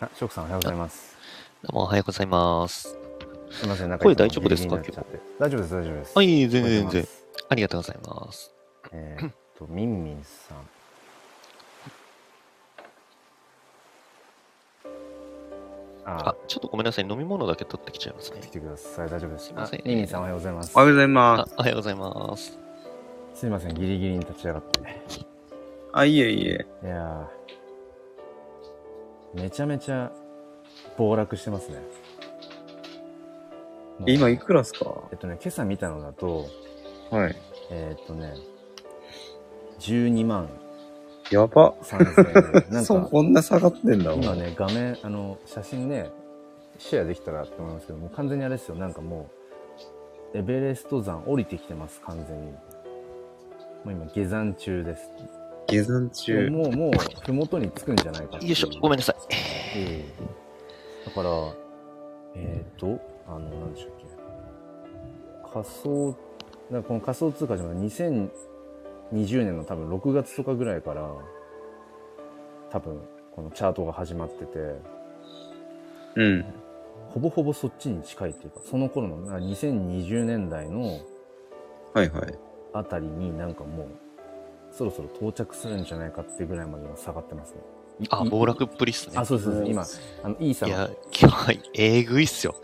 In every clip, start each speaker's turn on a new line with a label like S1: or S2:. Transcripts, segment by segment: S1: あ、ショクさんおはようございます。
S2: どうもおはようございます。
S1: すみません、なんか
S2: 声
S1: いつも
S2: 大丈夫で
S1: ギリギリに
S2: すか
S1: なっちゃって大丈夫です、大丈夫です。、
S2: はいい、全然全然。。ありがとうございます。
S1: えーっと、みんみんさん。あ
S2: あ、、ちょっとごめんなさい。飲み物だけ取ってきちゃいますね
S1: 来。てください、大丈夫です。
S2: すいません
S1: あみんみんさんおはようございます
S3: お。はようござい
S2: あ
S3: ま、
S2: おはようございます。
S1: すみません、ギリギリに立ち上がって。
S3: す。あ、いえいえ。
S1: いやー、めちゃめちゃ暴落してますね。もう
S3: え今いくらっすか
S1: えっとね、今朝見たのだと、
S3: はい。
S1: えーっとね、12万
S3: やば。
S1: 3000円。なん
S3: そう、
S1: か、
S3: こんな下がってんだもん。
S1: 今ね、画面、あの、写真ね、シェアできたらって思いますけど、もう完全にあれですよ、なんかもう、エベレスト山降りてきてます、完全に。もう今、下山中です。
S3: 下山中。
S1: もう、もう、ふもとに着くんじゃないかってう
S2: よいしょ、ごめんなさい。
S1: ええだから、えっ、と、あの、なんでしたっけ。仮想、なんかこの仮想通貨じゃない、2020年の多分6月とかぐらいから、多分、このチャートが始まってて、
S3: うん。
S1: ほぼほぼそっちに近いっていうか、その頃の、な2020年代の
S3: はいはい。
S1: あたりになんかもう、そろそろ到着するんじゃないかってぐらいまで今下がってますね。い
S2: あ、
S1: い
S2: 暴落っぷりっすね
S1: あ、。そうです、そうです今、あの、イーサ
S2: い
S1: が
S2: や、今日はえぐいっすよ。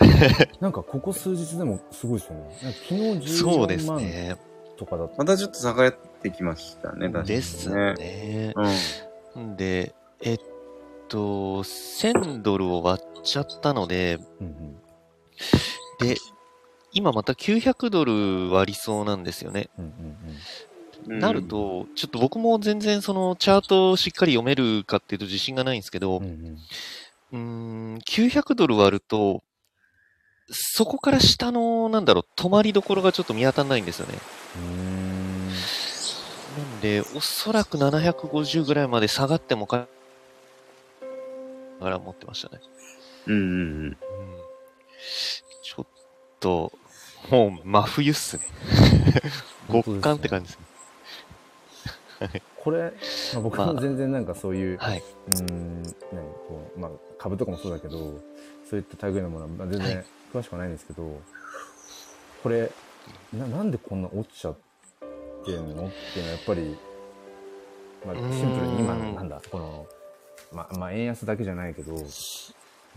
S1: なんかここ数日でもすごいですよね。なんか昨日
S2: そうで
S1: 14
S2: す
S1: 万
S2: ね。
S1: とかだった。
S3: またちょっと下がってきましたね、確かに、ね。
S2: ですね。
S3: うん。
S2: んで、えっと、1000ドルを割っちゃったので、
S1: うんうん
S2: で、今また900ドル割りそうなんですよね。
S1: うんうん
S3: うん
S2: なる。と、ちょっと僕も全然そのチャートをしっかり読めるかっていうと自信がないんですけど、
S1: う
S2: うん
S1: うんうん
S2: ーん、900ドル割ると、そこから下の、なんだろう、止まりどころがちょっと見当たらないんですよね。
S1: う
S2: なんで、おそらく750ぐらいまで下がってもか、から持ってましたね。
S3: うんうんうん。
S2: うん、ちょっと、もう真冬っすね。
S1: 本当ですね
S2: 極寒って感じですね。
S1: ーんこれ、まあ、僕
S2: まあ
S1: も全然なんかそういう、
S2: はい。
S1: うーん、何こう、まあ、株とかもそうだけど、そういった類のものは、まあ、全
S2: は
S1: 然詳しくはないんですけど、これな、なんでこんな落ちちゃってんのっていうのはやっぱり、まあ、
S2: うーん
S1: シンプルに今の、なんだ、この、まあ、まあ、円安だけじゃないけど、も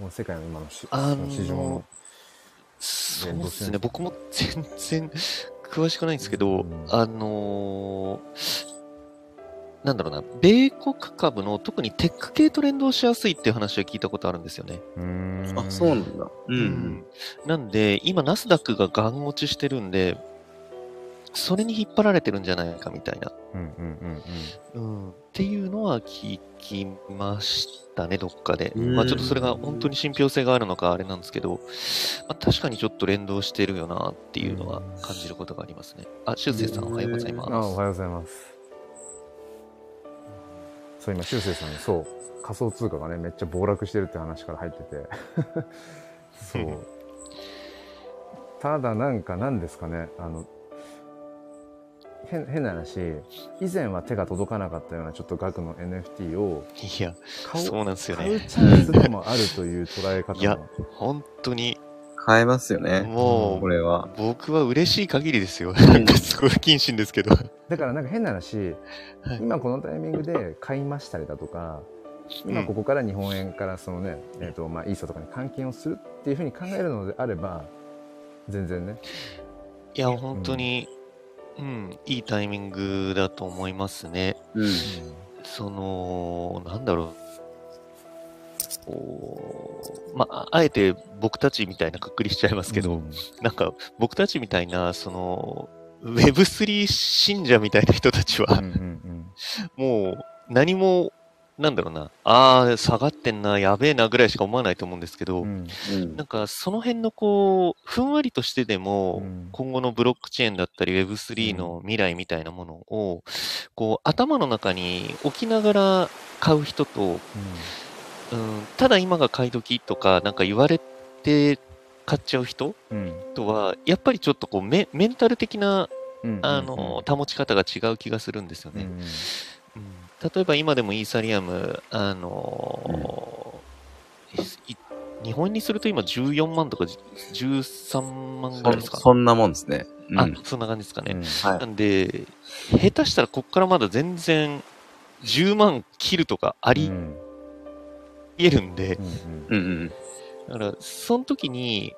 S1: う世界の今のし
S2: あのー
S1: 市場の
S2: そう
S1: 連動
S2: で
S1: して
S2: す
S1: る
S2: ね、僕も全然詳しくないんですけど、
S1: うん
S2: あのーなんだろうな、米国株の特にテック系と連動しやすいっていう話は聞いたことあるんですよね。
S3: あ、そう
S1: の
S3: なんだ。うんうん。
S2: なんで、今、ナスダックがガン落ちしてるんで、それに引っ張られてるんじゃないかみたいな、
S1: うんうんうんうん。
S2: うん、っていうのは聞きましたね、どっかで。
S3: うん
S2: まあ、ちょっとそれが本当に信憑性があるのかあれなんですけど、まあ、確かにちょっと連動してるよなっていうのは感じることがありますね。あ、修正さんおはようございます。
S1: あおはようございますそう今修正さんにそう仮想通貨がねめっちゃ暴落してるって話から入って てそうただなんかなんですかねあの変変な話以前は手が届かなかったようなちょっと額の NFT を
S2: いや、
S1: 買う,、
S2: そうなんですよ
S1: 買う
S2: ね。
S1: チャンスでもあるという捉え方
S2: いや
S1: も
S2: 本当に、
S3: 買えますよね。
S2: も
S3: これは
S2: う。、僕は嬉しい限りですよ。なんかすごい不謹慎ですけど。
S1: だからなんか変な話、
S2: はい
S1: 今このタイミングで買いましたりだとか今ここから日本円からそのね、えーとまあ、イーサとかに換金をするっていうふうに考えるのであれば全然ね
S2: いや、本当に、うん、いいタイミングだと思いますね。
S3: うん。
S2: その、なんだろう。おまあ、あえて僕たちみたいなくっくりしちゃいますけど、なんか僕たちみたいな、その、Web3 信者みたいな人たちは、
S1: うんうんうん
S2: もう何も、なんだろうな、ああ、下がってんな、やべえなぐらいしか思わないと思うんですけど、
S1: うん
S3: うん
S2: なんかその辺のこう、ふんわりとしてでも、
S1: うん
S2: 今後のブロックチェーンだったり Web3 の未来みたいなものを、こう、頭の中に置きながら買う人と、うん、ただ今が買い時とか、なんか言われて買っちゃう人
S1: うんうん
S2: とは、やっぱりちょっとこう、メメンタル的な、
S1: うんうん
S2: あの、保ち方が違う気がするんですよ
S1: うんう
S2: ね。
S1: ん
S2: うん例えば今でもイーサリアム、あのー日本円にすると今14万とか13万ぐらいですか、
S4: そそんなもんですね。うん。
S2: あ、そんな感じですかね。
S1: うん
S4: はい
S2: なんで、下手したらこっからまだ全然10万切るとかあり
S1: うん
S2: 得るんで、
S1: うん
S4: うんうん。
S2: だからその時に、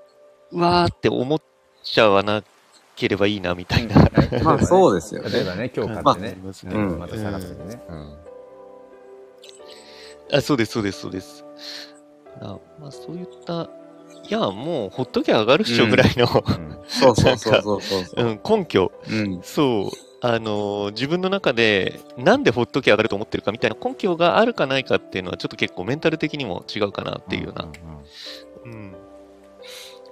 S2: うわーって思っちゃわなければいいなみたいな。
S1: うん
S4: まあそうですよね
S1: 例えばね、今日買
S2: ま
S1: っ
S2: あ
S1: てね、
S4: うん
S1: また下がってね。うん
S2: あ、そうです、そうです、そうです。あまあ、そういった、いや、もう、ほっときゃ上がるっしょぐらいの、
S4: そうそうそうそうそうそう
S2: ん、根拠、
S4: う。うん。
S2: そう、あのー自分の中で、なんでほっときゃ上がると思ってるかみたいな根拠があるかないかっていうのは、ちょっと結構メンタル的にも違うかなっていうような、うん、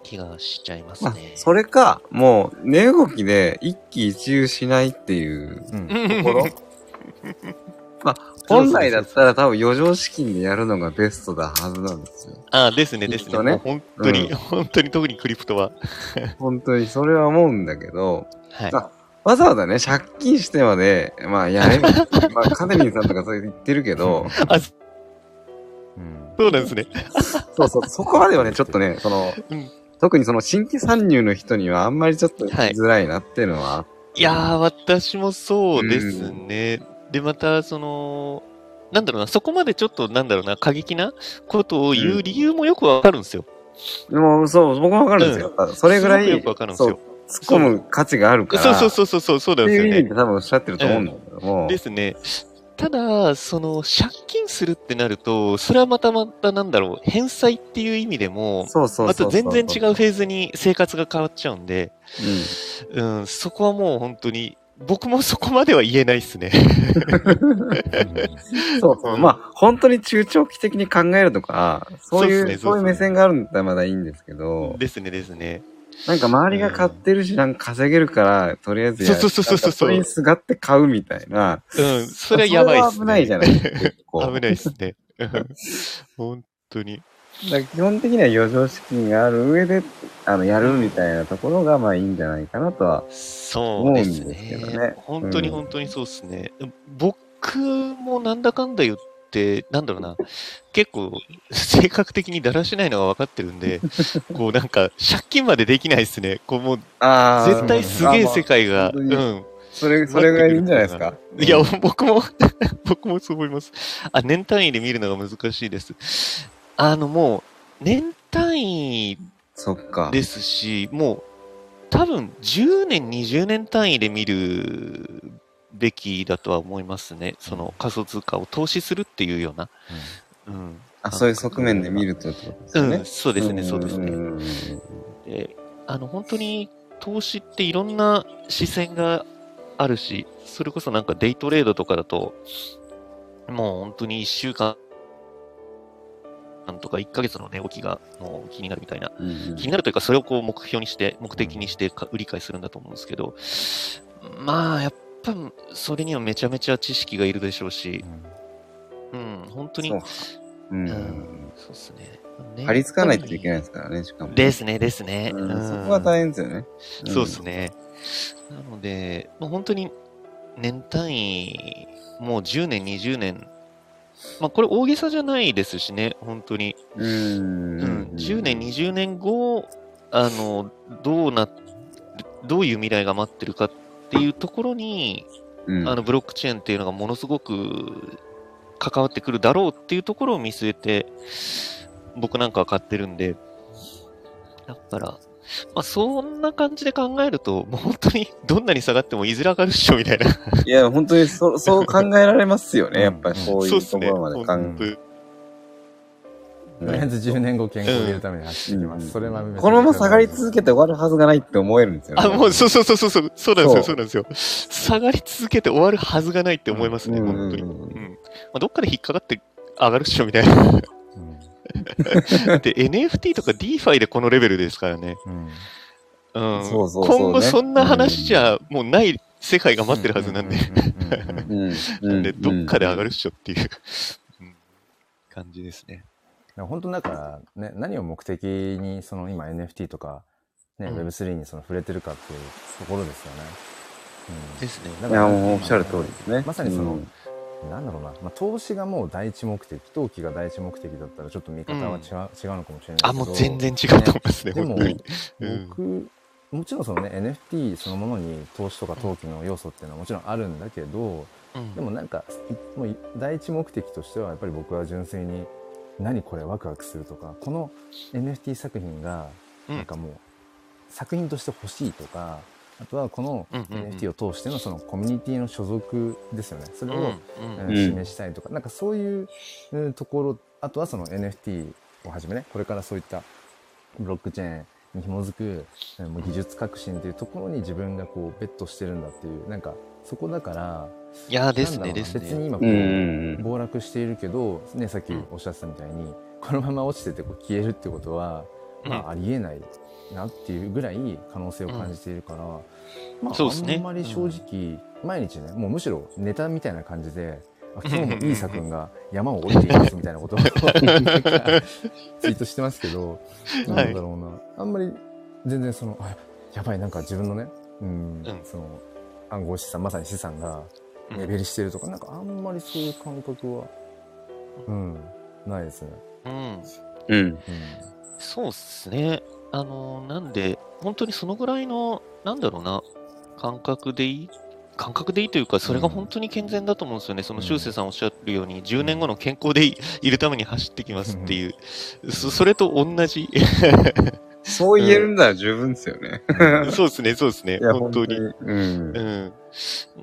S2: 気がしちゃいます
S4: まあ
S2: ね、。
S4: それか、もう、値動きで一喜一憂しないっていう
S1: うんうん
S2: う
S4: と
S2: ん
S4: ころまあ、本来だったら多分余剰資金でやるのがベストだはずなんですよ。
S2: あですね、です
S4: きっ
S2: ね。
S4: とね
S2: もう本当に、
S4: う
S2: 本当に特にクリプトは。
S4: 本当に、それは思うんだけど、
S2: はい。
S4: あわざわざね、借金してまで、まあ、やれば、まあ、カテリンさんとかそう言ってるけど、
S2: あ、そ
S1: うん
S2: うなんですね。
S4: そうそう、そこまではね、ちょっとね、その、
S2: うん
S4: 特にその新規参入の人にはあんまりちょっと言いづらいなっていうのは、
S2: いやー、私もそうですね。で、また、その、なんだろうな、そこまでちょっと、なんだろうな、過激なことを言う理由もよくわかるんですよ。
S4: でもそう、僕もわかるんですよ。それぐら
S2: す
S4: い、
S2: ごくよくわかるんですよ。
S4: そう突っ込む価値があるから、
S2: そうそうそ
S4: う
S2: うそうそう、そうなん
S4: って
S2: です
S4: いう意
S2: よ
S4: 味
S2: ね。
S4: で多分おっしゃってると思うんだけども、
S2: ですね。ただ、その、借金するってなると、それはまたまた、なんだろう、返済っていう意味でも、
S4: そうそうそう
S2: また全然違うフ
S4: ェ
S2: ェーズに生活が変わっちゃうんで、
S4: ー
S2: うん、そこはもう本当に、僕もそこまでは言えないですね。
S4: うん、そうそう。まあ、本当に中長期的に考えるとか、そういう、
S2: そ
S4: そうう
S2: っすねそうっ
S4: い
S2: すね
S4: う目線があるんだったらまだいいんですけど、
S2: ですね、です ね。
S4: なんか周りが買ってるし、なんか稼げるから、とりあえずやる
S2: そうそうそうそうそう
S4: なんかれにすがって買うみたいな。
S2: うん、それはやばいですね。
S4: それは危ないじゃ ない結構
S2: 危ないですね。うん本当に。
S4: だから基本的には余剰資金がある上で、あの、やるみたいなところが、まあいいんじゃないかなとは。
S2: そうです
S4: 思うんですけ
S2: ね。
S4: どね
S2: 本当に
S4: うん
S2: 本当にそうですね。僕もなんだかんだ言って、なんだろうな、結構性格的にだらしないのは分かってるん で、こうなんか借金までできないですね。こうもう
S4: あ
S2: 絶対すげえ世界が、
S4: あ
S2: う
S4: まあ本当に
S2: ん。
S4: それ、それぐらいでいいんじゃないですか。
S2: いや、僕も、 僕もそう思います。あ、年単位で見るのが難しいです。あのもう、年単位
S4: そっか。
S2: ですし、もう多分10年、20年単位で見るべきだとは思いますね。その仮想通貨を投資するっていうような。うん。
S4: あ、そういう側面で見るとってことです
S2: う
S4: よ
S2: ん、
S4: ね。
S2: そうですね、そうですね。
S4: ん
S2: であの、本当に投資っていろんな視線があるし、それこそなんかデイトレードとかだと、もう本当に1週間とか1ヶ月の値動きがもう気になるみたいな
S4: うん
S2: 気になるというか、それをこう目標にして、目的にしてか売り買いするんだと思うんですけど、まあ、やっぱ、それにはめちゃめちゃ知識がいるでしょうし、うん、本当に、
S4: そうかうん
S2: うんそうですね。
S4: 張り付かないといけ
S2: ない。
S4: ないですからね、しかも。
S2: ですね、ですね。
S4: うん
S2: うん
S4: そこが大変ですよね。ん
S2: そうですね。なので、もう本当に年単位、もう10年、20年、まあこれ大げさじゃないですしね、本当に。
S4: うん。
S2: うん、10年、20年後、あの、どうな、どういう未来が待ってるかっていうところに、
S4: うん
S2: あの、ブロックチェーンっていうのがものすごく関わってくるだろうっていうところを見据えて、僕なんかは買ってるんで、だから、まあ、そんな感じで考えると、もう本当にどんなに下がってもいずれ上がるっしょみたいな。
S4: いや、本当に そ、そう考えられますよね。やっぱり
S1: こ
S4: こうい
S2: そうっ
S4: うと
S2: す
S4: こ
S2: ね。
S4: ろまで考
S2: 本当に
S4: え
S1: とりあえず10年後健康でいるために走ってきま
S4: う
S1: す。
S4: ん
S1: それはめちゃめちゃ
S4: このまま下がり続けて終わるはずがないって思えるんですよね。
S2: あ、もう、そうそうそうそうそう、そうなんですよ、
S4: そ
S2: そううなんですよ。下がり続けて終わるはずがないって思いますね、
S4: うん
S2: 本当に。
S4: う
S2: うんん。
S4: うん
S2: まあ、どっかで引っかかって上がるっしょ、みたいな。
S1: うん
S2: で、NFT とか DeFi でこのレベルですからね。
S1: うん
S2: うん。
S4: そうそうそうね
S2: 今後そんな話じゃ、もうない世界が待ってるはずなんで。
S1: うんうんうんうん
S4: うん。
S2: なんで、どっかで上が
S4: る。
S2: るっしょっていう、うん感じですね。
S1: 本当だから、ね、何を目的に、その今 NFT とか、ね、
S2: うん
S1: Web3 にその触れてるかっていうところですよね。
S2: ですね。
S1: うんだ
S4: い
S1: から
S4: や、もうおっしゃる通りですね。
S1: まさにその
S4: うん
S1: なんだろうな、まあ、投資がもう第一目的投機が第一目的だったらちょっと見方は違う,、違うのかもしれないけど
S2: あ、もう全然違うと思いますね、
S1: でも
S2: 本当に。うん
S1: 僕もちろんそのね NFT そのものに投資とか投機の要素っていうのはもちろんあるんだけど
S2: うん
S1: でもなんかいもう第一目的としてはやっぱり僕は純粋に何これワクワクするとかこの NFT 作品が
S2: うん
S1: なんかもう作品として欲しいとかあとはこの
S2: うんうんうん
S1: NFT を通してのそのコミュニティの所属ですよねそれを、
S2: うんうん
S1: え
S2: う
S1: ー
S2: ん
S3: うん
S1: 示したいとか、なんかそういううんところ、あとはその NFT をはじめね、これからそういったブロックチェーンに紐づく、うんもう技術革新というところに自分がこう、ベットしてるんだっていう、なんか、そこだから、
S2: いやーです
S1: なんだろう
S2: ね、で
S1: な
S2: す
S1: 別に
S2: ね。
S1: 今こ
S3: うんう
S1: う、
S3: ん
S1: 暴落しているけど、ね、さっき
S2: うん
S1: おっしゃってたみたいに、このまま落ちててこう消えるってことは、ま
S2: うん
S1: あ、ありえないなっていうぐらい可能性を感じているから、まあ、
S2: そうですね
S1: あんまり正直、毎日ねもうむしろネタみたいな感じであ今日もいい作君が山を降りていますみたいなことをなんかツイートしてますけど
S2: はい
S1: なんだろうな、あんまり全然そのあやばいなんか自分のね、うん
S2: うん
S1: その暗号資産まさに資産が目減りしてるとか、なんかあんまりそういう感覚は、うん、ないです ね。
S2: うん、
S3: うん。
S1: うん
S2: そうっすね。あのーなんで、本当にそのぐらいの、なんだろうな、感覚でいい感覚でいいというか、それが本当に健全だと思うんですよね。そ
S1: う
S2: の、
S1: ん
S2: 修正さんおっしゃるように、10年後の健康でいいるために走ってきますっていう、そそれと同じ。
S3: そう言えるんなら十分ですよね。
S2: そうですね、そうですね、
S3: いや、
S2: 本当に。。
S3: うん
S2: う。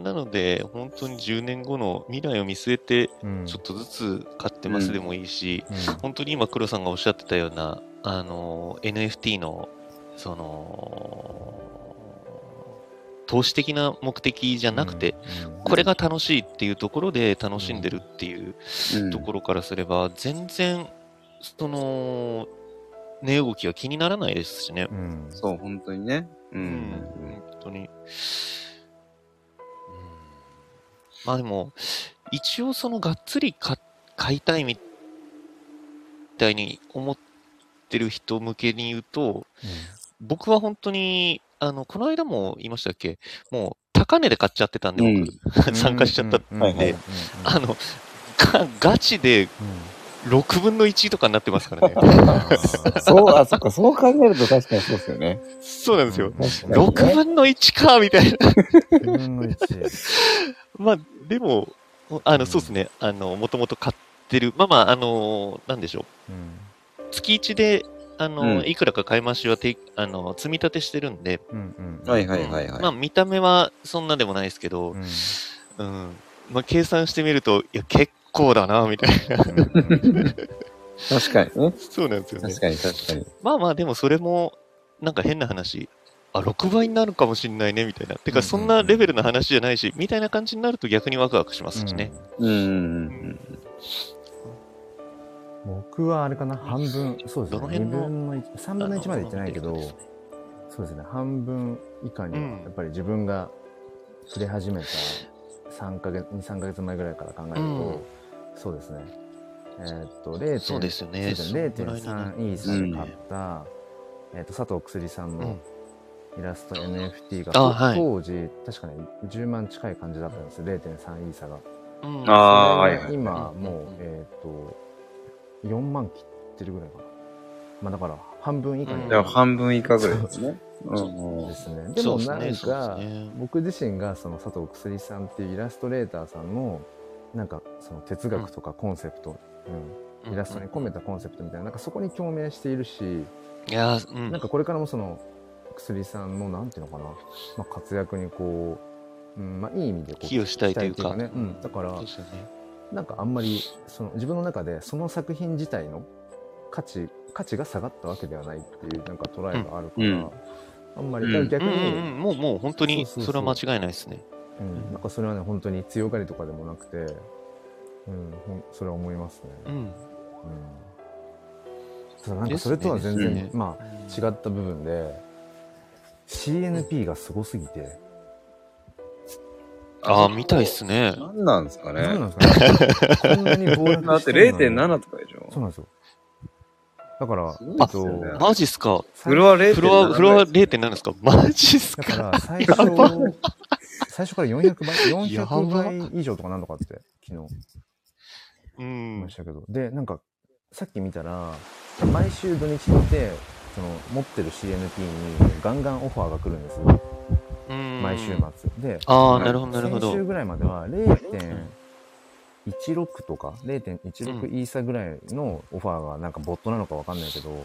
S2: ん、なので、本当に10年後の未来を見据えて、
S1: うん
S2: ちょっとずつ買ってますでもいいし、本当に今黒さんがおっしゃってたようなあの NFT のその投資的な目的じゃなくて、、
S1: うん
S2: これが楽しいっていうところで楽しんでるっていうところからすれば、全然その値動きは気にならないですしね
S1: う、ん
S3: そう、本当にね。う
S2: うん
S3: ん。
S2: 本当に、うんまあでも一応そのがっつり買買いたいみたいに思ってる人向けに言うと僕は本当にあのこの間も言いましたっけもう高値で買っちゃってたんで僕、
S1: うん
S2: 参加しちゃったんで、
S1: うんうんうん
S3: はいはい
S2: あのがガチで
S1: う
S2: 6分の1とかになってますからね
S1: んあー
S3: そう、あ、そっか、そう考えると確かにそうですよね。
S2: そうなんですよ、
S3: 確かにね
S2: 6分の1かみたいな
S1: 六分の一
S2: まあ、でも、あ
S1: うん
S2: の、そうですね。あの、もともと買ってる。まあまあ、あの、なんでしょ
S1: うん
S2: う。月1で、あの、
S3: うん
S2: いくらか買い回しはて、あの、積み立てしてるんで。
S1: うんうんうん
S3: はいはいはいはい。
S2: まあ、見た目はそんなでもないですけど
S1: う、んうん
S2: うん。まあ、計算してみると、いや、結構だな、 みたいな。
S3: 確かにね。
S2: そうなんですよね
S3: 確。かに確かに。
S2: まあまあ、でもそれも、なんか変な話。あ、6倍になるかもしんないね、みたいな。て
S1: うんうんう
S2: か、
S1: ん
S2: そんなレベルの話じゃないし、みたいな感じになると逆にワクワクしますしね。
S3: うんうん
S1: 僕はあれかな半分そうです
S2: どの
S1: ね
S2: 辺
S1: 二
S2: の
S1: 分の一三分の一までいってないけ
S2: あ
S1: ど
S2: のそうですね
S1: そうですね半分以下には
S2: うん
S1: やっぱり自分が触れ始めた三ヶ月二三ヶ月前ぐらいから考える
S2: うん
S1: とそうですねえーっと0.3
S2: そうですよね。
S1: 0.3
S2: そんぐらいになる
S1: イーサで買った、えっと佐藤くすりさん
S2: うん
S1: のイラスト NFT が、
S2: あはい
S1: 当時確かね10万近い感じだったんですよ0.3イーサが
S2: う
S3: あー
S2: ん
S1: それが
S3: はいはい
S1: 今もう、
S2: うんうん
S1: えっ、と4万切ってるぐらいかなまあだから半分以下
S2: う
S1: に
S2: ん
S3: で
S2: だ
S1: な
S3: も
S1: る
S3: 半分以下ぐらいですね。うん
S1: ですね、で
S2: そう
S1: も
S2: です
S1: な
S2: ね
S1: ん
S2: そう
S1: か、
S2: ですね
S1: 僕自身がその佐藤くすりさんっていうイラストレーターさんのなんかその哲学とかコンセプト、うんイラストに込めたコンセプトみたいななんかそこに共鳴しているし、
S2: いやー、うん。
S1: なんかこれからもその薬さんのなんていうのかな、まあ、活躍にこう、うんまあ、いい意味でこう
S2: 寄与したいというか。
S1: 期待とねうん、だから
S2: そうですよね。
S1: なんかあんまりその自分の中でその作品自体の価値価値が下がったわけではないっていうなんか捉えがあるから、
S3: うん
S1: あんまり、
S3: うん
S1: だから逆
S2: うん
S1: に、
S2: うんうん、もう、もう本当に、
S1: そうそうそう
S2: それは間違いないですね。
S1: うんなんかそれはね本当に強がりとかでもなくて、うん、ほんそれは思いますね。
S2: うん。
S1: うんただなんかそれとは全然、
S2: ですねですね
S1: まあ違った部分で CNP がすごすぎて、
S2: ああ、見たいっすね。
S3: 何なんですかね。
S1: なんなんですかねこんなに暴落
S3: だって
S1: してんのに
S3: 0.7とかでし
S1: そう
S3: ょ
S1: なんですよだから
S3: すごいっすよね
S1: えっと
S2: マジっすか。
S1: 最
S3: フロア0.7。
S2: フロア、フロア0.7ですかマジっす
S1: だか
S2: か。
S1: ら最初最初から400倍、
S2: やば
S1: 400倍以上とかなんとかって、昨日
S2: う
S1: 言い
S2: ん
S1: まし。たけど。で、なんか、さっき見たら、毎週土日って、その、持ってる CNP にガンガンオファーが来るんです。
S2: うん
S1: 毎週末。で、
S2: ああ、なるほど、なるほ
S1: 先週
S2: ど。
S1: ぐらいまでは0.16とか0.16イーサぐらいのオファーがなんかボットなのかわかんないけど、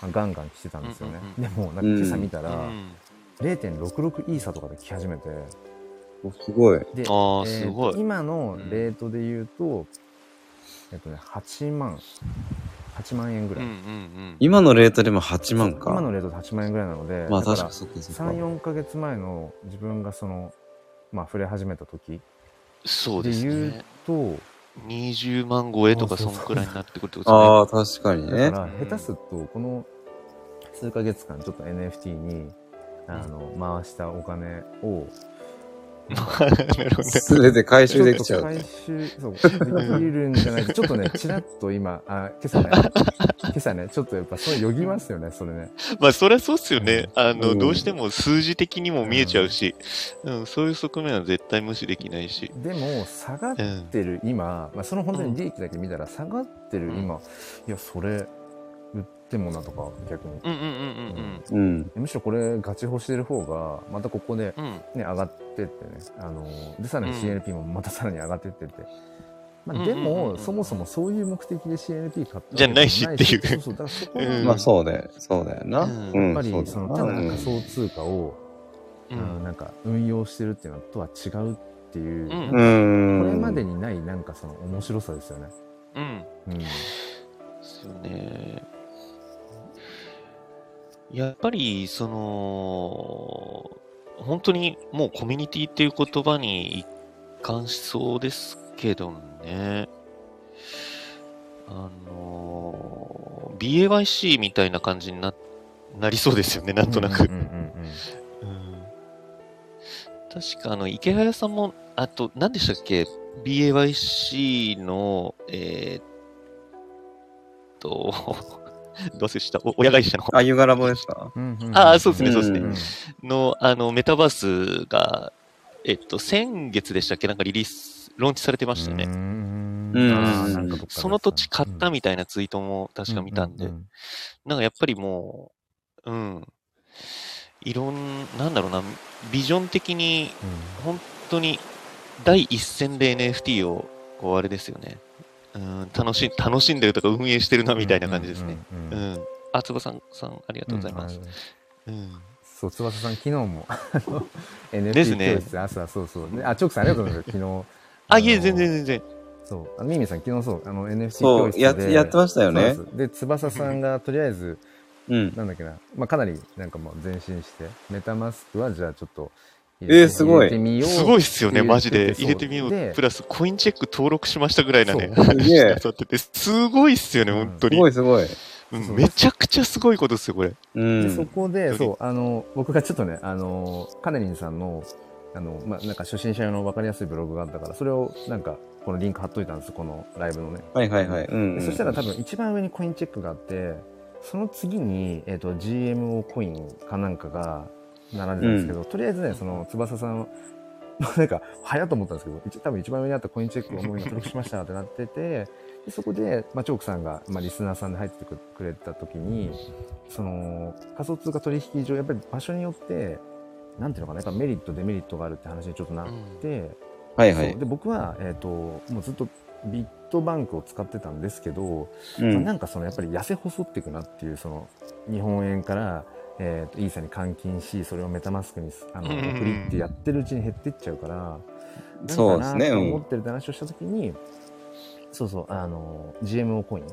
S1: ガンガン来てたんですよね。
S2: うん
S1: でもなんか今朝見た
S2: う
S1: ら
S2: ん
S1: 0.66イーサとかで来始めて、
S3: すごい。
S1: で、
S2: ああ、
S1: えー
S2: すごい。
S1: 今のレートで言うと、えっとね、8万、8万円ぐ
S2: うん
S1: ら
S2: う
S1: い。
S2: んうん。
S3: 今のレートでも8万か。
S1: 今のレートで8万円ぐらいなので、
S3: まあ
S1: だ
S3: 確
S1: か
S3: からにそっかそっか。
S1: 3、4ヶ月前の自分がその、まあ触れ始めた時
S2: そう
S1: で
S2: です
S1: 言
S2: ね
S1: う。と、
S2: 20万超えとか、
S1: そうそ
S2: そ
S1: うそうん
S2: くらいになってくるってことですね。
S3: ああ、確かに
S1: だ
S3: ね。
S1: か
S2: え
S1: ら下手するとこの数ヶ月間ちょっと NFT にあの回したお金を
S2: なるほどね。
S3: すべて回収できち
S1: ち
S3: ゃ
S1: ょ
S3: う
S1: っと
S3: と。
S1: 回収そうできるんじゃ ないかちょっとねちらっと今あ今朝ね今朝ねちょっとやっぱそれよぎますよねそれね
S2: まあ、それはそうっすよね。あ
S3: う
S2: の、
S3: ん
S2: どうしても数字的にも見えちゃうし、うん、そういう側面は絶対無視できないし。
S1: でも下がっ
S2: うん。
S1: てる今、まあ、その本当に利益だけ見たら下がってる今いやそれ売ってもなとか逆に
S2: うんうんうんうん
S3: うん。
S1: むしろこれガチ保してる方がまたここで
S2: うん。うん。
S1: ね、上がってってね、あのーでさらに
S2: うん
S1: CNP もまたさらに上がってってって、ま
S2: う
S1: あ、
S2: ん
S1: で
S2: うんうんうん
S1: も、そもそもそういう目的で CNP 買ったわけ
S2: じゃないしってい
S1: そ
S2: う
S1: うそうだからそこは
S2: うん
S3: まあそうだよ。そうだよな。
S2: う
S3: うん
S1: や
S3: ん。
S1: っぱ
S3: そ
S1: り
S3: うだ
S1: そ
S3: よ
S1: の
S3: な
S1: ただ
S3: うん
S1: 仮想通貨を、
S2: う
S1: あの
S2: ん。
S1: なんか運用してるっていうのとは違うっていう、
S2: うん
S1: なんか
S3: うん。
S1: これまでにないなんかその面白さですよね。
S2: うん。
S1: うん
S2: ですよね。やっぱり、その、本当にもうコミュニティっていう言葉に一貫しそうですけどね。あの、BAYC みたいな感じにななりそうですよね、なんとなく。
S1: うんうんうん
S2: うん確か、あの、池原さんも、あと、何でしたっけ ?BAYC の、えーっと、 どうせした、お親会社の、
S3: あ、湯柄棒ですか
S1: うんうんうん
S2: あーそうです
S3: ねそうですね
S1: ん
S2: の、あの、メタバースが、えっと、先月でしたっけなんかリリース、ローンチされてましたよね。
S1: ん
S3: うん
S1: あーなんかどっかで
S2: その土地買った
S1: うん
S2: みたいなツイートも確か見たんで
S1: うう、う
S2: なんかやっぱりもう、うん、いろん、なんだろうな、ビジョン的に
S1: うん
S2: 本当に第一線で NFT をこうあれですよねうん楽し楽しんでるとか運営してるなみたいな感じですね。
S1: うんうんう
S2: う
S1: んうん。
S2: んあつばさんさんありがとうございます
S1: ん。あ。
S2: うん
S1: そう、翼さん、昨日も、あの、
S2: です
S1: NFT
S2: ね
S1: 教室、朝、そうそう。ねあ、チョークさん、ありがとうございます。昨日。の
S2: あ、いえ、全然。全然。
S1: そう。あのミミさん、昨日そう、あの、NFT
S3: そ
S1: 教
S3: う
S1: 室、で。
S3: や、やってました
S1: た
S3: よね。
S1: で翼さんが、とりあえず、
S3: うん。
S1: なんだっけな、まあ、かなり、なんかもう前進して、メタマスクは、じゃあ、ちょっと入れて、
S3: えーすごい
S1: 入れてみよう。
S2: すごいっすよね、
S1: って
S2: マジで。
S1: そう
S2: 入れてみよう
S1: で。
S2: プラス、コインチェック登録しましたぐらいなね、
S1: そう
S3: すげえ
S2: 話になってて、すごいっすよね、
S1: うん
S2: 本当
S3: す
S2: に
S3: ご。いすごい。
S2: うん
S1: そう
S2: めちゃくちゃすごいことっすよ、これ。
S3: う
S1: でそ
S3: ん。
S1: こで、そう、あの、僕がちょっとね、あの、カネリンさんの、あの、まあ、なんか初心者用の分かりやすいブログがあったから、それをなんか、このリンク貼っといたんです、このライブのね。
S3: はいはいはい。うんう
S1: で
S3: ん。
S1: そしたら多分一番上にコインチェックがあって、その次に、えっ、と、GMO コインかなんかが並んでたんですけど、とりあえずね、その、翼さん、 なんか、早いと思ったんですけど、一多分一番上にあったコインチェックをもう今登録しましたってなってて、でそこで、まあ、チョークさんが、まあ、リスナーさんで入ってくくれた時に、その、仮想通貨取引上、やっぱり場所によって、なんていうのかな、やっぱメリット、デメリットがあるって話にちょっとなって、
S3: はいは
S1: そ。
S3: いう
S1: で僕は、えー、ともうずっとビットバンクを使ってたんですけど、
S3: う
S1: まあ
S3: ん
S1: な。んかそのやっぱり痩せ細っていくなっていうその日本円から、えー、とイーサに換金しそれをメタマスクにすあの
S2: うんうんうん
S1: 送りってやってるうちに減ってっちゃうから
S3: そうですね
S1: なんかなと思ってるって話をした時に、そうそうあの GMO コイン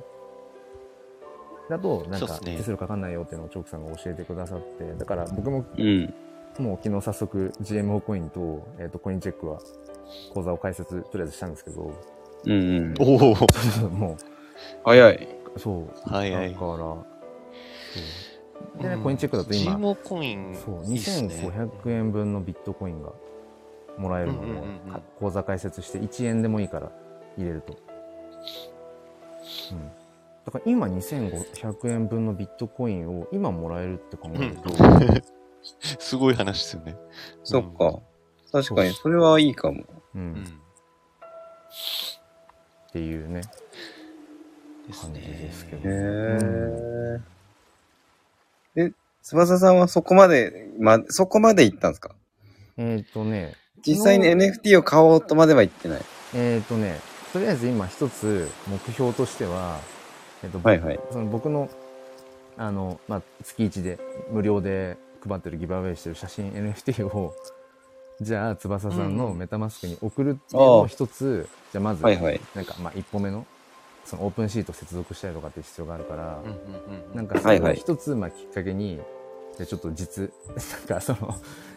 S1: だとなん
S2: そうっ
S1: か
S2: すね
S1: 手数料かかんないよっていうのをチョークさんが教えてくださってだから僕も
S3: うん。
S1: もう昨日早速 GMO コインと,、えー、とコインチェックは口座を開設とりあえずしたんですけど
S3: うんうん。
S2: おおー
S1: も
S3: 早い。
S1: うそう
S2: はいは
S1: だ
S2: い
S1: か。らそうでねコインチェックだと今
S2: GMO コイン、
S1: そう
S2: いいっすね
S1: 2500円分のビットコインがもらえるので、
S2: うんうんうんうん
S1: か口座開設して1円でもいいから入れると、うん、だから今2500円分のビットコインを 今もらえるって考えると、
S2: すごい話ですよね。
S3: そっか。確かに、それはいいかも。
S1: うん
S2: う
S1: っ
S2: ん。
S1: ていうね
S2: です
S1: 感じ
S2: ね
S1: ですけ
S3: へ
S1: ど
S3: ーえ、翼さんはそこまで、ま、そこまで行ったんですか
S1: えっ、ー、とね
S3: 実際に
S1: 昨日
S3: NFT を買おうとまでは行ってない。
S1: えっ、ー、とねとりあえず今一つ目標としては、えっと
S3: はいはい
S1: その僕のあの、まあ、月1で無料で配ってるギブアウェイしてる写真 NFT をじゃあ翼さんのメタマスクに送るっていうの
S3: あ
S1: を
S3: あ
S1: 一つ、じゃあまず、
S3: はいはい。
S1: なんかまあ一歩目のそのオープンシート接続したりとかって必要があるから、
S2: うんうんうん。
S1: なんかそ
S3: はい
S1: れ
S3: は
S1: を
S3: い
S1: 一つまあきっかけに、じゃあちょっと実 なんかその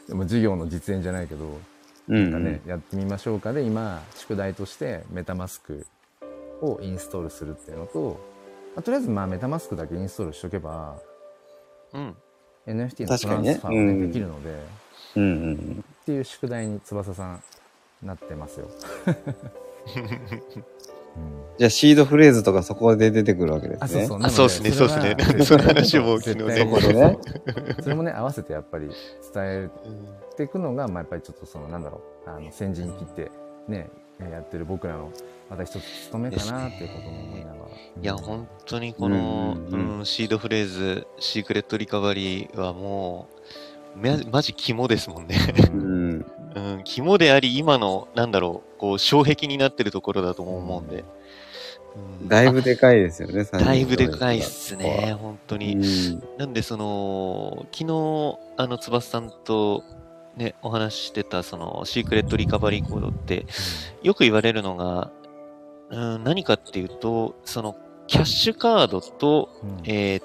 S1: でも授業の実演じゃないけど
S3: うん、
S1: なんかね、やってみましょうかで今宿題としてメタマスクをインストールするっていうのと、まあとりあえずまあメタマスクだけインストールしとけば
S2: うん。
S1: NFT の
S3: 確
S1: ト
S3: か
S1: ラ
S3: に
S1: ン
S3: ね
S1: スファーを
S3: う
S1: ね
S3: ん
S1: できるので、っ
S3: うんうん
S1: ていう宿題に翼さんなってますよ。うん
S3: じゃあシードフレーズとかそこで出てくるわけですね。
S1: あ、そうそう。なの
S2: あそうっすね
S1: れは
S2: そうっすねその話も
S1: 絶対
S2: 昨
S3: ね
S2: 日
S3: そこでね
S1: そうそれもね、合わせてやっぱり伝えていくのが、まあ、やっぱりちょっとその、なんだろう、あの、先陣切って、ね、やってる僕らの、また一つ務めかなっていうことも思いながら。
S2: いや、本当にこの、
S3: うんうんうん
S2: うんシードフレーズ、シークレットリカバリーはもう、めマジ肝ですもんね。
S3: う
S1: う
S3: んん。
S2: うん、肝であり、今の、なんだろう、こう、障壁になってるところだとも思うんで。うん
S3: だいぶでかいですよね、
S2: あだいぶでかいっすね、本当に。
S3: 30
S2: なんで、その、昨日、あの、翼さんと、ね、お話ししてた、その、シークレットリカバリーコードって、よく言われるのが、うん、何かっていうと、その、キャッシュカードと、
S1: うん
S2: えーっ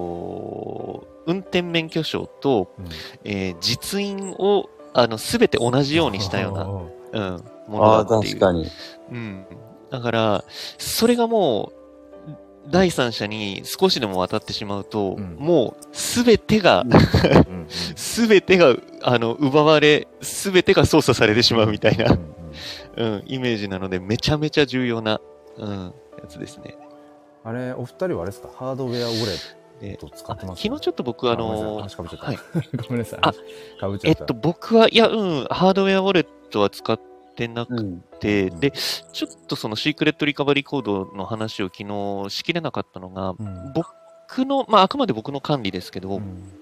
S2: と、運転免許証と、
S1: うん
S2: えー実印を、あの、すべて同じようにしたよ
S1: お
S2: う
S1: お
S2: な、うん、も
S3: あ
S2: の
S3: あ、
S2: だっていう。
S3: 確かに。
S2: うん。だから、それがもう、第三者に少しでも渡ってしまうと、
S1: うん
S2: もう、すべてが、
S1: うんうん
S2: すべてが、あの、奪われ、すべてが操作されてしまうみたいな、
S1: うんうん
S2: うん、イメージなので、めちゃめちゃ重要な、うん、やつですね。
S1: あれ、お二人はあれですか、ハードウェアウォレッ
S2: で
S1: ト使
S2: あ
S1: ってま
S2: 昨
S1: す
S2: 日ちょっと僕、あ
S1: あごめん
S2: の
S1: なさい話かぶっちゃった
S2: はい、
S1: ごめんなさい。
S2: あ
S1: かぶっち
S2: え
S1: ゃ
S2: っ
S1: った。
S2: と、僕は、いや、うん、ハードウェアウォレットは使ってなく
S3: ん。
S2: て、
S1: うん
S2: で、ちょっとそのシークレットリカバリーコードの話を昨日しきれなかったのが、
S1: うん、
S2: 僕の、まあ、あくまで僕の管理ですけど、
S1: うん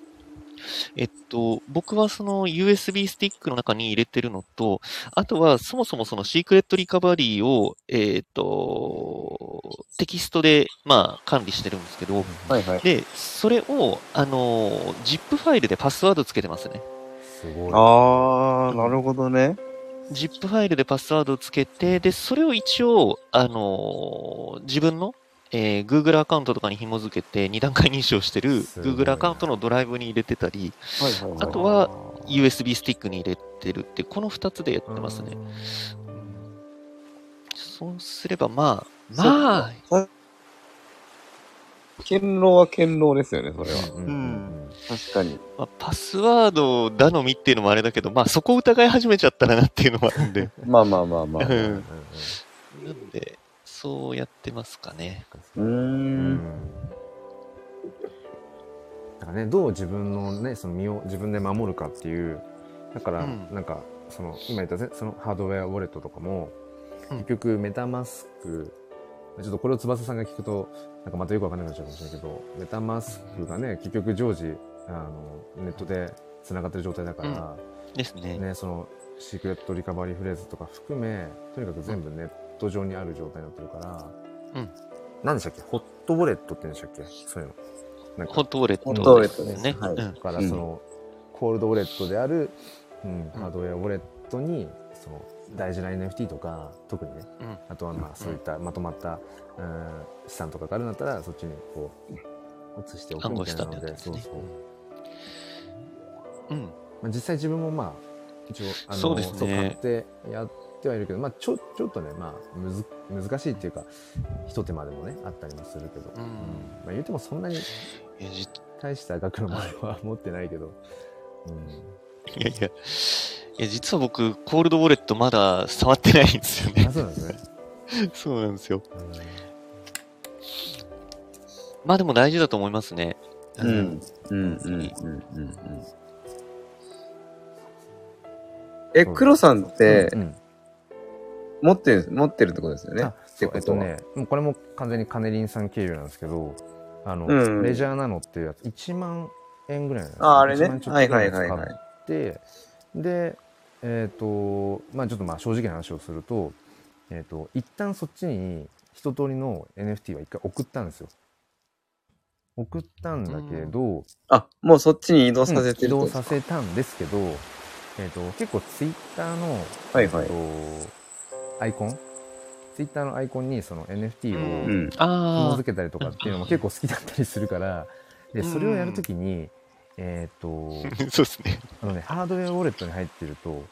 S2: えっと、僕はその USB スティックの中に入れてるのと、あとはそもそもそのシークレットリカバリーを、えっと、テキストで、まあ、管理してるんですけど、
S3: はいはい。
S2: で、それを、あの、ZIP ファイルでパスワードつけてますね。
S1: すごい。
S3: ああ、なるほどね。
S2: ZIP ファイルでパスワードをつけて、で、それを一応、あのー自分の、えー Google アカウントとかに紐付けて、二段階認証してる
S1: すごいな
S2: Google アカウントのドライブに入れてたり、
S3: はいはいはい
S2: あとは USB スティックに入れてるって、この二つでやってますね
S1: う。ん。
S2: そうすれば、まあ、まあ、
S3: 堅牢は堅牢ですよね、それは。
S1: うんうん
S3: 確かに。
S2: まあパスワード頼みっていうのもあれだけど、まあ、そこを疑い始めちゃったらなっていうのもあるん で、
S3: まあまあまあまあ。
S2: う
S1: うんうんう
S2: ん
S1: ん
S2: なんで、そうやってますかね。
S3: うー。
S1: うんんだからね、どう自分のね、その身を自分で守るかっていう、だから、
S2: うん
S1: なんか、その、今言ったね、そのハードウェアウォレットとかも、
S2: うん
S1: 結局メタマスク、ちょっとこれを翼さんが聞くと、なんかまたよくわかんなくなっちゃうかもしれないけど、メタマスクがね、結局常時、あの、ネットで繋がってる状態だから、
S2: ですね。
S1: ね、その、シークレットリカバリーフレーズとか含め、とにかく全部ネット上にある状態になってるから、
S2: うん。
S1: 何でしたっけホットウォレットって言うんでしたっけそういうの。なん
S2: ホットウォレッ
S3: ホットウ
S2: ト
S3: ォレ
S2: で
S3: ットですす
S2: ね。
S3: はい
S2: うん
S1: だからその、コールドウォレットである、うん、
S2: うん
S1: ハードウェアウォレットにその大事な NFT とか特にね
S2: うん
S1: あとはま
S2: うん
S1: あそういったまとまった、うん、資産とかがあるんだったらそっちにこう移しておく
S2: 暗
S1: み
S2: 号
S1: たい
S2: し
S1: な
S2: たんだ
S1: の
S2: よ
S1: で、
S2: ね。
S1: そうそう、
S2: うん。
S1: まあ、実際自分もまあ一応あの
S2: そうですね
S1: 買ってやってはいるけど、まあ、ちょちょっとね、まあ、むず難しいっていうか一手間でもねあったりもするけど、
S2: うん
S1: まあ、言うてもそんなに
S2: いや、じ
S1: 大した額のものは持ってないけど、うん、
S2: いやいや、いや実は僕、コールドウォレットまだ触ってないんですよね
S1: あ。そうなんですね。
S2: そうなんですよ。まあでも大事だと思いますね。
S3: うん。うんうんうんうんうん。え、
S1: そう
S3: 黒さんって
S1: う、ん
S3: 持ってる、持ってるってことですよね。
S1: あ
S3: って
S1: え
S3: こ
S1: っと
S3: とは。
S1: ね、もうこれも完全にカネリンさん経由なんですけど、あの、
S3: うん
S1: レジャーなのっていうやつ、1万円ぐらいなんですよ
S3: あ、あれね
S1: 1万。ちょっ
S3: は
S1: と
S3: い
S1: ぐら
S3: はいい
S1: の
S3: はい
S1: やつ
S3: は
S1: 買
S3: い。
S1: って、で、えっ、と、まあちょっとまあ正直な話をすると、えっ、と、一旦そっちに一通りの NFT は一回送ったんですよ。送ったんだけど、
S3: あ、もうそっちに移動させてるってこ
S1: 移動
S3: と
S1: さ
S3: ですか
S1: せたんですけど、えっ、と、結構ツイッターの
S3: はいはい
S1: えっ。とアイコンツイッターのアイコンにその NFT を
S2: う
S3: うん。
S2: あ
S1: 紐付けたりとかっていうのも結構好きだったりするからでそれをやるときにえっ、と
S2: あ。そうですね。
S1: あのねハードウェアウォレットに入ってると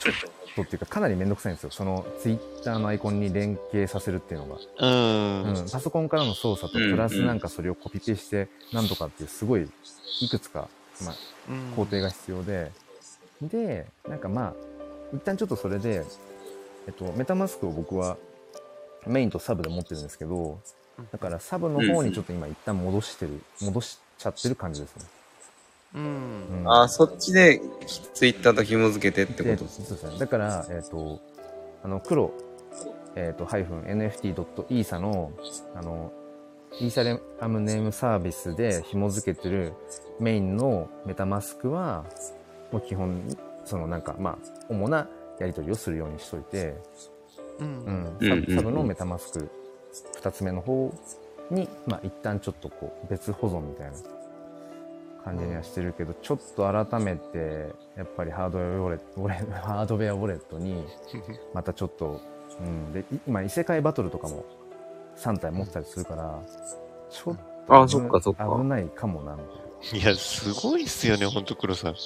S1: ちょっとっていうかかなりめんどくさいんですよそのツイッターのアイコンに連携させるっていうのが、
S2: う。
S1: うんん、パソコンからの操作と
S3: うん
S1: プラスなんかそれをコピペしてなんとかっていうすごいいくつか、まあ、工程が必要で、で、なんかまあ、一旦ちょっとそれで、えっと、メタマスクを僕はメインとサブで持ってるんですけど、だからサブの方にちょっと今一旦戻してる、戻しちゃってる感じですね。
S2: う
S1: う
S2: ん
S1: ん
S3: あ、そっちで、ツイッターと紐付けてって
S1: で
S3: ことですね。
S1: そうですね。だから、えっと、あの、黒、えっと、ハイフン NFT.isa の、あの、イーサレアムネームサービスで紐付けてるメインのメタマスクは、もう基本、そのなんか、まあ、主なやり取りをするようにしといて、う
S2: う。
S1: んん、
S3: うんうんう
S1: サ
S3: ん
S1: サブのメタマスク2つ目の方に、まあ、一旦ちょっとこう別保存みたいな感じにはしてるけどちょっと改めてやっぱりハードウェアウォレットウォ レハードウェアウォレットにまたちょっと、うん、でい今異世界バトルとかも3体持ってたりするからちょっと
S3: あそっかそっか
S1: 危ないかもなみたいない
S2: や、すごいっすよね、ほんと、黒さん。
S1: い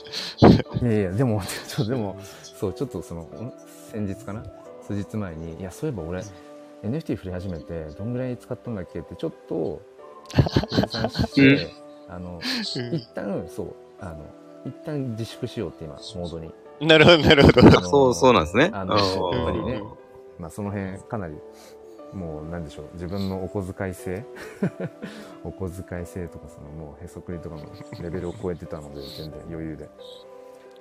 S1: やいやでもちょっとでもそうちょっとそのん先日かな数日前にいやそういえば俺 NFT 振り始めてどんぐらい使ったんだっけってちょっと計算してあの一旦そうあの一旦自粛しようって今モードに、
S2: なるほど、なるほど。
S1: あの
S3: そう、そうなんですね。
S1: あの
S3: うん
S1: やっぱり
S2: う
S1: ね
S2: ん、
S1: まあ、その辺かなりもうなんでしょう自分のお小遣い制 お小遣い制とかそのもうへそくりとかのレベルを超えてたので全然余裕で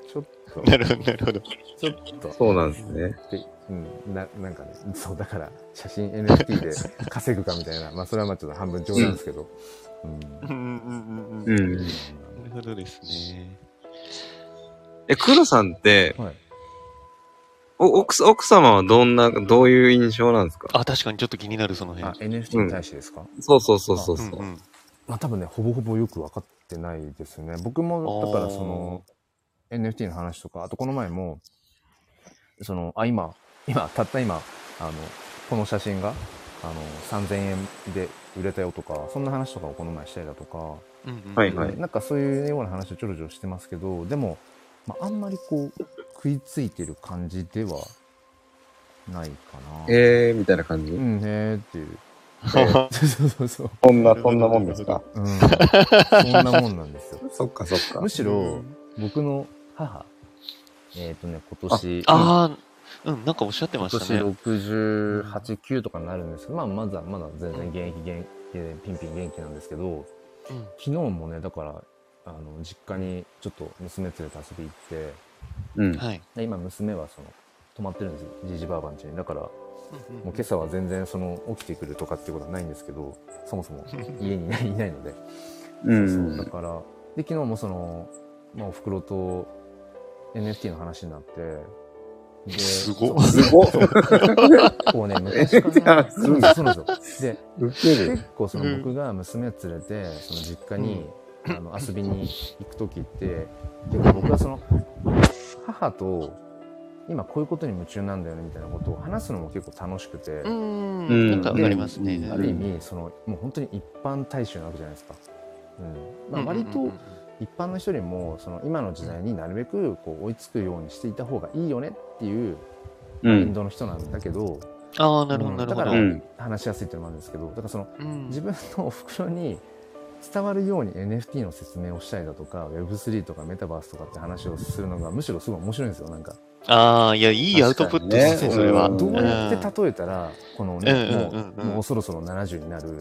S1: ちょっと
S2: なるほど、なるほど。
S1: ちょっと
S3: そうなんですね。
S1: で、うん、ななんかね そうだから写真 NFT で稼ぐかみたいなまあそれはまあちょっと半分冗談ですけど、うん
S2: うんうんう
S3: う
S2: んう
S3: ん。
S2: んなるほどですね。
S3: え、黒さんって、
S1: はい、
S3: お奥さ奥様はどんな、どういう印象なんですか
S2: あ、確かにちょっと気になる、その
S1: あ
S2: 辺。
S1: NFT に対してですか、
S3: そうそうそうそう
S2: う
S3: そう。
S2: ん
S1: まあ多分ねほぼほぼよく分かってないですね僕もだからその NFT の話とかあとこの前もそのあ今今たった今あのこの写真があの3000円で売れたよとかそんな話とかをこの前したりだとか
S2: うんうんうん
S3: はいはい
S1: なんかそういうような話をちょろちょろしてますけどでも、まあ、あんまりこう食いついてる感じではないかな。
S3: えー、みたいな感じ。
S1: うんねーっていう。
S2: は
S1: そうそうそう。
S3: そん
S2: なそんなもんですか
S1: うん、そんなもんなんですよ。
S3: そっかそっか
S1: む。しろ僕の母、えっ、とね、今年、
S2: ああ、うん、なんかおっしゃって
S1: 今
S2: まし
S1: 年
S2: たね。
S1: 68、9とかになるんですけど、まあ、まだまだ全然現役、現役でピンピン元気なんですけど、
S2: うん
S1: 昨日もね、だから、あの、実家にちょっと娘連れて遊び行って、
S3: うん。
S2: はい。
S1: で今娘はその泊まってるんですよじいじばあばんちにだからもう今
S2: も
S1: 朝は全然その起きてくるとかっていうことはないんですけどそも そも家にいないいないので、
S3: う
S1: そうだ
S3: ん。
S1: からで昨日もその、まあ、おふくろと NFT の話になって
S2: すごっ
S1: っ
S3: すごっ
S1: こうね昔から
S3: す
S1: そ
S3: ご
S1: う
S3: い
S1: なんですよで
S3: ウケる。
S1: 結構その
S2: うん
S1: 僕が娘連れてその実家に、あの遊びに行く時って結構僕はその母と今こういうことに夢中なんだよねみたいなことを話すのも結構楽しくて、
S2: うん。なんかわかりますね。
S3: うん
S1: ある意味そのもう本当に一般大衆なわけじゃないですか。うんまあ、割と一般の人よりもその今の時代になるべくこう追いつくようにしていた方がいいよねっていう
S3: う
S1: イン
S3: ん。
S1: ドの人なんだけど、
S2: ああ、なるほど、なる
S1: だ
S2: ほ
S1: から
S2: ど。
S3: うん
S1: 話しやすいっていうのもあるんですけどだからその
S2: うん
S1: 自分のお袋に伝わるように NFT の説明をしたりだとか Web3 とかメタバースとかって話をするのがむしろすごい面白いんですよなんか
S2: ああ、いや、いいアウトプットですね、
S3: 確かにね
S2: それは。
S3: ん
S1: どうや
S2: ん
S1: って例えたらこのね
S2: うん
S1: も
S2: うんうんう
S1: うんもうそろそろ70になる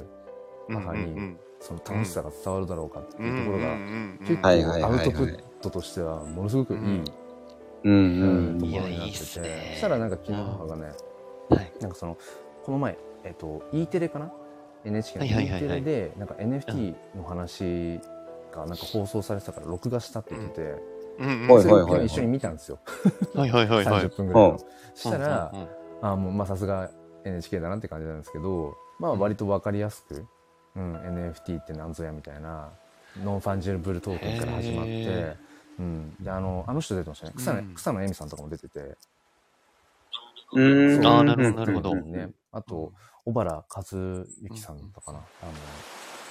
S1: 母に
S2: うん
S1: その楽しさが伝わるだろうかって
S2: うんうん
S1: いうところが
S2: うんうんうん
S1: 結
S3: はいはい
S1: 構アウトプットとしてはものすごくいい
S3: うん
S1: うん
S3: うん。
S2: いや
S1: ところになてて
S2: いいっすね
S1: そしたらなんか昨日母がね、
S2: はい。
S1: なんかそのこの前、えっと E テレかな ?NHK の
S2: は
S1: E
S2: いはいはいはい
S1: テレでなんか NFT の話がなんか放送されてたから録画したって言ってて、
S2: うんうん
S3: はい
S1: そ
S3: は
S1: れ
S3: い
S1: を昨日一緒に見たんですよ、
S2: はいはいはいはい。
S1: 30分ぐらいの、
S3: うん
S1: したら、
S2: うんうんうん
S1: あーもうまあさすが NHK だなって感じなんですけどまあ割と分かりやすく、うん、NFT ってなんぞやみたいなノンファンジェルブルトークンから始まっ
S2: へ
S1: て、うん、であのあの人出てましたね草野,、
S2: うん
S1: 草野恵美さんとかも出てて、
S3: うん
S1: あー
S2: なるほどなるほど
S3: うんうんうん
S1: ね、あと小原和幸さんだったかな、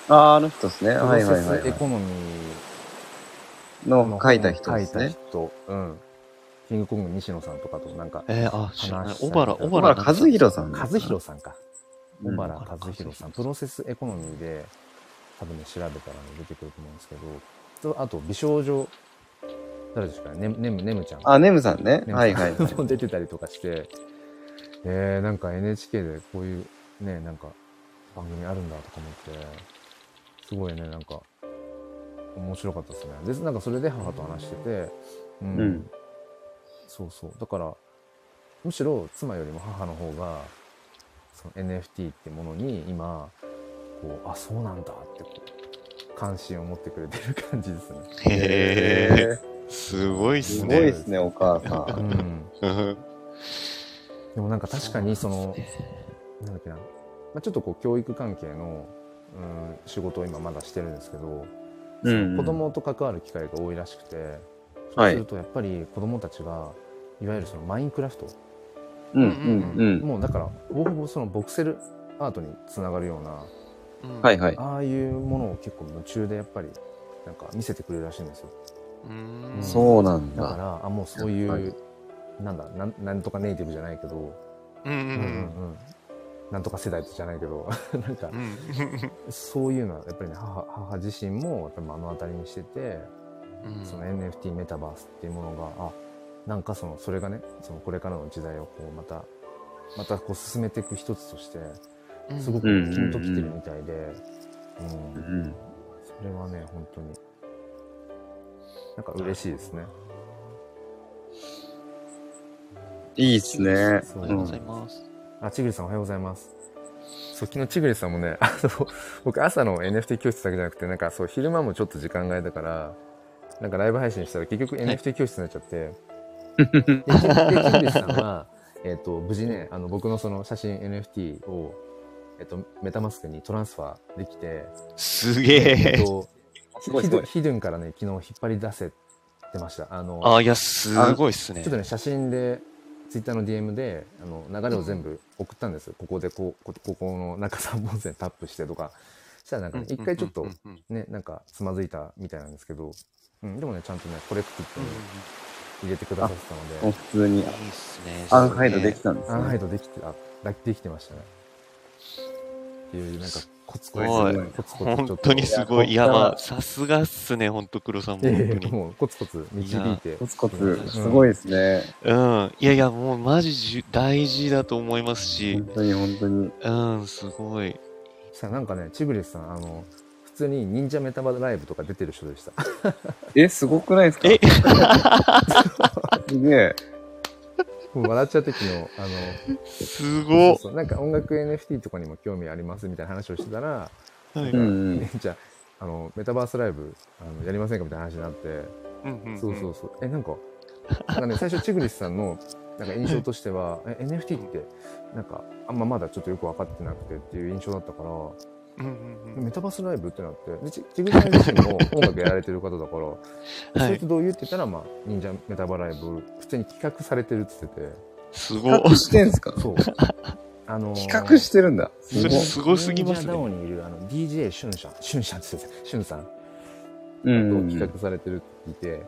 S3: ああ、あの人ですね。
S1: あの
S3: はいはいは
S1: プロ
S3: い
S1: セスエ
S3: は
S1: コノミ
S3: い。
S1: ー
S3: の
S1: の
S3: 書いた人です
S1: 書い
S3: ね
S1: た。人うん、キングコング西野さんとかとなんか
S2: えー、あ、知らない
S1: 話。したりとか
S2: 小原、小
S3: 小
S2: 原
S3: 原和弘さん。
S1: 和弘さんか
S3: う
S1: 小
S3: ん
S1: 原和弘さん、プロセスエコノミーで、多分ね、調べたらね、出てくると思うんですけど、とあと、美少女、誰ですかね、ねむねむねむちゃん。
S3: あ、ネムさんね。
S1: ねむちゃん
S3: はいはいはい。
S1: も出てたりとかして、えー、なんか NHK でこういう、ね、なんか、番組あるんだとか思って、すごいね、なんか、面白かったですね。で、なんかそれで母と話してて、うん。
S3: うん
S1: そうそう。だから、むしろ妻よりも母の方が、その NFT ってものに今、こう、あ、そうなんだってこう、関心を持ってくれてる感じですね。
S2: へ
S3: え。
S2: ー、すごいっ
S3: す
S2: す
S3: ごいで
S2: ね。
S3: すね、お母さ。
S1: うんん。
S2: うん
S1: でもなんか確かにその、
S2: ですね
S1: なんだっけな、まあ、ちょっとこう教育関係の、うん、仕事を今まだしてるんですけど、
S3: うん
S1: 子供と関わる機会が多いらしくて、そう
S3: はい
S1: するとやっぱり子供たちがいわゆるそのマインクラフト、
S3: うんうんうん。
S1: もうだからほぼほぼそのボクセルアートにつながるような
S2: うん
S3: はいはい。
S1: ああいうものを結構夢中でやっぱりなんか見せてくれるらしいんですよ
S2: うーん
S3: そうなん
S1: だか
S3: だ。
S1: らあもうそういう、
S3: はい
S1: なんだなんなんとかネイティブじゃないけど、
S2: う
S1: うんう
S2: んう
S1: ん
S2: ん
S1: うんなんとか世代じゃないけど なんか
S2: うんうん
S1: そういうのはやっぱりね母母自身もやっぱり目の当たりにしてて、
S2: うん
S1: その NFT メタバースっていうものがあなんかそのそれがねそのこれからの時代をこうまたまたこう進めていく一つとしてすごくピンときてるみたいで、うん
S3: うん
S1: それはね本当になんか嬉しいですね。
S3: いいっすね。
S1: そううん
S2: ありがとうございます。
S1: あちぐりさんおはようございます。そう昨日ちぐりさんもねあの僕朝の NFT 教室だけじゃなくてなんかそう昼間もちょっと時間外だからなんかライブ配信したら結局 NFT 教室になっち ゃって。で、キングさんは、えっ、と、無事ね、あの、僕のその写真 NFT を、えっ、と、メタマスクにトランスファーできて、
S2: すげ
S1: えっ、
S2: え。
S1: と、
S3: すごい
S1: ヒ
S3: すご
S1: ド
S3: い
S1: ゥ。ヒドゥンからね、昨日引っ張り出せてました。あの、
S2: あ、いや、すごいっすね
S1: ちょっ。とね、写真で、ツイッターの DM で、あの、流れを全部送ったんです。ここでこう、こここの中3本線タップしてとか。したらなんかね、一回ちょっ
S2: う
S1: と
S2: ん、うんうん
S1: ね、なんかつまずいたみたいなんですけど、うん、でもね、ちゃんとね、コレクティ
S2: う
S1: ブ
S2: ん
S1: に入れてくださってたので。
S3: もう普通に
S2: いいっすね。
S3: アンハイドできたんです
S1: アンハイ
S3: ね。
S1: ドできて、あ、だできてましたね。っていう、なんか、コツコツ、
S2: す
S3: ごい
S1: コツコツちょっと、
S2: 本当にすごい。い
S3: いや
S2: や、
S3: こっから
S2: まあ、さすがっすね、本当黒さんも。
S1: いやいや
S2: 本当に
S1: もうコツコツ導いて。
S3: コツコツ、すごいですね。
S2: うん。いやいや、もうマジじゅ大事だと思いますし
S3: 本、当に本当に。
S2: うん、すごい。
S1: さ、なんかね、チグレスさん、あの、普通に忍者メタバライブとか出てる人でした。
S3: え、すごくないですか
S2: え
S3: すげえ。
S1: もう笑っちゃって昨日、あの、
S2: す
S1: そ
S2: ご
S1: うそうなんか音楽 NFT とかにも興味ありますみたいな話をしてたら、
S2: い。はい
S3: うんうん。
S1: 忍者、あの、メタバースライブ、あの、やりませんかみたいな話になって、
S2: うんうんうん
S1: そうそうそう。え、なんか、なんかね、最初、チグリスさんの、なんか印象としては、え、NFT って、なんか、あんままだちょっとよく分かってなくてっていう印象だったから、
S2: うんうんうん
S1: メタバースライブってなって、でチチグリさん自身も音楽やられてる方だから、
S2: は
S1: それ
S2: い
S1: と。どういうって言ったら、まあ、忍者メタバライブ、普通に企画されてるって言って
S2: すご
S3: 企
S2: い。
S3: 画してんすか
S1: て、そう。あのー
S3: 企画してるんだ。す
S2: そ
S3: ご
S2: れ
S3: い。
S2: すごすぎます
S1: 忍者ダオ
S2: ね。
S1: にいるあの DJ シュンシャン、シュンシャンって言ってた、シュンさん。
S3: う
S1: と
S3: ん。
S1: 企画されてるって聞いて、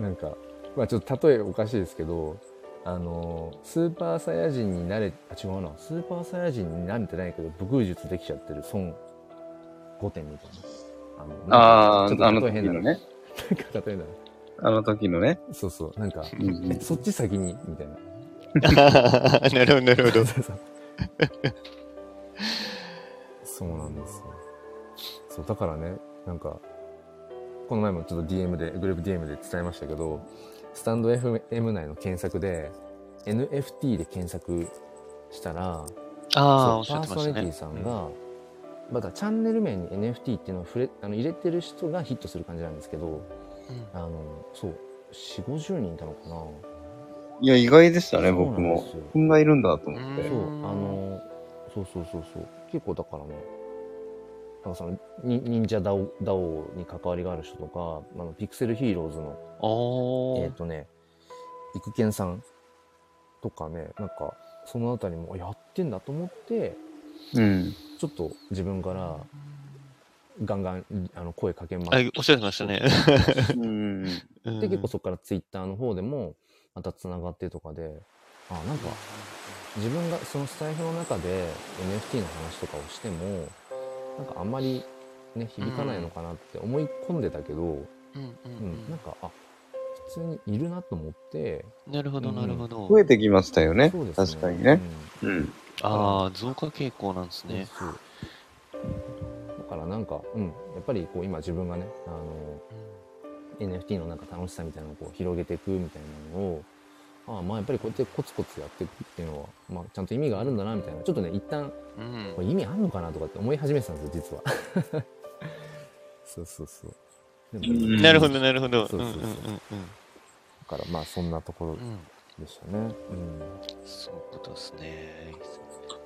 S1: なんか、まあちょっと例えおかしいですけど、あの、スーパーサイヤ人になれ、あ、違うな、スーパーサイヤ人になれてないけど、武空術できちゃってる孫5点みたいな。あ
S3: あ
S1: のなん
S3: あ、
S1: か
S3: あ
S1: ち
S3: の
S1: ょっと
S3: 時
S1: 変な
S3: の
S1: のね。
S3: ね。
S1: なんか 例えな
S3: あの時のね。
S1: そうそう、なんか、
S3: うんうん
S1: えそっち先に、みたいな。
S2: なるほど、なるほど。
S1: そうそうそうなんですよ。そう、だからね、なんか、この前もちょっと DM で、グループ DM で伝えましたけど、スタンド FM 内の検索で NFT で検索したら
S2: ああ、おっし
S1: そ
S2: ゃ
S1: うパ
S2: って
S1: ーソ
S2: まし
S1: ナリ
S2: た
S1: テ
S2: ね。
S1: ィさんが、まだチャンネル名に NFT っていうのを触れあの入れてる人がヒットする感じなんですけど
S2: うん
S1: あのそう4 5 0人いたのかない
S4: や、意外でしたね、
S1: そうなん
S4: 僕も
S1: ですよ。
S4: こんないるんだと思っ
S2: う
S4: て
S1: そ。う
S2: ーん
S1: あのそうそうそうそう結構だからねなんかそのに忍者ダオダオに関わりがある人とかあのピクセルヒーローズのえっ、
S2: おー
S1: とね育賢さんとかねなんかそのあたりもあやってんだと思って
S4: うん。
S1: ちょっと自分からガンガンあの声かけます
S2: はい、おっしゃってましたね。
S4: うん。
S1: で結構
S2: そ
S1: そこからツイッターの方でもまたつながってとかであなんか自分がそのスタイフの中で NFT の話とかをしてもなんかあんまりね響かないのかなって思い込んでたけど、うん
S2: うんうんうん
S1: なんかあ普通にいるなと思って
S2: なるほど、
S1: うん
S2: なるほど。
S4: 増えてきましたよね
S1: そうで。す
S4: 確かにね。うん。
S2: ああ、増加傾向なんです
S1: うん
S2: ね。
S1: そうだからなんか、うん、やっぱりこう今自分がねあの NFT のなんか楽しさみたいなのをこう広げていくみたいなのをああまあやっぱりこうやってコツコツやっていくっていうのは、まあ、ちゃんと意味があるんだなみたいなちょっとね一旦
S2: うん
S1: これ意味あんのかなとかって思い始めてたんですよ実は そうそうそうでも
S4: う
S2: うんん。なるほど、なるほど。
S1: そうそうそう
S2: うんうんうん
S1: だからまあそんなところ
S2: うんうん。
S1: でしたねうん
S2: そういうことですね。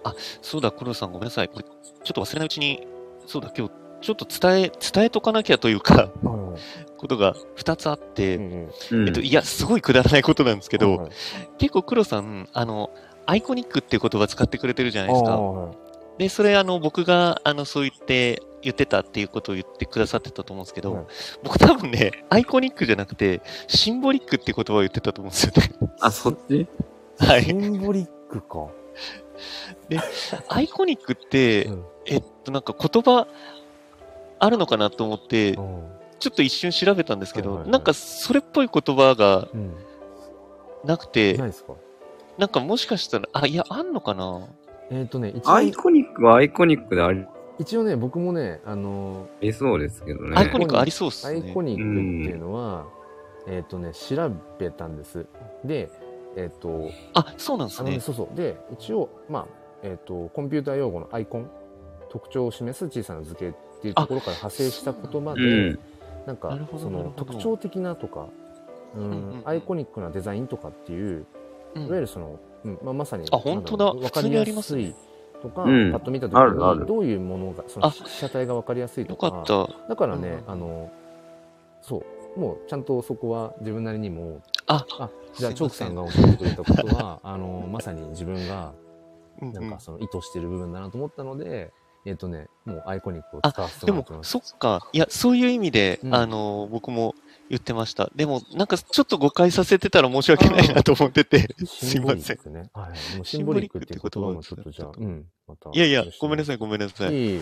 S2: あ、そうだ、黒田さん、ごめんなさい。これ、ちょっと忘れないうちに、そうだ、今日、ちょっと伝え、伝えとかなきゃというか、 ことが2つあって、
S4: うん
S2: えっと、いや、すごいくだらないことなんですけ
S1: け
S2: ど、結構黒さん、あの、アイコニックっていう言葉使ってくれてるじゃないですか。で、それ、あの、僕が、あの、そう言って、言ってたっていうことを言ってくださってたと思うんですけど、
S1: はい
S2: 僕多分ね、アイコニックじゃなくて、シンボリックって言葉を言ってたと思うんですよね。
S3: あ、そっち
S2: は
S1: シ
S2: い。
S1: ンボリックか、
S2: アイコニックって、
S1: うん
S2: えっと、なんか言葉あるのかなと思って、ちょっと一瞬調べたんですけど、
S1: はいはいはい
S2: なんかそれっぽい言葉が
S1: うん、
S2: なく
S1: いな
S2: て
S1: い、ですか
S2: なんかもしかしたら、あ、いや、あんのかな
S1: えっ、とね一
S4: アイ
S1: 応
S4: コニックはアイコニックであり
S1: 一応ね僕もねあの
S4: ありそうですけどね。
S2: アイコニックありそうっす
S1: ア
S2: ね。
S1: イコニックっていうのは、えっ、とね調べたんですでえっ、と
S2: あ、そうなんで
S1: あ
S2: す
S1: のね
S2: ね。
S1: そうそうで一応まあえっ、とコンピューター用語のアイコン特徴を示す小さな図形っていうところから派生した言葉
S4: う
S1: で、
S4: ん。
S1: なん
S2: な
S1: か
S2: るほど
S1: そ
S2: なる
S1: の
S2: ほど
S1: 特徴的なとか、うん
S2: うんうんうん
S1: アイコニックなデザインとかっていう
S2: うん
S1: いわゆるその、うんまあ、まさに
S2: あ本当だ
S1: なんろうわかり
S2: 普通に
S1: や
S2: ありますす
S1: い
S2: ね
S1: とか、
S4: うん
S1: パッと見た時
S4: あるある
S1: にどういうものがその
S2: あ
S1: 被写体が分かりやすいと
S2: よかった。
S1: だからね、
S2: うん
S1: あのそうもうちゃんとそこは自分なりにも
S2: あ
S1: じゃあチ
S2: すい
S1: ョー
S2: ま
S1: ク
S2: せ
S1: さ
S2: ん
S1: んが教えてくれたことは あのまさに自分が
S2: うん
S1: な
S2: うんん
S1: かその意図してる部分だなと思ったので、えっ、とねもうアイコニックを
S2: あ
S1: 使わせて
S2: で
S1: もら
S2: も
S1: って、ます。
S2: そっか。いや、そういう意味で、
S1: うん
S2: あの、僕も言ってました。でも、なんかちょっと誤解させてたら申し訳ないなと思ってて、す
S1: シ
S2: い
S1: ンボ
S2: ま
S1: リ
S2: せ
S1: ッ
S2: ん。
S1: クね。はいはい。もうシンボリックっていう言葉もちょっとじゃあ、
S2: シ
S1: うん、また。
S2: いやいや、ごめんな
S1: さ
S2: さい、ごめんなさい。
S1: いえいえ。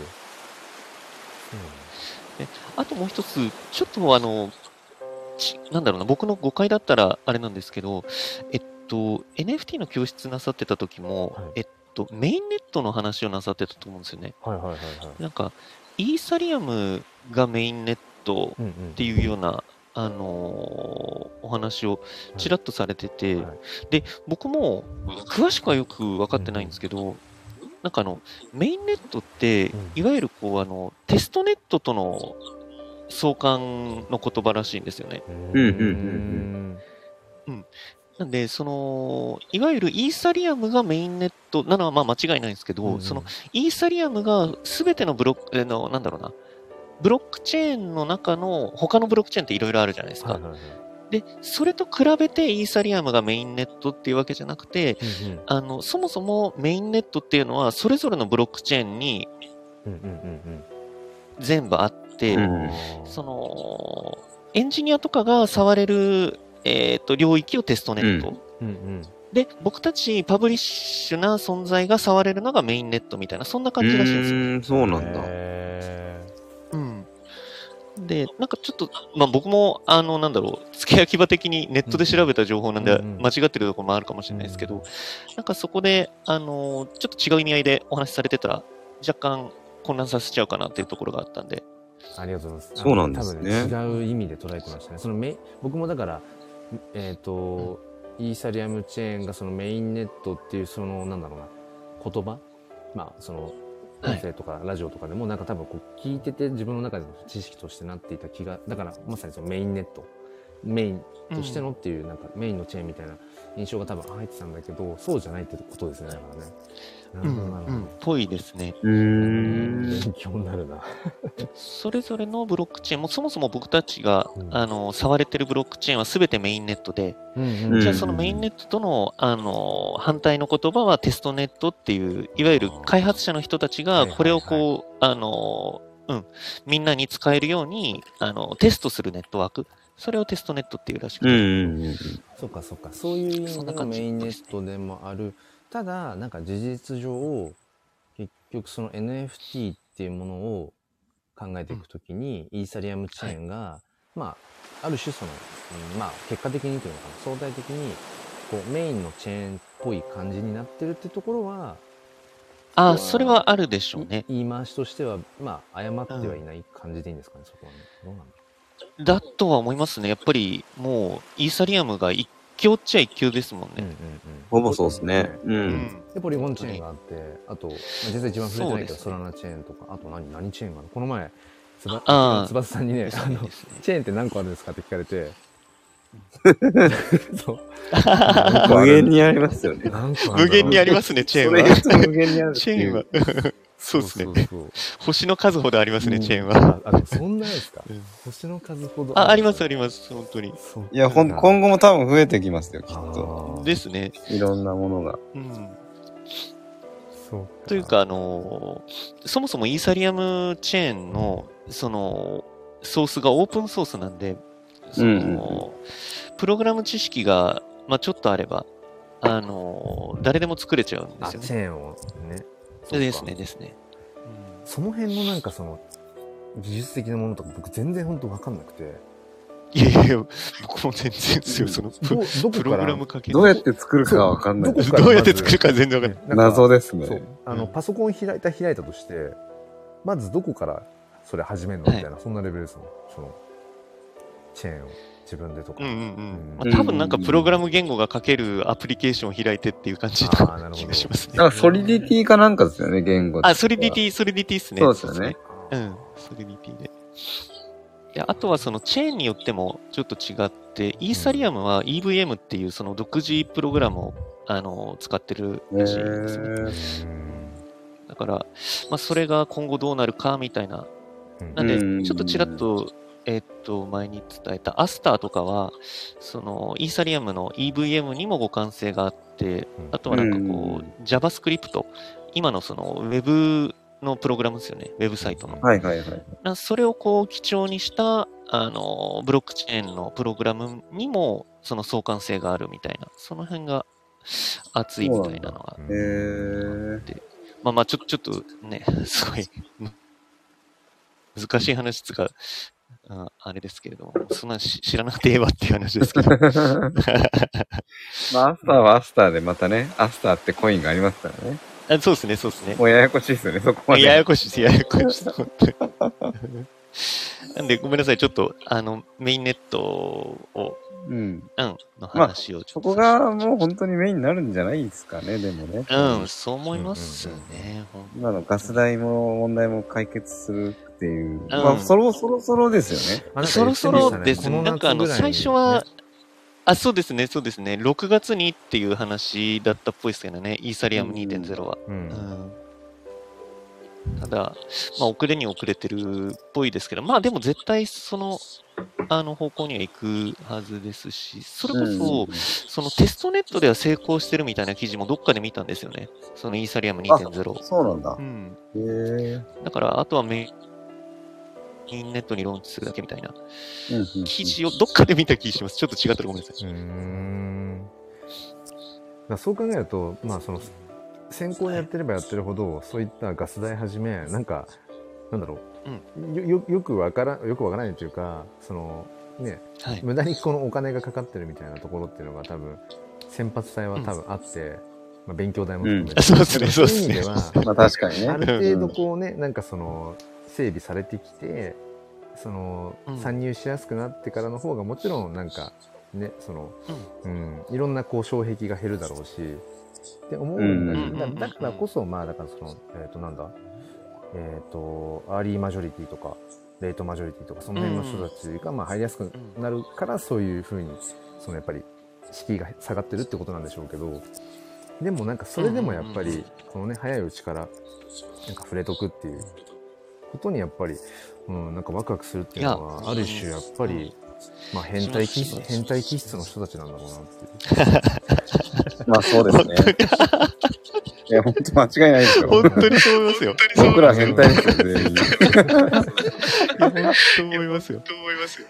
S2: あともう一つ、ちょっとあの、ちなんだろうな、僕の誤解だったらあれなんですけど、えっと、NFT の教室なさってた時も、
S1: はい
S2: えっと、メインネットの話をなさってたと思うんですよね。
S1: そうなんだはいはいはいはい。
S2: なんか、イーサリアムがメインネット
S1: うんうん。っ
S2: っていうような、あのーお話をちらっとされてて、
S1: はいはい
S2: で僕も詳しくはよく分かってないんですけど、なんかあのメインネットって、
S1: うん
S2: いわゆるこうあのテストネットとの相関の言葉らしいんですよね。
S1: うん
S4: うんうん
S2: なんで、その、いわゆるイーサリアムがメインネットなのはまあ間違いないんですけど、
S1: うんうん
S2: そのイーサリアムが全てのブロック、えーの、なんだろうな、ブロックチェーンの中の、他のブロックチェーンっていろいろあるじゃないですか。
S1: はいはいはい。
S2: で、それと比べてイーサリアムがメインネットっていうわけじゃなくて、
S1: うんうん
S2: あの、そもそもメインネットっていうのは、それぞれのブロックチェーンに
S1: うんうん
S2: 全部あって、
S4: う
S1: うんんうん。
S2: その、エンジニアとかが触れる、えっ、と、領域をテストネット。
S1: うんうん。
S2: で、僕たちパブリッシュな存在が触れるのがメインネットみたいな、そんな感じらしいんですよ。
S4: うん、そうなんだ。
S1: へ
S2: うん。で、なんかちょっと、まあ僕も、あの、なんだろう、付け焼き場的にネットで調べた情報なんで、
S1: うんうん
S2: 間違ってるところもあるかもしれないですけど、なんかそこで、あの、ちょっと違う意味合いでお話しされてたら、若干混乱させちゃうかなっていうところがあったんで、
S1: ーありがとうございます。
S4: そうなんですね
S1: あの多分違う意味で捉えてましたね。そのメイン僕もだから、えっ、と、イーサリアムチェーンがそのメインネットっていうそのなんだろうな言葉まあその
S2: はい
S1: 音声とかラジオとかでもなんか多分こう聞いてて自分の中での知識としてなっていた気がだからまさにそのメインネットメインとしてのっていうなんかメインのチェーンみたいな印象が多分入ってたんだけどそうじゃないってことですねだからね。な
S2: う
S1: るほど
S2: ん、
S1: なる
S2: う
S1: ほ
S2: ん、ぽいですね。
S4: う
S1: ど。
S4: ん。
S1: 勉強になるな。
S2: それぞれのブロックチェーンも、そもそも僕たちが、
S1: うん
S2: あの、触れてるブロックチェーンは全てメインネットで、
S1: うん
S4: うん
S2: じゃあそのメインネットとの、あの、反対の言葉はテストネットっていう、いわゆる開発者の人た
S1: は
S2: ち
S1: い
S2: が、
S1: はいはい
S2: これをこう、あの、うん、みんなに使えるように、あの、テストするネットワーク。それをテストネットっていうらしく
S4: う
S2: て。
S4: ん。
S1: そうかそうかそういう意味
S2: そん
S1: で
S2: な
S1: の
S2: 感
S1: メ
S2: じ
S1: インネットでもあるただなんか事実上結局その NFT っていうものを考えていくときに、イーサリアムチェーンが、まあある種その、うんまあ結果的にというのかな相対的にこうメインのチェーンっぽい感じになってるってところは
S2: ああ、それはあるでしょうね。
S1: 言い回しとしてはまあ誤ってはいない感じでいいんですかね、そこはねどうなんだろ
S2: だとは思いますね。やっぱり、もう、イーサリアムが一強っちゃ一強ですもん
S1: う、
S2: ね。
S1: うんうんうん
S4: ほぼそうですね。う。
S2: うん
S1: で、ポリゴンチェーンがあって、あと、まあ、実際一番触れてないけど、
S2: そうですね
S1: ソラナチェーンとか、あと何、何チェーンがあるこの前、つば
S2: あー
S1: つばさんにね、あの、
S2: ですね
S1: チェーンって何個あるんですかって聞かれ て、そう。
S4: 無限にありますよね。
S1: 何個
S2: 無限にあり
S1: ま
S2: ますね、チェーン
S4: それ
S2: は。
S4: 言うと無限にあるって
S2: チ
S4: い
S2: ェー
S4: う
S2: ンは。。 そうですね。
S1: そう
S2: 星の数ほどありますね、チェーンは。
S1: あ、あそんなですか
S2: うん
S1: 星の数ほど
S2: あ、あります、あり
S1: ま
S2: ます、本当に。
S1: す。そう
S4: いや、ほん、今後も多分増えてきますよ、き
S1: あ
S4: っと。
S1: ー
S2: ですね。
S4: いろんなものが。
S2: うん。
S1: そう
S2: という、か、あのーそもそもイーサリアムチェーンの、その、ソースがオープンソースなんで、その、
S4: うんうん
S2: プログラム知識が、まあちょっとあれば、あのー誰でも作れちゃうんで
S1: あ、
S2: す
S1: チェ
S2: よね。
S1: ーンをね。そうか
S2: ですね、ですね。
S1: その辺のなんかその、技術的なものとか僕全然本当わかんなく て、
S2: いやいや、僕も全然ですよ、その、プ
S1: どど
S2: プ
S1: こ
S2: ロ
S1: から
S2: グラムかけ
S4: どうやって作るかはわかんない
S1: ど。こから
S2: どうやって作るか全然わかんない。
S1: ね
S4: 謎ですね。
S1: そうあの、
S2: うん
S1: パソコン開いた開いたとしてまずどこからそれ始めるのみたいな、そんなレベルですもんそのチェーンを自分でとか、
S2: うんうんうん。ま
S1: うん
S2: あ、多分なんかプログラム言語が書けるアプリケーションを開いてっていう感じな
S1: あーなるほど
S2: 気がしますね。
S4: あ、ソリディティかなんかですよね、言語
S2: あ、ソリディ
S4: ィ。
S2: ティ、ソリディティですね。
S4: そうですよね。
S2: うん、ソリディティで。であとはそのチェーンによってもちょっと違って、イーサリアムは EVM っていうその独自プログラムをあの使ってる
S4: へ
S2: らしいですね。
S4: ー
S2: だから、まあ、それが今後どうなるかみたいな。
S1: うん
S2: な
S4: う
S2: ん
S4: ん
S2: で、ちょっとちらっと、えっと、前に伝えたアスターとかは、そのイーサリアムの EVM にも互換性があって
S1: うん、
S2: あとはなんかこう、JavaScript、今のその Web のプログラムですよね、ウェブサイトの。
S4: はいはいはい。
S2: なそれをこう基調にしたあのブロックチェーンのプログラムにもその相関性があるみたいな、その辺が熱いみたいなのが、
S4: へー。
S2: まあまあちょちょっとね、 すごいむ難しい話つか、ああれですけれども、そんなし知らなくてええわっていう話ですけ ど。
S4: まあ、アスターはアスターでまたね、アスターってコインがありますからね。
S2: あそうですね、そうですね。
S4: もうややこしいですよね、そこまで。
S2: ややこしいです、ややこしいです、本当に なんで、ごめんなさい、ちょっと、あの、メインネットを、
S4: うん。
S2: うん、の話をちょ
S4: そ
S2: っと
S4: こ
S2: させていただきました、
S4: がもう本当にメインになるんじゃないですかね、でもね。
S2: うん、そう思いますね。
S4: 今のガス代も問題も解決するっていう。
S2: ん
S4: まあ、そろそろそろですよね。
S2: そろそろですね。なんかあの、最初は、あ、そうですね、そうですね。6月にっていう話だったっぽいですけどね、イーサリアム2.0は。
S1: うん
S2: うんただ、まあ、遅れに遅れてるっぽいですけど、まあでも絶対その、あの方向には行くはずですし、それこそ、そのテストネットでは成功してるみたいな記事もどっかで見たんですよね。そのイーサリアム2.0。
S4: そうなんだ
S2: う。ん。
S4: へえ。
S2: だから、あとはメインネットにローンチするだけみたいな記 事をどっかで見た気がします。ちょっと違ったらごめんなさい。
S1: うーんだからそう考えるとまあその先行やってればやってるほどそういったガス代はじめなんかなんだろう、よよよくわからんよくわからないというかそのね
S2: はい。
S1: 無駄にこのお金がかかってるみたいなところっていうのが多分先発隊は多分あって、まあ、勉強代も含めて、
S2: うん そうっすね
S1: だからい意味では
S4: まあ確かにね
S1: あ。る程度こうねなんかその整備されてきてその
S2: うん
S1: 参入しやすくなってからの方がもちろんなんかねその、うんいろんなこう障壁が減るだろうしって思うんだけど、
S2: うんうん
S1: だだからこそまあだからそのえっ、となんだえっ、とアーリーマジョリティとかレートマジョリティとかその辺の人たちがまあ入りやすくなるからそういうふうにそのやっぱり敷居が下がってるってことなんでしょうけどでもなんかそれでもやっぱ
S2: うんうんう
S1: り
S2: ん
S1: このね早いうちからなんか触れとくっていうことにやっぱり、うん、なんかワクワクするっていうの
S2: い
S1: は
S2: や
S1: ある種やっぱ
S2: うん
S1: り、まあ、変態気
S2: し
S1: 質
S2: ます
S1: 変態気質の人たちなんだろうなっていう
S4: まあそうですね。いや、本当間違いないですよ。
S2: 本当にそう思いますよ。
S4: 僕ら変態ですよ、全員。
S2: 本当思いますよ。
S5: と思いますよ。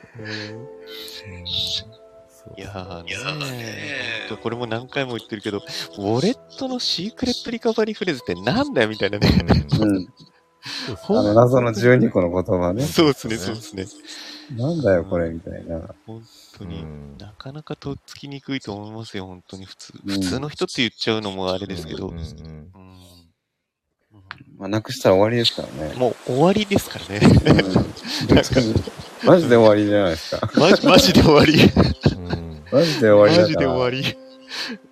S1: そう
S2: いやーね
S5: いやーねー
S2: ほんとこれも何回も言ってるけど、ウォレットのシークレットリカバリーフレーズってなんだよみたいなね。
S1: うん
S4: うん。あの謎の12個の言葉ね。
S2: そうですね、そうですね。
S4: なんだよ、これ、みたいな。
S2: 本当
S1: う
S2: に。
S1: ん
S2: なかなかとっつきにくいと思いますよ、本当に普通。
S4: うん
S2: 普通の人って言っちゃうのもあれですけど。
S1: う
S2: うんん
S1: うん
S4: まあ、なくしたら終わりですからね。
S2: もう終わりですからね。
S4: うん マジで終わりじゃないですか。
S2: マジマジで終わり。
S1: うん
S4: マジで終わりだから。
S2: マジで終わり。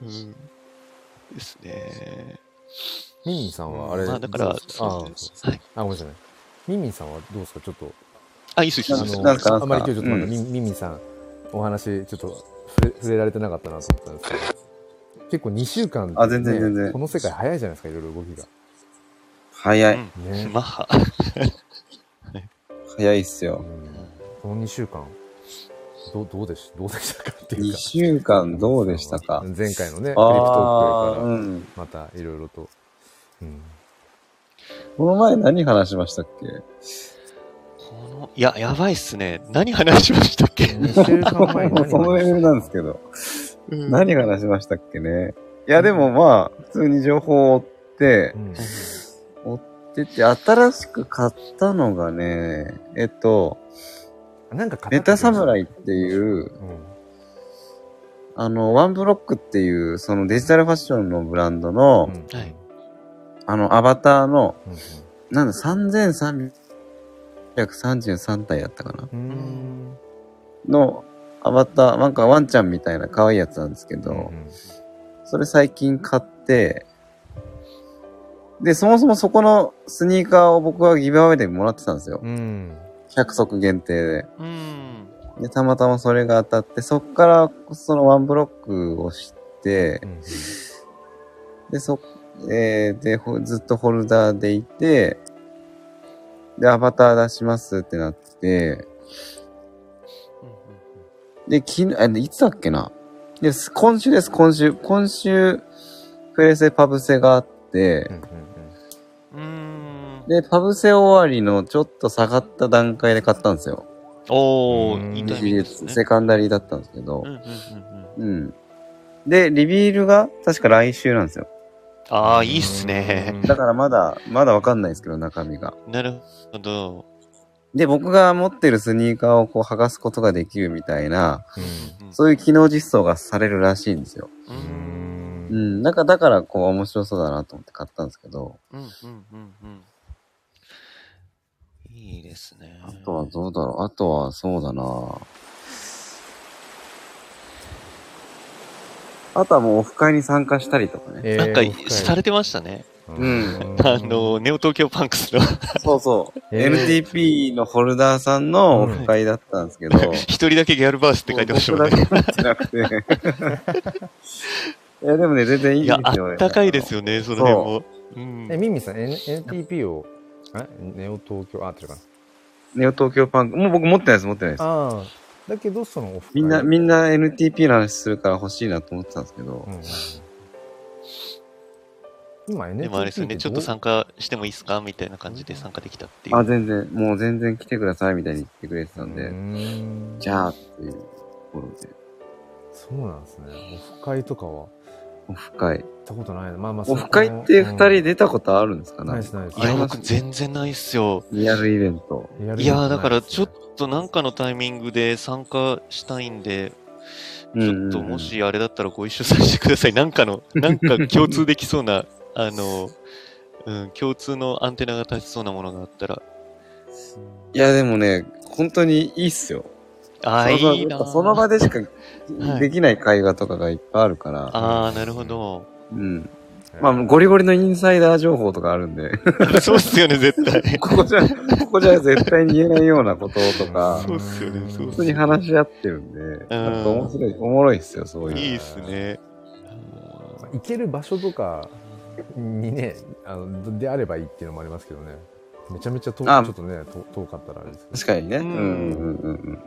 S2: うんですね。
S1: ミンミンさんはあれ、
S2: まあだから
S1: どうですああ
S2: そうですはい
S1: あごめんなさいミンミンさんはどうですかちょっと
S2: あ、いいっす、いいっす。いい
S1: あ
S2: っす
S1: の
S4: なんか
S1: あんまり今日ちょっとまだ
S4: うん
S1: ミンミンミンさんお話ちょっと触れ触れられてなかったなと思ったんですけど結構2週間でね
S4: あ全然全然
S1: この世界早いじゃないですかいろいろ動きが
S4: 早い。
S1: ね
S2: マッハ。
S4: 早いっすよ。
S1: うんこの2週間どうどうでしどうでしたかっていう
S4: 2
S1: か
S4: 週間どうでしたか
S1: 前回のねクリプト
S4: あ
S1: ー
S4: あ、
S1: クから
S4: うん。
S1: またいろいろと、うん、
S4: この前何話しましたっけ
S2: この、いや、やばいっすね。何話しましたっけ、
S1: 2週間前に
S4: もうそのレベルなんですけど。
S2: うん
S4: 何話しましたっけね。いや、でもまあ、普通に情報を追って
S1: う、ん
S4: 追ってて、新しく買ったのがね、えっと、
S1: なんか語
S4: メ
S1: って
S4: タサムライっていう、
S1: うん
S4: あの、ワンブロックっていう、そのデジタルファッションのブランドの、
S1: うん
S2: はい
S4: あの、アバターの、
S1: うん
S4: なんだ、3333体だったかな
S1: うんうん
S4: の、アバター、なんかワンちゃんみたいな可愛いやつなんですけど、
S1: うん
S4: それ最近買って、で、そもそもそこのスニーカーを僕はギブアウェイでもらってたんですよ。
S1: うん
S4: 100足限定で。
S2: うん。
S4: で、たまたまそれが当たって、そっからそのワンブロックをして
S1: う、ん
S4: で、そ、えーで、ほずっとホルダーでいて、で、アバター出しますってなって、で、昨日、あ、いつだっけなです、今週です、今週。今週、プレセパブセがあって、
S1: うん
S2: うん。うん
S4: で、パブセ終わりのちょっと下がった段階で買ったんですよ。
S2: お
S1: うん
S2: ー、いいタイミングで
S4: で
S2: すね。
S4: セカンダリーだったんですけど
S2: うん。うんうんうん
S4: うん。で、リビールが確か来週なんですよ。
S2: ああ、いいっすね。
S4: だからまだ、まだわかんないですけど、中身が。
S2: なるほど。
S4: で、僕が持ってるスニーカーをこう剥がすことができるみたいな、
S1: う
S4: そういう機能実装がされるらしいんですよ。
S2: うん
S1: ん
S4: う
S1: うん
S4: ん。なんか、だからこう面白そうだなと思って買ったんですけど、
S2: うんうんうんうん。いいですね。
S4: あとはどうだろう。あとはそうだなあとはもうオフ会に参加したりとかね。
S1: えー
S2: なんか
S1: オフ、会
S2: されてましたね。
S4: うん
S2: あの、ネオ東京パンクスの
S4: そうそう。
S1: えー
S4: NTP のホルダーさんのオフ会だったんですけど、
S2: 一人だけギャルバースって書いてましたもんね。
S4: 僕だけじゃなくて。いや、でもね、全然いい
S2: い
S4: んで
S2: や、あ
S4: すよ。
S2: ったかいです
S4: よ。
S2: よね、その辺も。うん
S1: えミミさん N- NTP をえネオ東京あってるかな
S4: ネオ東京パンク。もう僕持ってないです、持ってないです。
S1: ああだけどそのオフ会
S4: みんな、みんな NTP の話するから欲しいなと思ってたんですけど
S1: う、ん今 NTP
S2: でもあれですよね、
S1: て
S2: ちょっと参加してもいいですかみたいな感じで参加できたっていう。
S4: あ、全然、もう全然来てくださいみたいに言ってくれてたん
S1: う
S4: で、
S1: ん
S4: じゃあっていうところで、
S1: そうなんですねオフ会とかは
S4: オフ会。
S1: 行ったことないなまあまあ
S4: オフ会って二人
S1: で
S4: 出たことあるんですか
S1: ナ
S4: な
S1: イスナイス
S2: いや、
S4: あります
S2: 僕全然ないっすよ。
S4: リアルイベント。
S2: いやー、だからちょっとなんかのタイミングで参加したいんで、ちょっともしあれだったらご一緒させてください。なんかの、なんか共通できそうな、 あの、うん、共通のアンテナが立ちそうなものがあったら。
S4: いや、でもね、本当にいいっすよ。
S2: ああ、い
S4: その
S2: いなー。
S4: その場でしか
S2: はい
S4: できない会話とかがいっぱいあるから、
S2: ああ、なるほど。
S4: うん。まあ、ゴリゴリのインサイダー情報とかあるんで、
S2: そうっすよね、絶対。
S4: ここじゃ、ここじゃ絶対に言えないようなこととか、
S2: そうっすよねそうっ
S4: 普
S2: す
S4: 通に
S2: よね
S4: 話し合ってるんで、なんか面白い、おもろいっすよ、そういうの。
S2: いいっすね。あ
S1: 行ける場所とかにねあのであればいいっていうのもありますけどねめちゃめちゃ遠ちょ
S4: あ
S1: っとねと遠かったらあれですけ
S4: 確かにね。
S2: う
S4: うんんうんうん
S2: ーうんま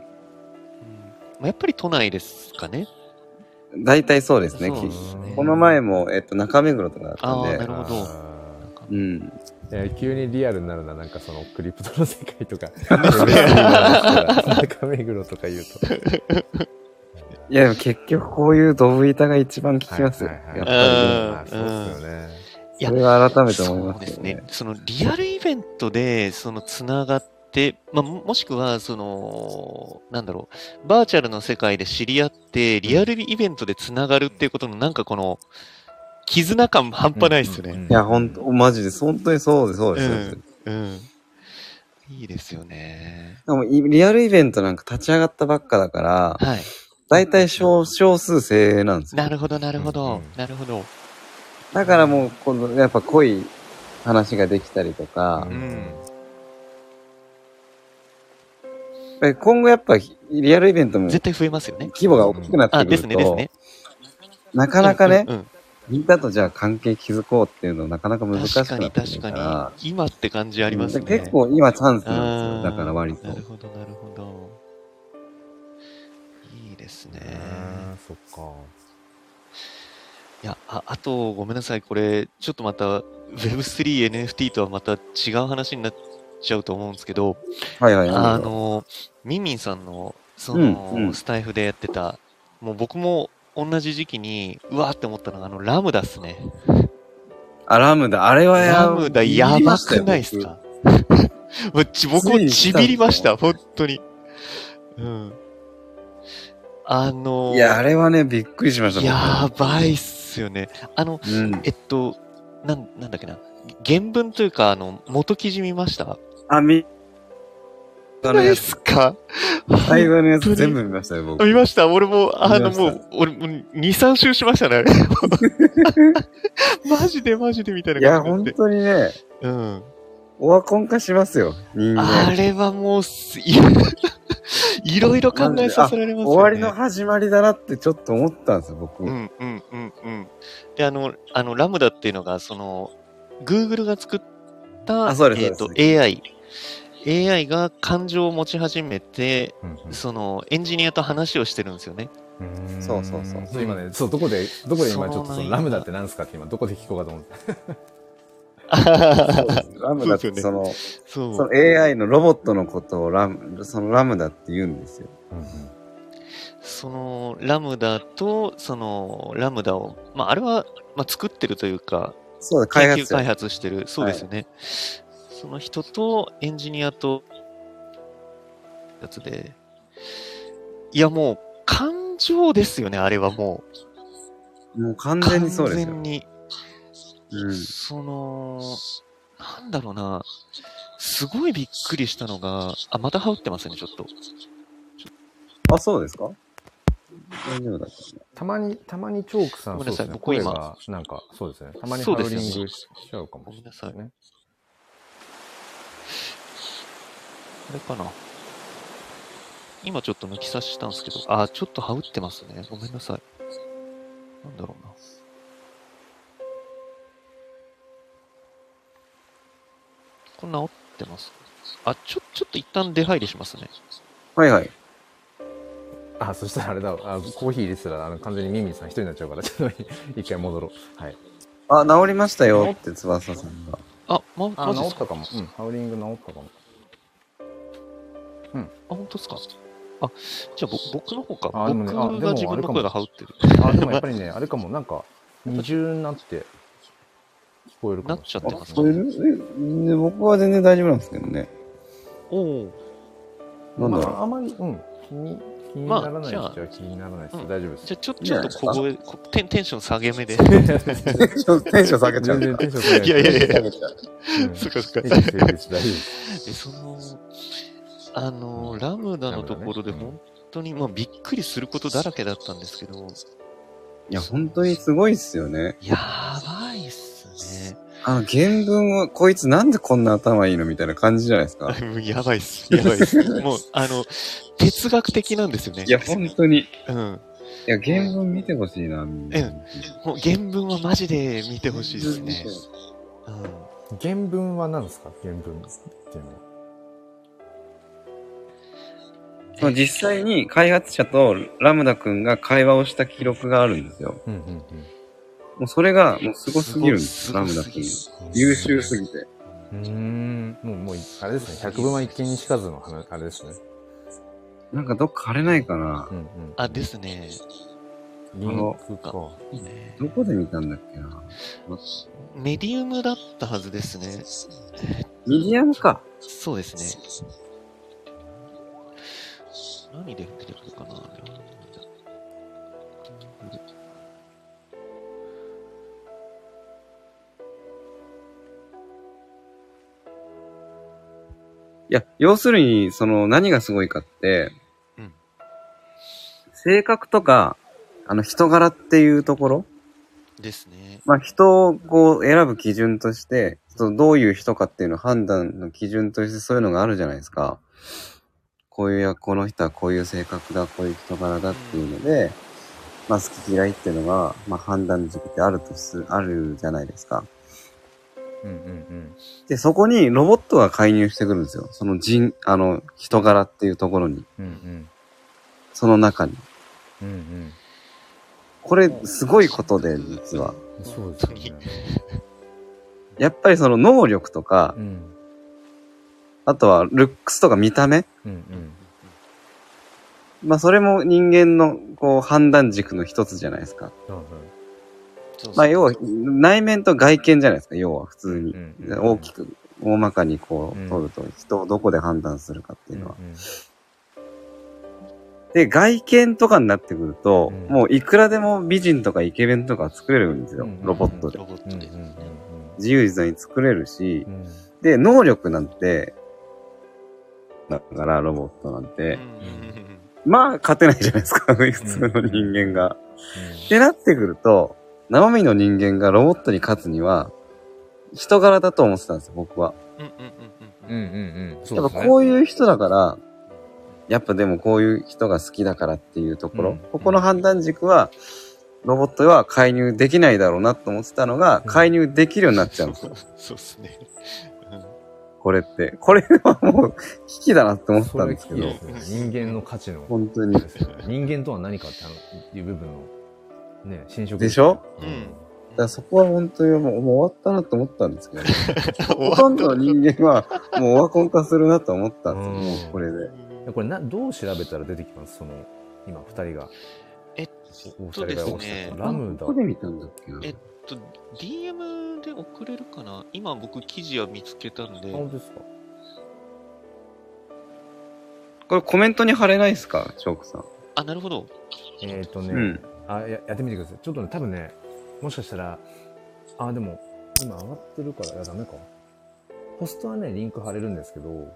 S2: あやっぱり都内ですかね。
S4: うん。大体そうですね。
S2: そう
S4: き
S2: ですね
S4: この前も、えっと、中目黒とかだったん
S2: あーな
S4: で
S2: る、
S1: ど
S2: ほど
S1: あ
S4: うん。
S1: ーいや急にリアルになるななんかそのクリプトの世界 とか中目黒とか言うと
S4: いや、でも結局こういうドブ板が一番効きますよ。
S1: はいはいはい
S4: やっぱ
S1: まあ
S2: うん
S1: そうですよね
S4: り。それは改めて思いま
S2: そ
S4: す
S2: う
S4: よ
S2: ですね
S4: ね。。
S2: そのリアルイベントで、そのつながって、まあ、ももしくは、その、なんだろう、バーチャルの世界で知り合って、リアルイベントでつながるっていうことの、なんかこの、絆感半端ないですよね。
S4: いや、ほんと、マジです。本当にそうです、そうです。そうです
S2: うん。いいですよね。
S4: でもいリアルイベントなんか立ち上がったばっかだから、
S2: はい。
S4: だいたい少少数精鋭なんですよ。
S2: なるほど、なるほ
S1: うんう
S2: ど
S1: ん、
S2: なるほど。
S4: だからもう、この、やっぱ濃い話ができたりとか、
S1: う
S4: や
S1: ん
S4: っぱり今後やっぱリアルイベントも
S2: 絶対増えますよね。
S4: 規模が大きくなって
S2: あ、
S4: く
S2: で
S4: る
S2: す
S4: と、
S2: ね、ですね。
S4: なかなかね、
S2: うんうん
S4: みんなとじゃあ関係築こうっていうのなかなか
S2: うん
S4: 難しくな
S2: 確か
S4: ってく
S2: に、
S4: る
S2: 確
S4: から
S2: かに。今って感じありますね。
S4: 結構今チャンスな
S2: あ
S4: んです
S2: ー
S4: よ。だから割と
S2: な。るほど、なるほど。いいですね。
S1: あーそっか
S2: いや、ああと、ごめんなさい。これ、ちょっとまた Web3、NFT とはまた違う話になっちゃうと思うんですけど、
S4: はいはい。
S2: あの、ミンミンさんの、その、
S4: うんうん
S2: スタイフでやってた、もう僕も同じ時期に、うわーって思ったのが、あの、ラムダっすね。
S4: あ、ラムダ、あれはや
S2: ラムダやばくないっすかもうち僕もちびりました、本当に。うん。あのー
S4: いや、あれはね、びっくりしました。
S2: やばいっすよね。あの、
S4: 僕うん。
S2: えっと、なん、なんだっけな。原文というか、あの、元記事見ました
S4: あ、み、あの
S2: ない
S4: や
S2: っ
S4: つ、
S2: すか
S4: 最後のやつ全部見ましたよ、僕。
S2: 見ました俺も、あの、
S4: 見ました
S2: もう、俺、もう2、3周しましたね、 あれ。 マジでマジでみたいない
S4: や、
S2: 感じになっ
S4: 本
S2: て。
S4: 当にね、
S2: うん。
S4: オワコン化しますよ、人
S2: あ
S4: 間。
S2: れはもうす、いいろいろ考えさせられますよね。
S4: 終わりの始まりだなってちょっと思ったんですよ、僕。
S2: う
S4: うん
S2: んうんうんうん。で、あの、あの、ラムダっていうのが、その、Google が作った、
S4: あそうです
S2: えっ、
S4: そう
S2: と、
S4: で
S2: AI。AI が感情を持ち始めて、
S1: うんうん
S2: その、エンジニアと話をしてるんですよね。
S1: うん
S4: そうそうそう
S1: 今ねそうどこでどこで今ちょっと
S2: そう
S1: そ
S2: なん
S1: のラム
S2: だ
S1: ダってなんですかって今どこで聞こうかと思って
S4: ラムダって
S2: そうです
S4: そ
S2: よ
S4: の、
S2: そう。
S4: その AI のロボットのことをラム、そのラムダって言うんですよ。
S2: その、ラムダと、その、ラムダを、まあ、あれは、まあ、作ってるというか、
S4: そうだ、開
S2: 研究
S4: 発
S2: 開
S4: 者。
S2: 発してる。そうですよね。その人とエンジニアと、やつで。いや、もう、感情ですよね、あれはも
S4: もう完
S2: う。
S4: 全にそうです
S2: 完全
S4: よ。
S2: に
S4: う
S2: その、なんだろうな、すごいびっくりしたのが、あ、また羽織ってますね、ちょっと。
S4: ん。あ、そうですか大丈夫だったか
S1: たまにたまにチョークさん
S2: ご
S1: そ
S2: め
S1: うんで
S2: なさ
S1: す
S2: い
S1: ね
S2: 僕
S1: 声
S2: 今
S1: がなんかそうですねたまにハ
S2: そう
S1: ウ
S2: です
S1: リ
S2: よね
S1: ングしちゃうかもしれないですね
S2: あれかな。今ちょっと抜き差ししたんですけど、あ、ちょっと羽織ってますね。ごめんなさい。なんだろうな。これ治ってますあ、ちょ、ちょっと一旦出入りしますね。
S4: なはいはい。
S1: あ、そしたらあれだ、あコーヒー入れてたらあの完全にミミンさん一人になっちゃうから、ちょっと一回戻ろう。はい。
S4: あ、治りましたよって翼さんが。
S2: あ、ま、マ
S1: あ、
S2: ジ
S1: 治
S2: で
S1: っ
S2: すか
S1: たかも。うん、ハウリング治ったかも。
S2: あ、本当ですかあ、じゃあぼ僕の方か。
S1: あでもねあ
S2: 僕
S1: で
S2: が
S1: も
S2: 自分の声が羽織ってる。
S1: あ、でもやっぱりね、あれかも、なんか、二重になって、聞こえるかもしれない。
S2: なっちゃってます
S4: これえ僕は全然大丈夫なんですけどね。
S2: おお
S4: なんだ
S1: ま
S4: ろう。
S1: あ、あまり、うん、気に、気に
S2: まあ
S1: ならない
S2: じゃあ
S1: 人は気にならないです。
S2: うん
S1: 大丈夫で
S2: じ
S1: す
S2: ゃあ。ちょ、ちょっと小声、こテンテンション下げ目で。
S4: ちょっ とテンション下げちゃう
S1: 全。然テンション下げない
S2: やいやいやいや
S1: うん
S2: そっかそっか
S1: テンション下げないです大丈夫です。
S2: えそのあのラムダのところで
S1: ラムダね
S2: 本当に、まあ、びっくりすることだらけだったんですけど、
S4: いや、本当にすごいっすよね。
S2: やばいっす
S4: あ、原文を、こいつなんでこんな頭いいのみたいな感じじゃないですか。
S2: ね。やばいっす。 やばいっす。もう、あの、哲学的なんですよね。
S4: いや、本当に。い
S2: うん。
S4: や、原文見てほしいな、みんな。
S2: えもう原文はマジで見てほしいですね。うん。
S1: 原文は何ですか原文っていうのは。
S4: その実際に開発者とラムダ君が会話をした記録があるんですよ。
S1: うんうんうん。
S4: もうそれが、もうすごすぎるんです、ラムダ君。優秀す
S2: ぎ
S4: ぎて。
S1: うーん。もう、もう、あれですね。百分は一見にしかずの話、あれですね。
S4: なんかどっか貼れないかな
S1: うんうん。
S2: あ、ですね。
S1: リンクか。
S4: どこで見たんだっけな
S2: メディウムだったはずですね。
S4: ミディアムか。
S2: そうですね。何で出てくるかなあれは
S4: いや、要するに、その、何がすごいかって、
S2: うん
S4: 性格とか、あの、人柄っていうところ、
S2: ですね。
S4: まあ、人をこう、選ぶ基準として、そのどういう人かっていうのを判断の基準としてそういうのがあるじゃないですか。こういうや、この人はこういう性格だ、こういう人柄だっていうので、まあ、好き嫌いっていうのが、まあ、判断の軸ってあるとす、あるじゃないですか。
S1: うんうん
S4: で、そこにロボットが介入してくるんですよ。その人、あの、人柄っていうところに。
S1: うん。うんうん。
S4: その中に。
S1: うん
S4: これ、すごいことで、実は。
S1: うん。そうですよね。
S4: やっぱりその能力とか
S1: う、ん。
S4: あとはルックスとか見た目
S1: うんうん。
S4: まあ、それも人間の、こう、判断軸の一つじゃないですか。
S1: うん
S2: そうそう
S4: まあ、要は、内面と外見じゃないですか、要は、普通に。
S1: うん。
S4: 大き
S1: く
S4: く、大まかにこ
S1: うん
S4: う、取ると、人をどこで判断するかっていうのは。
S1: うん
S4: で、外見とかになってくると、
S1: うん
S4: もう、いくらでも美人とかイケメンとか作れるんです
S1: う
S4: よ
S1: ん、
S4: ロボットで
S2: ロ。ボッ
S1: うんう
S2: ト
S1: ん
S2: で。
S4: 自由自在に作れるし
S1: う、んうん。
S4: で、能力なんて、だから、ロボットなんて、
S2: うん
S4: まあ、勝てないじゃないですか、 普通の人間が。ってなってくると、生身の人間がロボットに勝つには、人柄だと思ってたんですよ、僕は。
S2: うんうんうん
S1: う
S2: うんうん
S1: んうんうん。そ
S4: やっ
S1: う
S4: ぱ
S1: ですね。
S4: こういう人だから、やっぱでもこういう人が好きだからっていうところ、
S1: うん
S4: ここの判断軸は、ロボットは介入できないだろうなと思ってたのが、
S1: うん
S4: 介入できるようになっちゃうんですよ、
S2: そうっすね。
S4: これって。これはもう、危機だなって思って
S1: そ
S4: たん
S1: れ
S4: ですけど
S1: 聞、きですね人間の価値の。
S4: 本当に。
S1: 人間とは何かってあのいう部分のね侵食
S4: でしょ
S2: うん
S4: だからそこは本当にもうもう終わったなと思ったんですけ ど、ほ
S2: う
S4: とんどの人間はもうオワコン化するなと思ったんですよ、もうこれで。
S1: いやこれなどう調べたら出てきますその今二人が
S2: えっ
S1: お二
S2: と
S1: 人
S2: で
S1: が
S2: す
S1: おっしゃっ
S2: ね
S1: た。ラムダ
S4: どこで見たんだっけな
S2: えっと、DM で送れるかな今僕記事は見つけたんで。
S1: 本当ですか
S4: これコメントに貼れないですかチョークさん。
S2: あ、なるほど。
S1: えっ、とね、
S4: うん。
S1: あややってみてくださいちょっとね多分ねもしかしたらあでも今上がってるからいやダメかポストはねリンク貼れるんですけど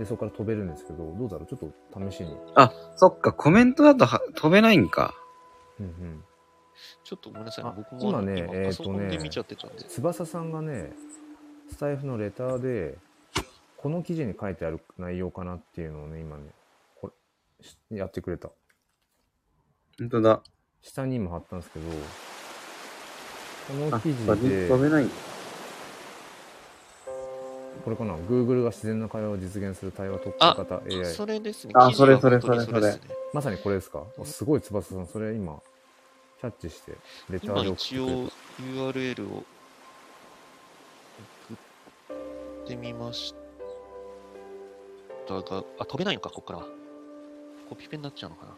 S1: でそこから飛べるんですけどどうだろうちょっと試しに
S4: あ、そっか、コメントだとは飛べないんか。
S1: うんうん
S2: ちょっとごめんなさい
S1: あ
S2: ね。僕も
S1: 今ねえ
S2: パ
S1: ー
S2: ソ
S1: とね
S2: コンで見ちゃってたんです。
S1: 翼さんがねスタイフのレターでこの記事に書いてある内容かなっていうのをね今ねこれしやってくれた
S4: ほんとだ。
S1: 下にも貼ったんですけどこ
S4: あ、
S1: の記
S4: 飛
S1: 事
S4: べ
S1: で
S4: 飛べないんだ。
S1: これかな Google が自然な会話を実現する対話特化型 AI
S2: それですね。
S4: あ
S2: 記事は
S4: それ
S2: 本当に
S4: それそれ
S2: ですね
S1: まさにこれですかあすごい翼さんそれ今キャッチしてレター
S2: 今
S1: で送っ
S2: 一
S1: て
S2: 応 URL を送ってみましたが、あ、飛べないのか、ここから。コピペになっちゃうのかな。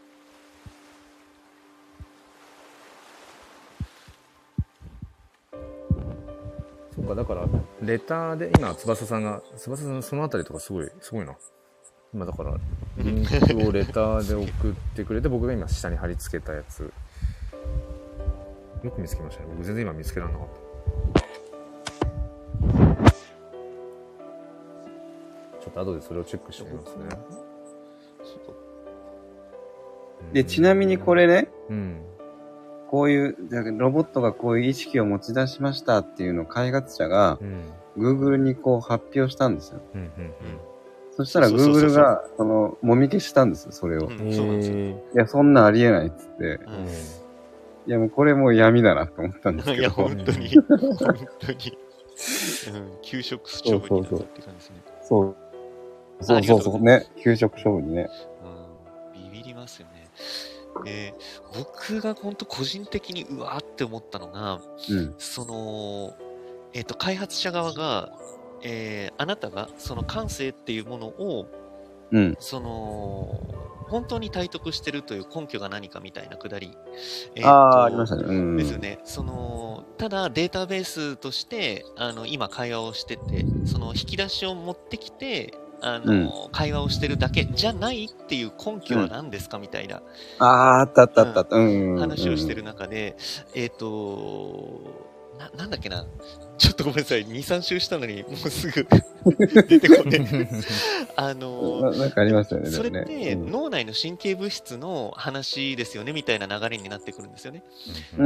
S1: そうかだからレターで今翼さんが翼さんそのあたりとかすごいすごいな今だからリンクをレターで送ってくれて僕が今下に貼り付けたやつよく見つけましたね僕全然今見つけられなかったちょっと後でそれをチェックしてみますね
S2: そうか
S4: で、ちなみにこれね、
S1: うん。
S4: こういう、だからロボットがこういう意識を持ち出しましたっていうのを開発者が
S1: うん。うん。
S4: Google にこう発表したんですよ。
S1: うん。うん。
S4: そしたら
S2: そうそうそう
S4: Google
S2: そう
S4: が、その、もみ消したんですよ、それを。
S2: うんそうなんですよ。
S4: いや、そんなんありえないっつって。
S2: う
S1: うん
S2: ん
S4: いや、もうこれもう闇だなと思ったんです
S2: い
S4: け
S2: や、
S4: ど。
S2: 本当に、本当に、うん、給食勝負になったって感じですね。
S4: そう。そうそうそう。ね。給食勝負にね。
S2: うん、ビビりますよね。で、僕が本当個人的にうわーって思ったのが、
S4: うん。
S2: その、えっ、と、開発者側が、えーあなたがその感性っていうものを、
S4: うん。
S2: その、本当に体得してるという根拠が何かみたいなくだり。えーと
S4: ああ、ありましたね。うん。
S2: ですよね、そのただデータベースとしてあの今会話をしててその引き出しを持ってきてあの、会話をしてるだけじゃないっていう根拠は何ですか、みたいな
S4: ああ、あったあったあったあった。うん。
S2: 話をしてる中で、えっ、とななんだっけなちょっとごめんなさい23周したのにもうす ぐ出てこねえあの
S4: な。なんかありましたよね。
S2: それっ
S4: でもね
S2: て脳内の神経物質の話ですよねみたいな流れになってくるんですよね。
S4: う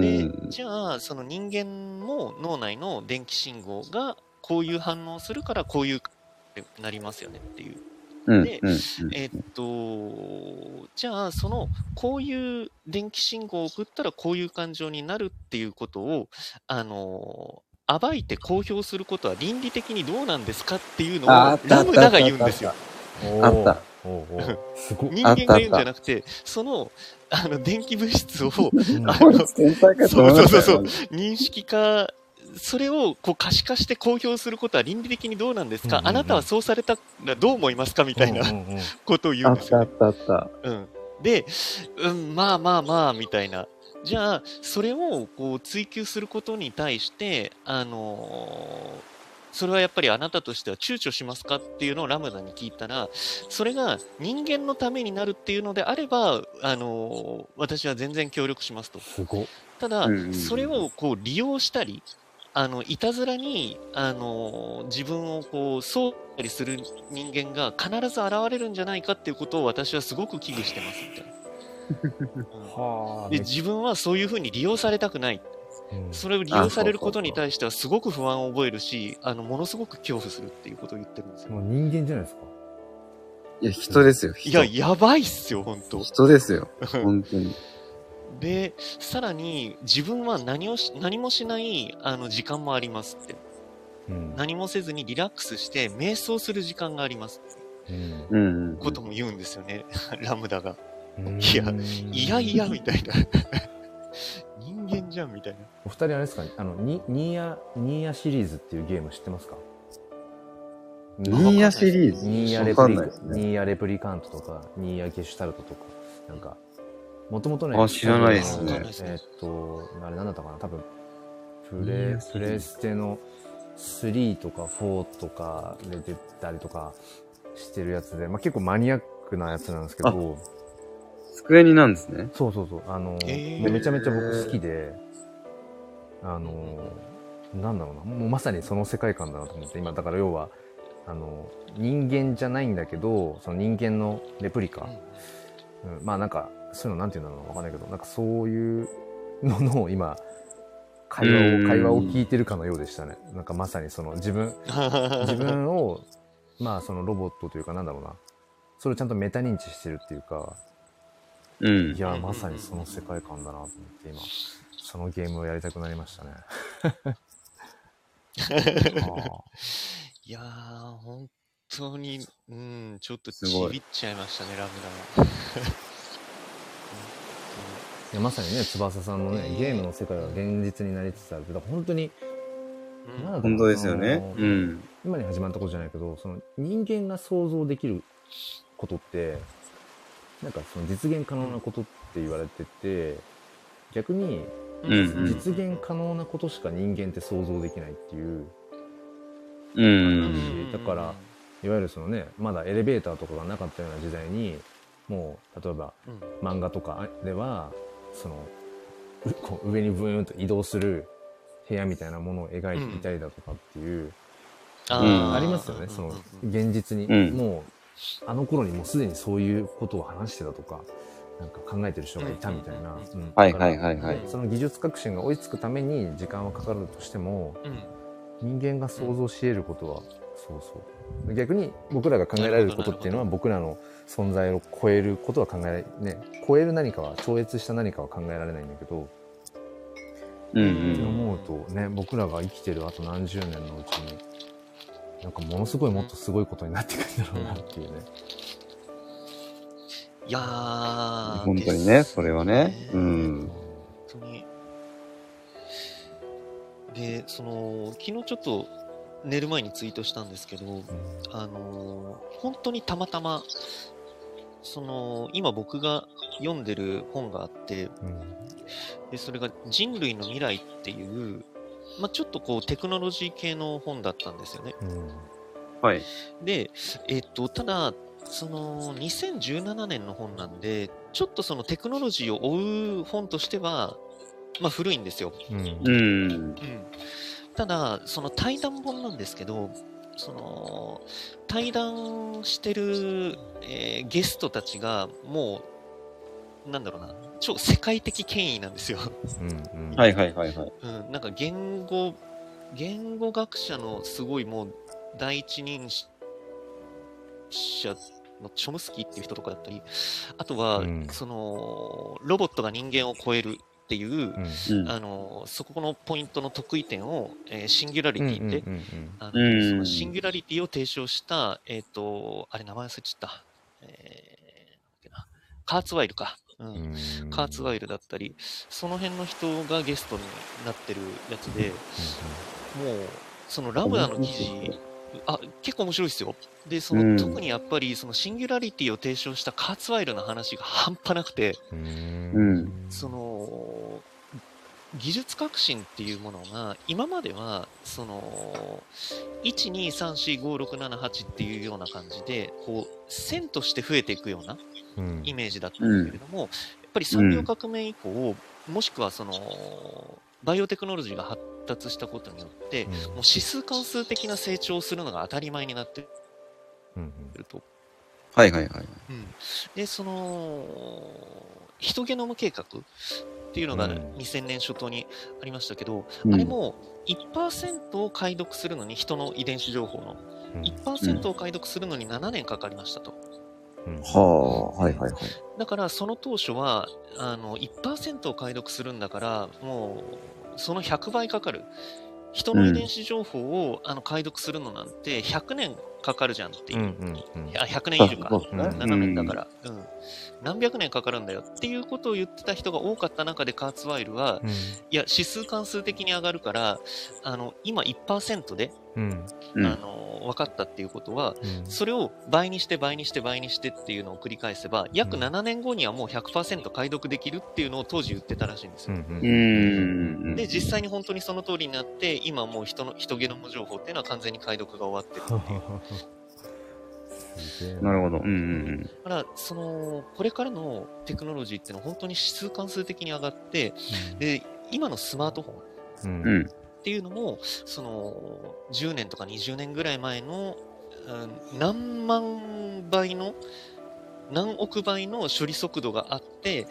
S2: で
S4: ん。
S2: じゃあその人間も脳内の電気信号がこういう反応するからこういうってなりますよねっていう。
S4: うん。
S2: で
S4: うん。
S2: えっとじゃあそのこういう電気信号を送ったらこういう感情になるっていうことをあの暴いて公表することは倫理的にどうなんですかっていうのを
S4: ああ
S2: ラ
S4: ったあった
S2: ムダが言うんですよ。
S1: おー
S4: あった。
S1: おーおーすごい。
S2: 人間
S4: あった
S2: が言うんじゃなくてそのあの電気物質を あ
S4: こい
S2: の
S4: つ天才かと思いましたよ
S2: そうそう認識化、それをこう可視化して公表することは倫理的にどうなんですか、
S1: うんうんうん
S2: あなたはそうされたらどう思いますかみたいな
S1: うんうんうん
S2: ことを言
S4: あ
S2: うんで
S4: っ
S2: す
S4: たあ
S2: よ
S4: っ
S2: ね。
S4: たあった。
S2: うん、で、うん、まあまあまあみたいな。じゃあ、それをこう追求することに対して、あのーそれはやっぱりあなたとしては躊躇しますかっていうのをラムダに聞いたら、それが人間のためになるっていうのであれば、あのー私は全然協力しますと。
S1: すごい。
S2: ただ、
S4: うんうんうん
S2: それをこう利用したり、あの、いたずらに、あの、自分をこう、そうたりする人間が必ず現れるんじゃないかっていうことを私はすごく危惧してます、みたい な
S1: は
S2: うん。
S1: あ
S2: で、自分はそういうふうに利用されたくない。
S1: うん
S2: それを利用されることに対してはすごく不安を覚えるし、あの、ものすごく恐怖するっていうことを言ってるんです
S1: もう
S2: よ。
S1: 人間じゃないですか。
S4: いや、人ですよ。
S2: いや、
S4: 人。
S2: やばいっすよ、本当
S4: 人ですよ。本当に。
S2: で、さらに、自分は何をし、何もしない、あの、時間もありますって。
S1: うん。
S2: 何もせずにリラックスして瞑想する時間があります
S1: うん
S4: うんうんうん。
S2: ことも言うんですよね、 ラムダが。
S1: うん
S2: いや、いやいや、みたいな。 人間じゃん、みたいな。
S1: お二人あれですかあの、ニニーヤ、ニーヤシリーズっていうゲーム知ってますか
S4: ニーヤシリーズ。
S1: ニーヤレ
S4: わか
S1: プ
S4: ん
S1: リ、
S4: ないですね。
S1: ニーヤレプリカントとか、ニーヤゲシュタルトとか、なんか、もともとね、
S4: あ知らないです
S2: ね
S1: あのえーっと、あれなんだったかな、多分、プレ、プレステの3とか4とかで出たりとかしてるやつで、まあ結構マニアックなやつなんですけ
S4: あ
S1: ど、
S4: 机になんですね。
S1: そうそうそう。あの、
S2: へー
S1: めちゃめちゃ僕好きで、あの、なんだろうな、もうまさにその世界観だなと思って、今、だから要は、あの、人間じゃないんだけど、その人間のレプリカ、うん、まあなんか、そういうのなんていうんだろうな、わかんないけど、なんかそういうのの今、会話
S4: うん
S1: を、会話を聞いてるかのようでしたね。なんかまさにその自分、 自分を、まあそのロボットというかなんだろうな、それをちゃんとメタ認知してるっていうか、
S4: うん
S1: い。や、まさにその世界観だなと思って、今、そのゲームをやりたくなりました ね。はあ
S2: いやー、本当に、うん、ちょっとち
S4: すごい
S2: びっちゃいましたね、ラムダは。
S1: いやまさにね、翼さんのね
S2: え、ー
S1: ゲームの世界が現実になりつつあるけど、本当に、
S2: うん
S1: なんだろう
S4: 本当ですよね。
S1: その
S4: うん。
S1: 今に始まったことじゃないけど、その人間が想像できることって、なんかその実現可能なことって言われてて、逆に
S4: うんうん
S1: 実現可能なことしか人間って想像できないっていう、
S2: う
S4: う。
S2: んん
S1: だから、いわゆるそのね、まだエレベーターとかがなかったような時代に、もう、例えば
S2: うん
S1: 漫画とかでは、その、うこう上にブーンと移動する部屋みたいなものを描いていたりだとかっていう、
S4: うん
S1: ありますよね、その、現実に。
S4: うん
S1: もう、あの頃にもうすでにそういうことを話してたとか、なんか考えてる人がいたみたいな、うん
S4: はいはいはいはい
S1: その技術革新が追いつくために時間はかかるとしても人間が想像し得ることは、そうそう逆に僕らが考えられることっていうのは
S5: な
S1: 僕らの存在を超えることは考えられね超える何かは超越した何かは考えられないんだけど、
S4: うんう
S1: って
S4: ん。
S1: 思うとね僕らが生きてるあと何十年のうちになんかものすごいもっとすごいことになっていくんだろうなっていうね、
S2: いやー、
S4: 本当に
S2: で
S4: ね、
S2: す
S4: それはね。うん。
S2: 本当に。で、その、昨日ちょっと寝る前にツイートしたんですけど、あのー本当にたまたま、その、今僕が読んでる本があって、
S1: うん
S2: で、それが人類の未来っていう、まあ、ちょっとこうテクノロジー系の本だったんですよね。
S1: うん
S4: はい。
S2: で、えっと、ただ、その2017年の本なんで、ちょっとそのテクノロジーを追う本としては、まあ古いんですよ。
S1: うん
S4: うん。
S2: うん、ただ、その対談本なんですけど、その対談してる、えーゲストたちが、もう、なんだろうな、超世界的権威なんですよ。
S1: うんうん
S4: はいはいはいはい。
S2: うん、なんか言語、言語学者のすごいもう第一人者のチョムスキーっていう人とかだったり、あとは、
S1: うん
S2: その、ロボットが人間を超えるっていう、
S1: うん
S4: うん。
S2: あの、そこのポイントの得意点を、えーシンギュラリティって、
S1: うんうんうん
S2: あの
S4: うん
S2: そのシンギュラリティを提唱した、えっ、と、あれ名前忘れちゃった。えーなんだっけな、カーツワイルか。うん
S1: うんうん
S2: カーツワイルだったり、その辺の人がゲストになってるやつで、もう、そのラムダの記事、あ、結構面白いですよ。で、その、
S4: うん
S2: 特にやっぱり、そのシンギュラリティを提唱したカーツワイルの話が半端なくて、
S1: うん
S4: うん
S2: その、技術革新っていうものが、今までは、その、1、2、3、4、5、6、7、8っていうような感じで、こう、線として増えていくような、
S1: うん
S2: イメージだったんだけれども、やっぱり産業革命以降、もしくはそのバイオテクノロジーが発達したことによって、
S1: うん
S2: もう指数関数的な成長をするのが当たり前になって
S1: うん
S2: ると。
S4: はいはいはい。
S2: で、その、ヒトゲノム計画っていうのが
S1: うん
S2: 2000年初頭にありましたけど、
S4: うん
S2: あれも1%を解読するのに、人の遺伝子情報の
S1: うん
S2: 1%を解読するのに7年かかりましたと。
S1: うん
S4: はあ、はいはいはい。
S2: だからその当初はあの1%を解読するんだからもうその100倍かかる人の遺伝子情報を、あの解読するのなんて100年かかるじゃんっていう、
S1: うんうん
S2: あ100年以上か
S4: そうですね
S1: うん
S2: 7年だから、うん何百年かかるんだよっていうことを言ってた人が多かった中でカーツワイルは
S1: うん
S2: いや指数関数的に上がるからあの今1%で、
S1: うん
S4: うん
S2: あの分かったっていうことは
S1: うん
S2: それを倍にして倍にして倍にしてっていうのを繰り返せば、約7年後にはもう100%解読できるっていうのを当時言ってたらしいんです
S1: う
S2: よ。
S1: んうん
S4: うんうんうん。
S2: で、実際に本当にその通りになって、今もう人の、人ゲノム情報っていうのは完全に解読が終わってる。
S1: すげえ
S4: なるほど。うんうん
S2: だから、その、これからのテクノロジーっていうのは本当に指数関数的に上がって、で、今のスマートフォン
S1: うん
S4: うん。うん。
S2: っていうのも、その、10年とか20年ぐらい前の、うん何万倍の、何億倍の処理速度があって、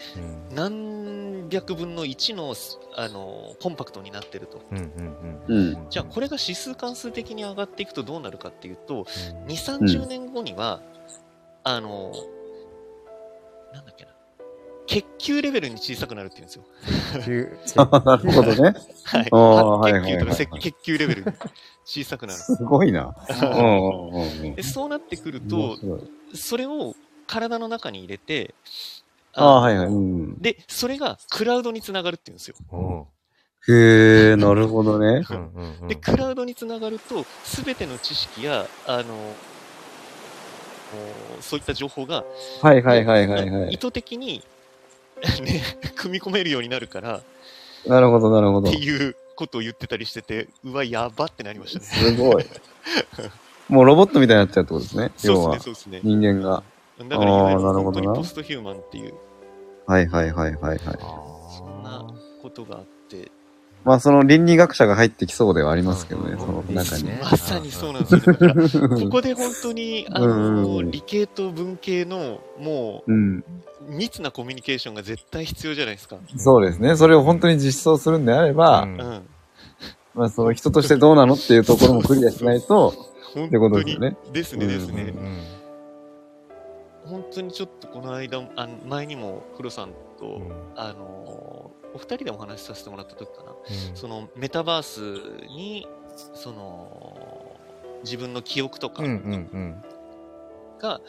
S1: うん
S2: 何百分の1のあのコンパクトになってると。
S1: うんうん
S4: うん
S2: じゃあこれが指数関数的に上がっていくとどうなるかっていうと、2、
S1: う
S2: 30年後には、あの、なんだっけな、血球レベルに小さくなるって言うんですよ。
S1: ん急
S4: なるほどね。
S2: はい。
S4: あーはい
S2: 白血球とか
S4: はい
S2: 赤
S4: はい
S2: 血球レベルに小さくなる。
S4: すごいな。うんうんうんうん
S2: でそうなってくる
S4: 面
S2: と、
S4: 白い。
S2: それを体の中に入れて、
S4: ああ、
S2: あ
S4: はいはい。うん。
S2: で、それがクラウドにつながるって言うんですよ。
S1: お
S4: へえ、なるほどね。
S1: ううんうんうん
S2: で、クラウドにつながると、すべての知識や、あの、もうそういった情報が、
S4: はいはいはいはいは
S2: 意
S4: い。
S2: 図的に、 ね、組み込めるようになるから、っ
S4: なるほどなるほど
S2: て。いうことを言ってたりしてて、うわ、やばってなりましたね。
S4: すごい。 もうロボットみたいになっちゃうってことですね。
S2: そう
S4: 要
S2: です
S4: は
S2: ね、。そうですね。
S4: 人間が。
S2: だから、いわゆる
S4: あーなるほ
S2: 本
S4: ど
S2: 当
S4: な
S2: にポストヒューマンっていう
S4: はいはいはいはいはい。
S2: そんなことがあって、
S4: まあその倫理学者が入ってきそうではありますけどね、その中に。
S2: まさに そうなんですよ。だからここで本当に、あ
S4: うんうんう
S2: の、
S4: ん
S2: 理系と文系の、もう、
S4: うん。
S2: 密なコミュニケーションが絶対必要じゃないですか。
S6: そうですね。それを本当に実装するんであれば、
S1: うん
S2: うん。
S6: まあ、その人としてどうなのっていうところもクリアしないと、
S2: 本
S6: てことで
S2: 当
S6: す
S2: に
S6: よね。
S2: ですね、です
S1: う
S2: ね。
S1: ん
S2: 本当にちょっとこの間、あの前にも黒さ
S1: う
S2: んと、
S1: ん
S2: あのーお二人でお話しさせてもらった時かな。そのメタバースに、その、自分の記憶とか
S1: うんうんうん
S2: が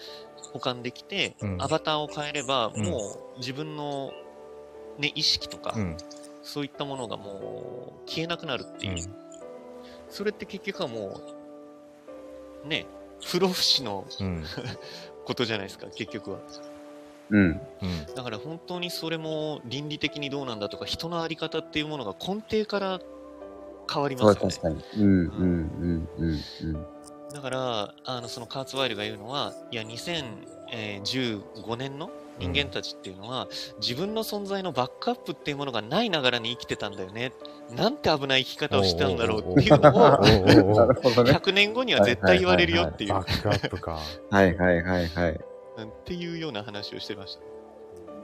S2: 保管できて、
S1: うん
S2: アバターを変えれば、
S1: うん
S2: もう自分の、ね、意識とか、
S1: うん
S2: そういったものがもう消えなくなるっていう。
S1: うん
S2: それって結局はもう、ね、不老不死の
S1: うん
S2: ことじゃないですか、結局は。
S4: うん。
S1: うん
S2: だから本当にそれも倫理的にどうなんだとか、人のあり方っていうものが根底から変わり
S4: そ
S2: ま
S4: う、
S2: すよね
S4: 確。かに。うん、うん、うん、うん、うん。
S2: だから、あの、そのカーツワイルが言うのは、いや、2015年の人間たちっていうのは、自分の存在のバックアップっていうものがないながらに生きてたんだよね。なんて危ない生き方をしてたんだろうっていうのを、
S1: おおお
S6: な
S1: お
S6: るほどね。
S2: 100年後には絶対言われるよっていう、
S1: バックアップか
S4: はい、はい、はい、はい。
S2: うんっていうような話をしてまし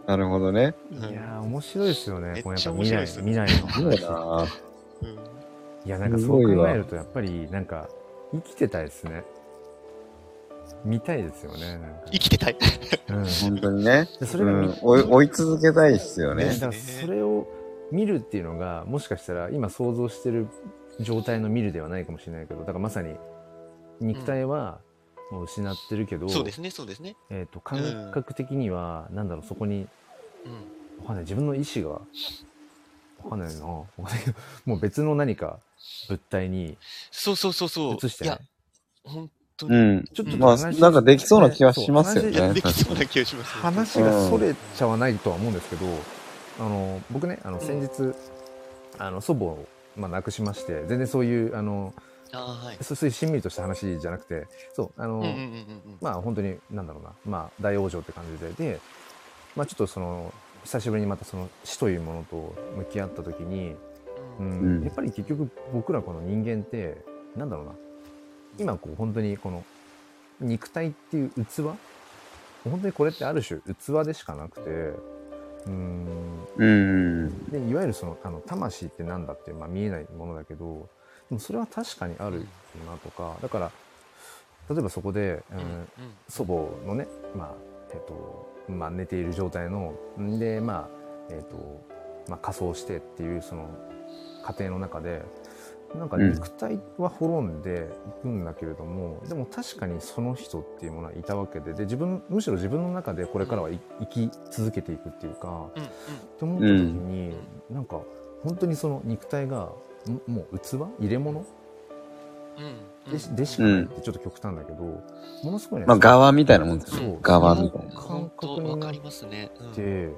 S6: なるほどね。
S2: た。うん
S1: いやー面白いですよね
S2: めっ
S1: これやっ
S2: ち
S1: ぱ
S2: ゃ面
S1: 見
S2: 白
S1: ないい
S2: です
S1: 見ないの
S6: すごいな
S2: うん
S1: いやなんか
S6: す
S1: そ
S6: ごいうわ
S1: 考えるとやっぱりなんか生きてたいですね見たいですよねなんか
S2: 生きてたい。
S1: うん
S4: 本当にね。
S1: でそうれが見
S4: ん。追い追い続けたいっすよ
S1: ね、
S4: ね
S1: だ。からそれを見るっていうのがもしかしたら今想像してる状態の見るではないかもしれないけどだからまさに肉体はもう失ってるけど、
S2: そうですね、そうですね。
S1: えー、と感覚的には、なんだろうそこに
S2: うん。
S1: わかんない自分の意思がわかんない なわかんないけどもう別の何か物体に
S2: そうそうそうそう。
S1: 移して
S2: い
S1: ね
S2: や、本当
S4: う
S2: に。
S4: ん。
S1: ちょっと
S4: まあ、
S1: 話
S4: なんかできそうな気はしますよ
S1: そう
S2: いや、
S4: ね
S2: で。きそうな気がします。
S1: 話がそれちゃわないとは思うんですけど、あの僕ねあの先日、あの祖母を、まあ、亡くしまして全然そういうあの
S2: ああ、はい。
S1: そうそういうしんみりとした話じゃなくてそうあの、
S2: うんうんうんうん
S1: まあ本当になんだろうな、まあ、大往生って感じでで、まあ、ちょっとその久しぶりにまたその死というものと向き合った時に、う
S2: うんん。
S4: うん
S1: やっぱり結局僕らこの人間ってなんだろうな今こう本当にこの肉体っていう器本当にこれってある種器でしかなくてうん
S4: うん。
S1: でいわゆるそのあの魂ってなんだっていう、まあ、見えないものだけどでもそれは確かにあるなとかだから例えばそこで、うん
S2: うんうん
S1: 祖母のね、まあえっとまあ、寝ている状態のんで、まあえっとまあ、仮装してっていうその過程の中でなんか
S4: うん
S1: 肉体は滅んでいくんだけれども、でも確かにその人っていうものはいたわけでで自分むしろ自分の中でこれからはい生き続けていくっていうか。
S2: うんうん
S1: って思った時に、なんか本当にその肉体がももう器入れ物
S2: うんう
S1: で
S2: ん
S1: しでしかないってちょっと極端だけど、ものすごいね
S4: まあ、側みたいなもんです
S1: そ
S4: よ
S1: う。
S4: 側みたいな。
S1: 感
S2: 本当
S1: 覚に
S2: わ
S1: な
S2: か
S1: っ
S2: りますね。うん
S1: て、うん
S2: うん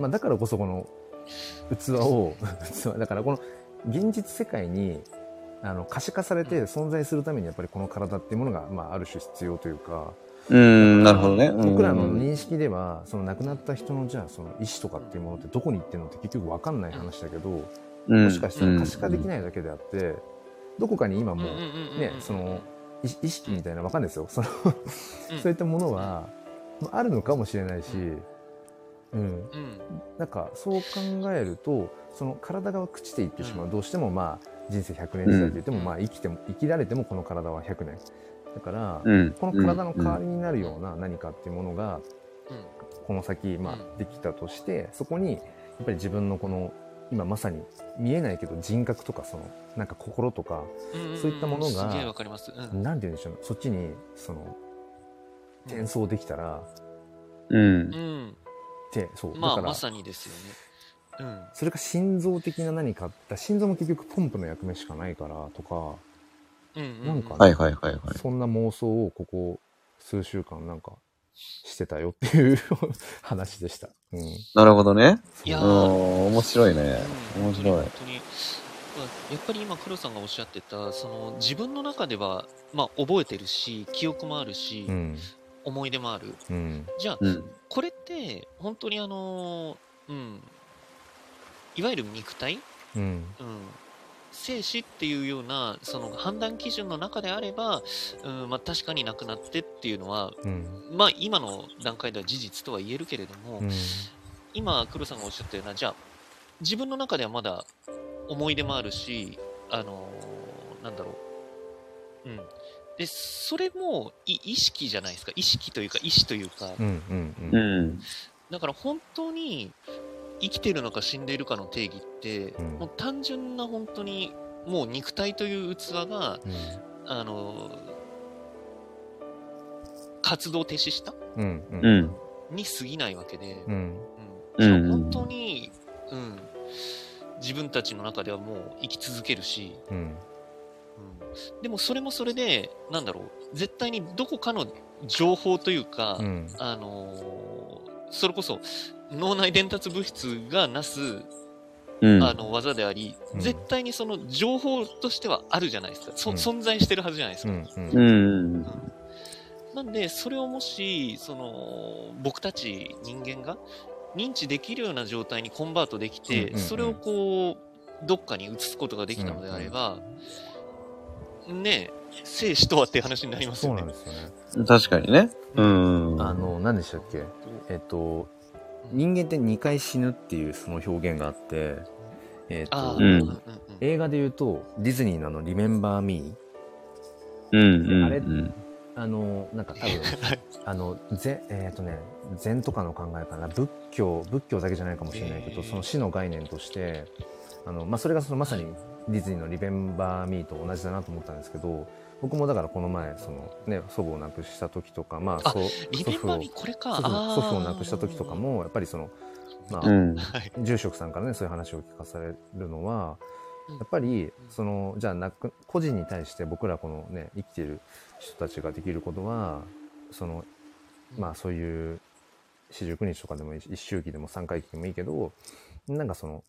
S1: まあ、だからこそこの器を器だからこの現実世界にあの可視化されて存在するためにやっぱりこの体っていうものが、まあ、ある種必要というか
S4: うん、なるほどね。うん
S1: 僕らの認識ではその亡くなった人のじゃあその意思とかっていうものってどこに行ってるのって結局分かんない話だけど、
S4: うん
S1: もしかしたら可視化できないだけであって、どこかに今も
S2: うんうんうんうんうん
S1: ねその意意識みたいなわかんないですよその
S2: うん
S1: そういったものはまああるのかもしれないし、うん、
S2: うん
S1: なんかそう考えるとその体が朽ちていってしまう、どうしてもまあ人生100年時代って言っても、
S2: うん
S1: まあ生きても生きられてもこの体は100年だから、
S4: うん。
S1: この体の代わりになるような何かっていうものが
S2: うん
S1: この先、ま
S2: う
S1: あ、できたとしてそこにやっぱり自分のこの今まさに見えないけど人格とかそのなんか心とか
S2: うんん
S1: そういったものが
S2: すげえわかります。うん
S1: なんて言うんでしょうそっちにその転送できたら
S4: うん
S2: う。ん。
S1: ってそう
S2: ま
S1: だ
S2: あ、
S1: から
S2: まさにですよね。
S1: それが心臓的な何かだから心臓も結局ポンプの役目しかないからとか
S2: うん。うん。う
S1: なんかね
S4: はいはいはいはい。
S1: そんな妄想をここ数週間なんかしてたよっていう話でした。うん
S4: なるほどね。
S2: いや
S4: う
S2: ー
S4: ん、面白いね。
S2: うん
S4: 面白い
S2: 本。当に。まあやっぱり今、黒さんがおっしゃってた、その自分の中では、まあ、覚えてるし、記憶もあるし、
S1: うん
S2: 思い出もある。
S1: うん
S2: じゃあ、
S4: うん。
S2: これって、本当にあのーうん。いわゆる肉体
S1: うん
S2: うん。生死っていうようなその判断基準の中であれば、うんまあ、確かになくなってっていうのは、
S1: うん
S2: まあ、今の段階では事実とは言えるけれども、
S1: うん
S2: 今黒さんがおっしゃったようなじゃあ自分の中ではまだ思い出もあるしあのーなんだろううんでそれもい意識じゃないですか意識というか意思というか
S1: うんうん
S4: う
S1: うん
S4: ん。
S2: だから本当に生きてるのか死んでいるかの定義って、
S1: うん
S2: もう単純な本当にもう肉体という器があのー活動を停止した
S1: うんうん
S4: う
S1: うん
S4: ん。
S2: に過ぎないわけで、
S1: うん
S4: うんうん
S2: 本当に、うん、自分たちの中ではもう生き続けるし、
S1: うん
S2: うん、でもそれもそれで、なんだろう、絶対にどこかの情報というか、
S1: うん
S2: あのーそれこそ脳内伝達物質がなす、
S4: うん。
S2: あの技であり、
S1: うん
S2: 絶対にその情報としてはあるじゃないですか、そ
S1: うん
S2: 存在してるはずじゃないです
S1: う
S2: か。
S1: んうん
S4: うんうん
S2: なんで、それをもし、その、僕たち人間が認知できるような状態にコンバートでき
S1: うんうんう
S2: て、
S1: ん
S2: それをこう、どっかに移すことができたのであれば、ねえ、生死とはって話になりま
S1: そ
S2: す
S1: うな
S2: よ
S1: ん
S2: ね
S1: で。すよね
S4: 確かにね。うん。
S1: あの何でしたっけえっと人間って2回死ぬっていうその表現があってえっ
S2: ああ、
S1: と
S4: うん
S2: うん
S1: 映画で言うとディズニーのあの「リメンバー・ミー」
S4: うんうん。
S1: あれ
S4: うん
S1: あのなんか多分あのぜえっ、とね禅とかの考えかな仏教仏教だけじゃないかもしれないけど、
S2: へー
S1: その死の概念としてあの、まあ、それがそのまさにディズニーの「リベンバー・ミー」と同じだなと思ったんですけど僕もだからこの前その、ね、祖母を亡くした時とか、まあ、
S2: あ
S1: そう
S2: リ
S1: 祖
S2: メン
S1: 父を
S2: バーにこれ
S1: 祖
S2: か。あ
S1: 父
S2: あ
S1: 祖父を亡くした時とか、もやっぱりその、まあ
S4: うん。
S2: はい。
S1: 住職さんからねそういう話を聞かされるのは
S2: うん
S1: やっぱりそのじゃあなく個人に対して僕らこのね生きてる人たちができることはそのまあそういう四十九日とかでもいいし一周期でも三回忌でもいいけどなんかその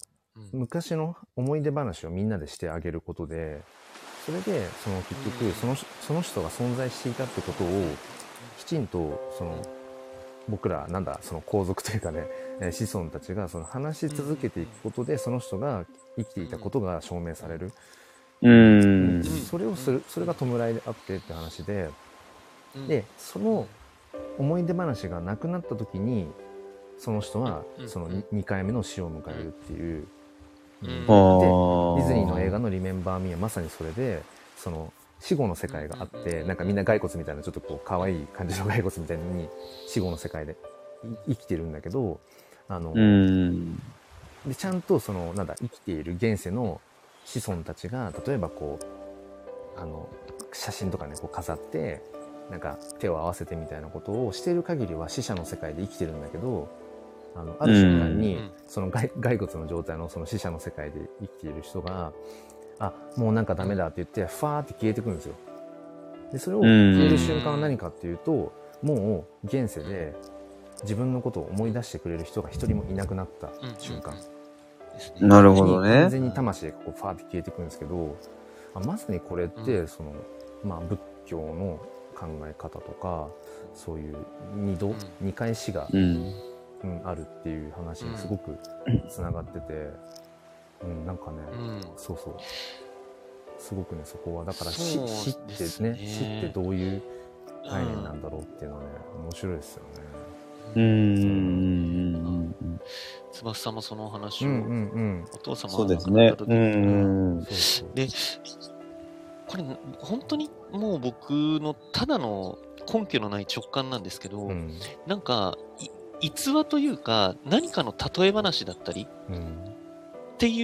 S2: うん
S1: 昔の思い出話をみんなでしてあげることでそれでその結
S2: う
S1: 局
S2: ん
S1: そのその人が存在していたってことをきちんとその僕らなんだその皇族というかねえー子孫たちがその話し続けていくことでその人が生きていたことが証明される、
S4: うん。
S1: それをするそれが弔いであってって話で
S2: うん
S1: でその思い出話がなくなった時にその人は
S2: うん
S1: その
S2: うん
S1: 2回目の死を迎えるっていう、
S2: うん
S1: うんデ
S2: あ
S1: ィズニーの映
S4: 画。
S1: 画の「リメンバー・ミー」はまさにそれでその死後の世界があっ
S2: うんうん
S1: て
S2: うん
S1: なんかみんな骸骨みたいなちょっとこう可愛い感じの骸骨みたいなのに死後の世界でい生きてるんだけどあの、
S4: うん。
S1: でちゃんとそのなんだ生きている現世の子孫たちが例えばこうあの写真とかねこう飾ってなんか手を合わせてみたいなことをしている限りは死者の世界で生きてるんだけどあのある瞬間に、
S2: うん
S1: その骸骸骨の状態のその死者の世界で生きている人があもうなんかダメだって言ってファーって消えてくるんですよ。でそれを消える瞬間は何かっていうともう現世で自分のことを思い出してくれる人が一人もいなくなった瞬間。
S2: ですね
S4: なるほど
S1: 完
S4: ね。
S1: 全に魂がこうファーって消えてくるんですけど、あまさにこれってその、まあ、仏教の考え方とかそういう二度、
S2: うん
S1: 二回死が、
S4: うん。
S1: うんあるっていう話にすごくつながってて、うんなんかね、
S2: うん
S1: そうそうすごくねそこはだから死,、
S2: そう
S1: 死っ
S2: です
S1: てね
S2: ね
S1: 死ってどういう概念なんだろうっていうのはね面白いですよね。
S4: うん。うん。
S2: 翼さんもその話
S1: う
S2: を、
S1: んうんうん
S2: お父様
S4: そ
S2: が
S4: う
S2: 亡
S4: です
S2: くなっ
S4: ね
S2: た。時
S4: う
S2: に
S4: ん。
S1: そうそう
S2: で、これ、本当にもう僕のただの根拠のない直感なんですけど、
S1: うん
S2: なんか、い逸話というか、何かの例え話だったり
S1: うん
S2: ってい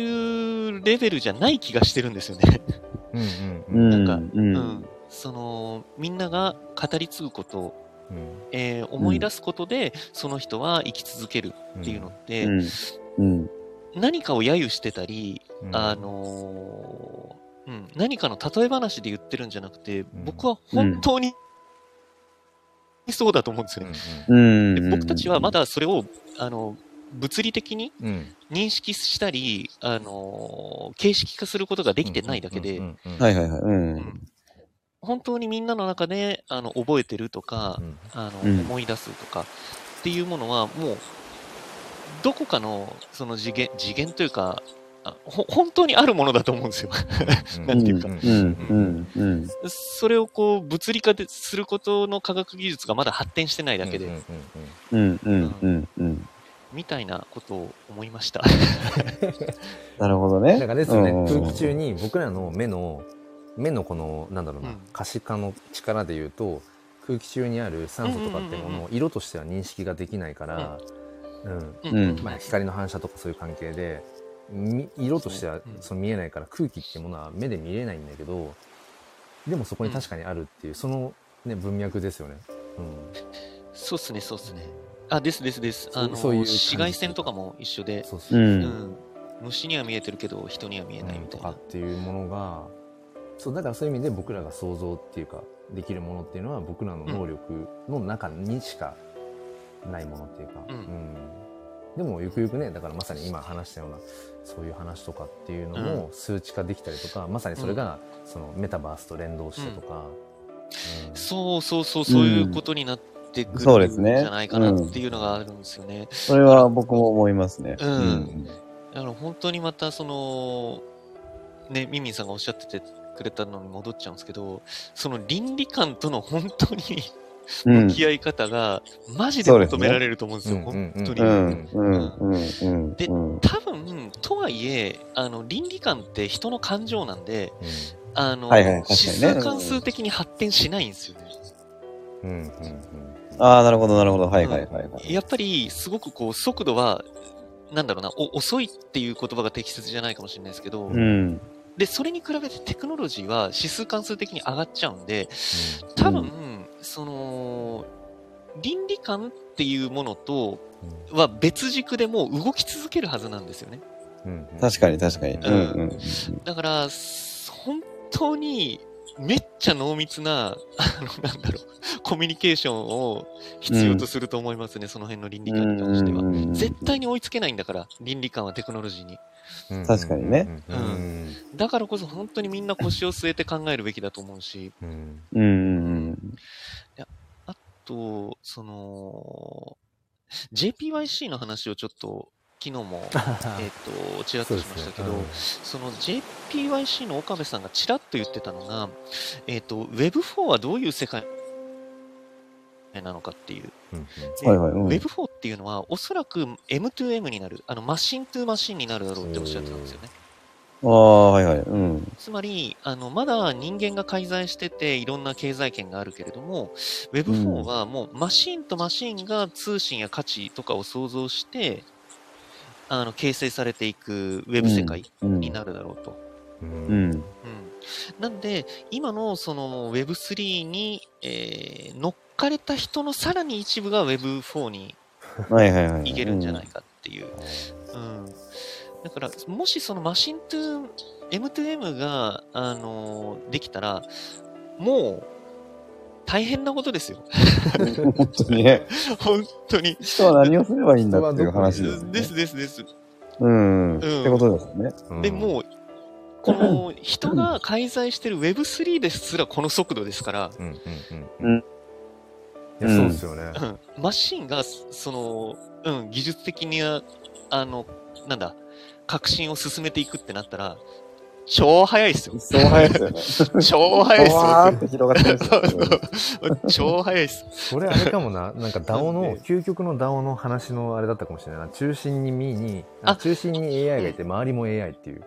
S2: うレベルじゃない気がしてるんですよね。
S1: うんうん
S4: う
S1: うん
S4: ん。う
S2: うんん。その、みんなが語り継ぐこと、
S1: うん
S2: えー思い出すことで、その人は生き続けるっていうのって、
S4: うん。
S2: 何かを揶揄してたり、
S1: うん
S2: あのーうん、何かの例え話で言ってるんじゃなくて、
S1: ん
S2: 僕は本当に、そうだと思うんですよね。
S1: う
S4: うん。
S2: で僕たちはまだそれを、あの、物理的に
S1: んうん、
S2: 認識したり、あのー形式化することができてないだけで、
S1: は、
S4: はいいはいはい。うん。
S2: 本当にみんなの中で、あの、覚えてるとか、
S1: うん
S2: あの、
S4: うん
S2: 思い出すとかっていうものは、もう、どこかの、その次元、次元というか、あほ本当にあるものだと思うんですよ。なんていうか、
S4: うん、うん、うん。
S2: それをこう物理化ですることの科学技術がまだ発展してないだけで、
S1: うんうんうんうん
S4: うん、うん、うん、うん。
S2: みたいなことを思いました。
S4: なるほどね。
S1: なんかあれですよね、
S4: うん
S1: 空気中に僕らの目の、目のこの、なんだろうな、
S2: うん
S1: 可視化の力で言うと、空気中にある酸素とかっていうも
S2: うんうんうん
S1: のを色としては認識ができないから、うん。
S2: うんん
S1: まあ、光の反射とかそういう関係で、み色としては
S2: うん
S1: その見えないから空気っていうものは目で見れないんだけど、でもそこに確かにあるっていう、そのね、文脈ですよね。うん。
S2: そうっすね、そうっすね。あ、ですですです。
S1: そう
S2: あの
S1: そういう感じ
S2: 紫外線とかも一緒で、
S1: そうそう。
S4: うん
S2: うん、虫には見えてるけど、人には見えないみた
S1: と
S2: い
S1: か
S2: な
S1: っ。ていうものがそうだからそういう意味で僕らが想像っていうかできるものっていうのは僕らの能力の中にしかないものっていうか、
S2: うん
S1: うんでもゆくゆくねだからまさに今話したようなそういう話とかっていうのも数値化できたりとか、まさにそれがそのメタバースと連動してとか、うん
S2: そうそうそう、そういうことになってく
S4: そう
S2: る
S4: で
S2: ん
S4: す
S2: じ
S4: ね
S2: ゃないかなっていうのがあるんですよね。
S4: それは僕も思いますね。
S2: うんだから本当にまた、その、ね、ミミンさんがおっしゃっててくれたのに戻っちゃうんですけど、その倫理観との本当に
S4: うん。うん
S2: 向き合い方が、マジで求められると思うんですよ、
S1: そうですね
S2: 本当に。
S4: うん、うん、うん、うん。
S2: で
S4: うん
S2: 多分、とはいえ、あの、倫理観って人の感情なんで、あの、
S4: はいはい確か
S2: 指
S4: にね
S2: 数関数的に発展しないんですよね。
S1: うんうんうんうん
S4: ああ、なるほど、なるほど。はい、はい、はい。はい
S2: やっぱり、すごくこう、速度は、なんだろうな、お遅いっていう言葉が適切じゃないかもしれないですけど、
S4: うん。
S2: で、それに比べてテクノロジーは指数関数的に上がっちゃうんで、多分、
S4: う
S2: その、倫理観っていうものとは別軸でもう動き続けるはずなんですよね。
S1: うんうん
S4: 確かに、確かに。うん、うん。
S2: だから、す本当に、めっちゃ濃密な、あの、なんだろう、コミュニケーションを必要とすると思いますね、その辺の倫理観に関しては。
S4: は
S2: 絶対に追いつけないんだから、倫理観はテクノロジーに。
S1: うん
S4: 確かにね
S1: うんうん
S2: だからこそ本当にみんな腰を据えて考えるべきだと思うし、
S1: うんうん
S4: うんうん
S2: と、その、JPYC の話をちょっと、昨日も、えっと、ちらっとしましたけど、
S1: そう
S2: そ,、
S1: です
S2: の JPYC の岡部さんがちらっと言ってたのが、えっと、Web4 はどういう世界なのかっていう。
S1: ねうんうん
S4: はいはいうん
S2: Web4 っていうのは、おそらく M2M になる、あの、マシン to マシンになるだろうっておっしゃってたんですよね。
S4: うん。ああ、はいはい。うん。
S2: つまり、あの、まだ人間が介在してて、いろんな経済圏があるけれども、
S4: うん
S2: Web4 はもうマシンとマシンが通信や価値とかを想像して、あの、形成されていくウェブ世界
S4: うん
S2: になるだろうと。
S1: うん
S4: うん。
S2: うん。なんで、今のその Web3 に、えー乗っかれた人のさらに一部が Web4 に
S4: はいはいはい。
S2: いけるんじゃないかっていう。うん、だから、もしそのマシントゥ M2M が、あのーできたら、もう、大変なことですよ。
S4: うん。本当にね。
S2: 本当に。
S4: 人は何をすればいいんだっていう話ですよね。
S2: ですですです。
S4: うん。ってことですよね。
S1: うん
S2: で、もう、この人が介在してる Web3 ですらこの速度ですから、
S1: うんう
S4: うんん
S1: うん。いや、そうですよね。
S2: うんマシンが、その、うん、技術的には、あの、なんだ、革新を進めていくってなったら、超早いですよ。
S4: そう早いですよね。
S2: 超早いですよ。
S4: ふわーって広がってるんですよ。
S2: 超早いっす。
S1: それあれかも な、なんか DAO
S2: なん
S1: の、
S2: で
S1: 究極の DAO の話のあれだったかもしれないな。中心に Me に、あ
S2: あ
S1: 中心に AI がいて、周りも AI っていう。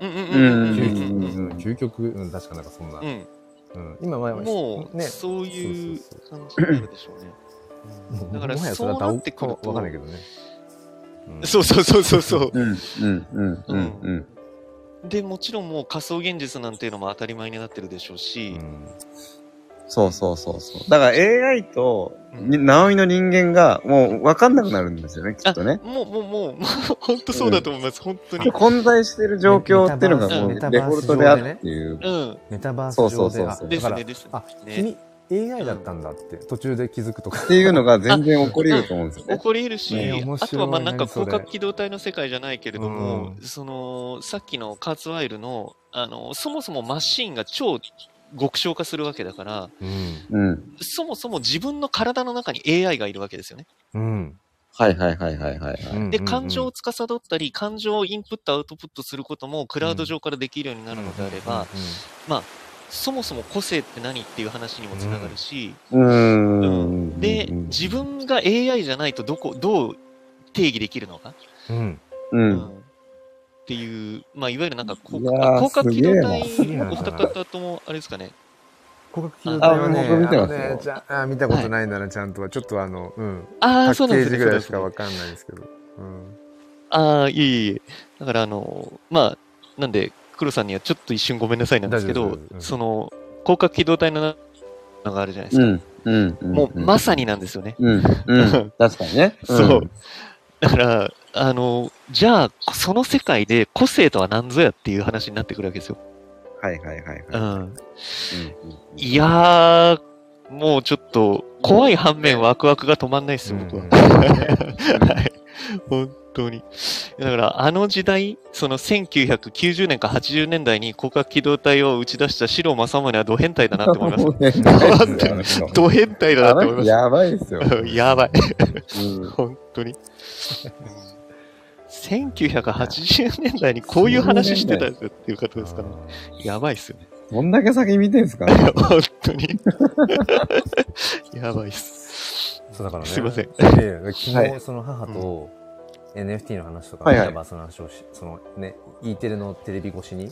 S2: うんうん
S4: うん
S1: 究
S2: う
S1: 極、
S2: んうん
S1: うん究極、うん、確かなんかそんな。
S2: う
S1: うんん、今は、
S2: うん。もう、
S1: ね、
S2: そういう
S1: そう
S2: 感じになるでしょうね。
S1: もう
S2: だから
S1: もはやそれは DAO かわかんないけどね。うん
S2: そうそうそうそうそう。
S4: うん、うん、うん、うん、うん。
S2: で、もちろんもう仮想現実なんていうのも当たり前になってるでしょう
S1: う
S2: し、
S1: ん
S4: そうそうそうそう。だから AI と、
S2: うん
S4: にナオミの人間が、もう分かんなくなるんですよね、きっとね。
S2: もう、もう、もう、もう、本当そうだと思います。本当に。
S4: 混在してる状況っていうのが、こう、
S1: メタ
S4: デフ
S1: バー
S4: ォル
S1: ス
S4: ト
S1: 上
S4: で
S1: で
S4: あ
S1: ね
S4: るっていう。
S2: うん。
S1: メタバース上で。
S4: そうそうそうそう
S1: あ
S2: で
S1: だ
S2: す
S1: か
S2: ね、
S1: ら、
S2: ですね。
S1: あ、君、AI だったんだって、途中で気づくとか。
S4: っていうのが全然起こり得ると思うんです よ
S2: 起
S4: ね。
S2: こり得るし、
S1: ね面白い
S2: あとはまあなんか
S1: 何それ
S2: 広角機動隊の世界じゃないけれども、
S1: う
S2: そのさっきのカーツワイルのあのそもそもマシンが超極小化するわけだから
S1: うん。
S4: うん。
S2: そもそも自分の体の中に AI がいるわけですよね。
S1: うん。
S4: はいはいはいはいはいはい。
S1: うん
S2: で、
S1: うん
S2: 感情を司ったり、感情をインプット、アウトプットすることもクラウド上からできるようになるのであれば、、そもそも個性って何っていう話にもつながるし、
S4: うーん。
S2: で、自分が AI じゃないとどこ、どう定義できるのか、
S1: うんうんうんうん
S4: う。
S2: うんんっていう、まあ、いわゆるなんかこ、
S6: いうやー
S2: あ広角機動隊
S1: すげえな
S2: お二方とも、あれですかね、
S1: 広角機動隊はね、
S4: あ僕見てますよ
S1: あのねちゃんあ見たことないんだな、ちゃんとは。ちょっとあの、うん。
S2: あ
S1: パ
S2: あ、そう
S1: ッ
S2: なん
S1: ケ
S2: で
S1: ー
S2: す
S1: ジぐ
S2: ねそう
S1: ら
S2: で
S1: いし
S2: す
S1: か
S2: ね。
S1: わかんないですけど。うん
S2: ああ、いえいえ。だから、あの、まあ、なんで、黒さんにはちょっと一瞬ごめんなさいなんですけ
S1: 大丈夫
S2: ど
S1: です、うん
S2: その、広角機動隊ののがあるじゃないで
S4: う
S2: すか。
S4: ん。うん。うん
S2: もう、まさになんですよね。
S4: うん。うん。 確かにね。
S2: そう。だから、あの、じゃあ、その世界で個性とは何ぞやっていう話になってくるわけですよ。
S4: うん。はいはいはいは
S2: う
S4: い。
S2: ん。
S4: うんうん
S2: いやー、もうちょっと、怖い反面ワクワクが止まんないです、僕は。はい。本当に。だから、あの時代、その1990年か80年代に広角機動隊を打ち出した四郎正宗はド変態だなって 思います。 ド変態だなって思いま
S6: やばいですよ。
S2: す。 やばい。
S4: うん
S2: 本当に。1980年代にこういう話してたんですよっていうことですから、ね、やばいっすよね。
S6: どんだけ先見てんすか
S2: 本当に。 やばいっす。
S1: そうだからね。
S2: すいません。
S1: いやいや昨
S6: は
S1: 日、その母と NFT の話とか、
S6: はい
S1: メ
S6: はい
S1: タバースの話をし、そのね、E テレのテレビ越しに、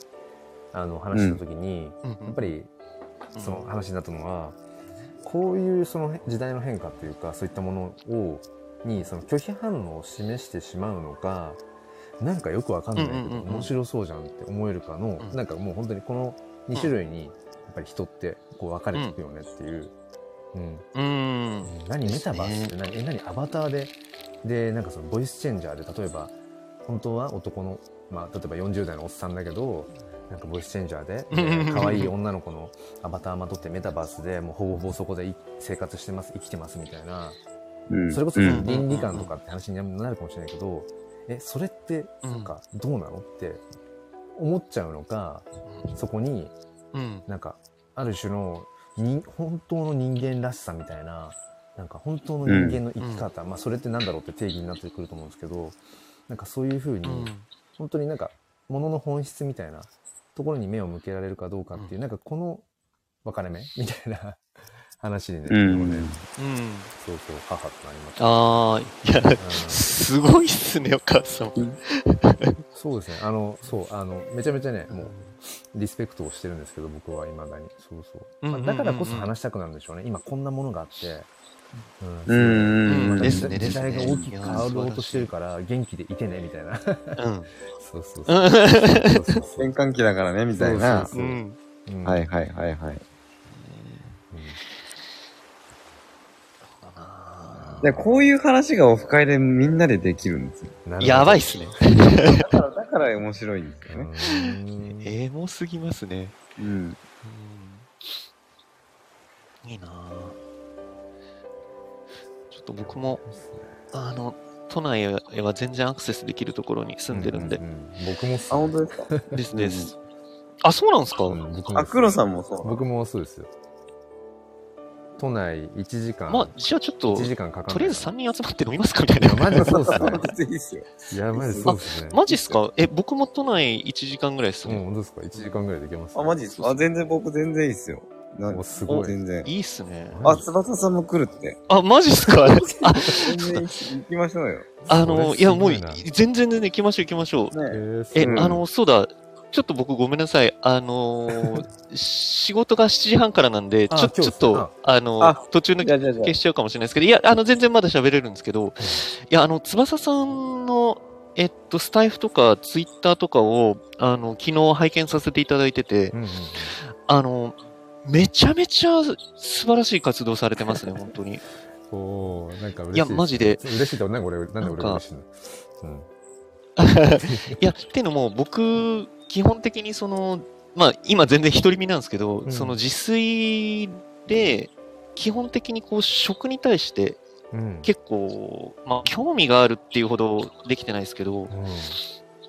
S1: あの、話したときに、
S2: や
S1: やっぱり、その話になったのは、こういうその時代の変化というか、そういったものを、に、その拒否反応を示してしまうのか、なんかよくわかんないけど、
S2: うんうんうんうん
S1: 面白そうじゃんって思えるかの、
S2: うん
S1: なんかもう本当にこの2種類に、やっぱり人ってこう分かれていくよねっていう。うん
S2: うん。
S1: 何メタバースって何,、え何アバターででなんかそのボイスチェンジャーで例えば本当は男の、まあ、例えば40代のおっさんだけどなんかボイスチェンジャーで
S2: うんうんうんう
S1: で
S2: ん
S1: 可愛い女の子のアバターまとってメタバースでもうほぼほぼそこでい生活してます生きてますみたいな
S4: うん。
S1: それこそ
S4: うん
S2: ん
S1: 倫理観とかって話になるかもしれないけどえそれって
S2: うん
S1: なんかどうなのって思っちゃうのかそこに
S2: うん。
S1: なんか、ある種のに、本当の人間らしさみたいな、なんか本当の人間の生き方、まあそれってなんだろうって定義になってくると思うんですけど、なんかそういうふうに、本当になんか、ものの本質みたいなところに目を向けられるかどうかっていう、なんかこの分かれ目みたいな 話にね、
S4: うん
S1: 昨日ね
S2: うん。
S1: そうそう、母となりました。
S2: ああ、いや、
S1: うん
S2: すごいっすね、お母さん。
S1: そうですね、あの、そう、あの、めちゃめちゃね、もう、リスペクトをしてるんですけど、僕はいまだに。そうそう。まあ
S2: うんうんうんう
S1: だ
S2: ん
S1: からこそ話したくなるんでしょうね。今こんなものがあって。う
S4: うん
S2: う
S4: うんうん
S2: ん。ですね、で
S1: 時
S2: す
S1: 代
S2: ね。
S1: が大きく変わろうとしてる
S2: か
S1: から、元気でいてね、みたいな。
S2: ら。
S1: そうそうそう。
S2: う
S1: そうそうそう
S4: 転 換期だからね、みたいな。
S1: そ
S2: ん。う。
S1: うんうん
S4: はいはいはいはい。で、こういう話がオフ会でみんなでできるんですよ。
S1: うん
S2: やばいっすね。
S4: だから、だから面白いんですよね。
S1: うん
S2: エモすぎますね。
S4: うん。
S2: うんいいなぁちょっと僕も、あの、都内へは全然アクセスできるところに住んでるんで
S1: う。ん僕もっすね
S4: あ、本当ですか
S2: です
S4: うん
S2: です。あ、そうなんですか
S1: うん僕もっ
S4: あ、
S1: す
S4: 黒さんもそう。
S1: 僕もそうですよ。都内1時間。
S2: まあ、じゃあちょっと
S1: 1、時間かかんない。
S2: とりあえず3
S1: い
S2: 人集まって飲みますかみたい
S1: や、
S2: な。
S1: マジそうっすね。
S4: 別にいいっすよ。
S1: いや、マジそうっすね。
S2: マジっすかえ、僕も都内1時間ぐらいです
S1: うん、
S2: ね。
S1: 本当ですか ?1 時間ぐらいでいけます、
S4: あ、マジっすかあ、全然僕全然いいっすよ。な
S1: おすごい
S4: 全然。
S2: いいっすね。
S4: あ、翼さんも来るって。
S2: あ、マジっす かあ、
S4: 全然行きましょうよ。
S2: あの、
S1: それ
S2: いや、もう
S1: すごいな、
S2: 全然全然行きましょう行きましょう。
S1: え
S4: ね
S1: ー、
S2: え、
S4: うん
S2: あの、そうだ、ちょっと僕ごめんなさい。あの ー仕事が7時半からなんで、ち
S1: あ
S2: ょ、
S1: 今日
S2: ちょっと、あの
S4: あ
S2: 途中の
S4: じゃあじゃあじゃあ
S2: 消しちゃうかもしれないですけど、いや、あの、全然まだ喋れるんですけど、いや、あの、翼さんの、えっと、スタイフとか、ツイッターとかを、あの、昨日拝見させていただいてて
S1: う、んうん
S2: あの、めちゃめちゃ素晴らしい活動されてますね、本当に。
S1: うん、おーなんか嬉しい。
S2: いやマジで
S1: 嬉しいってなんで俺、なんで俺嬉しいのうん。
S2: いや、っていうのも、僕、基本的にその、まあ、今全然独り身なんですけど、
S1: うん
S2: その自炊で、基本的にこう、食に対して、
S1: うん。
S2: 結構、まあ、興味があるっていうほどできてないですけど、
S1: うん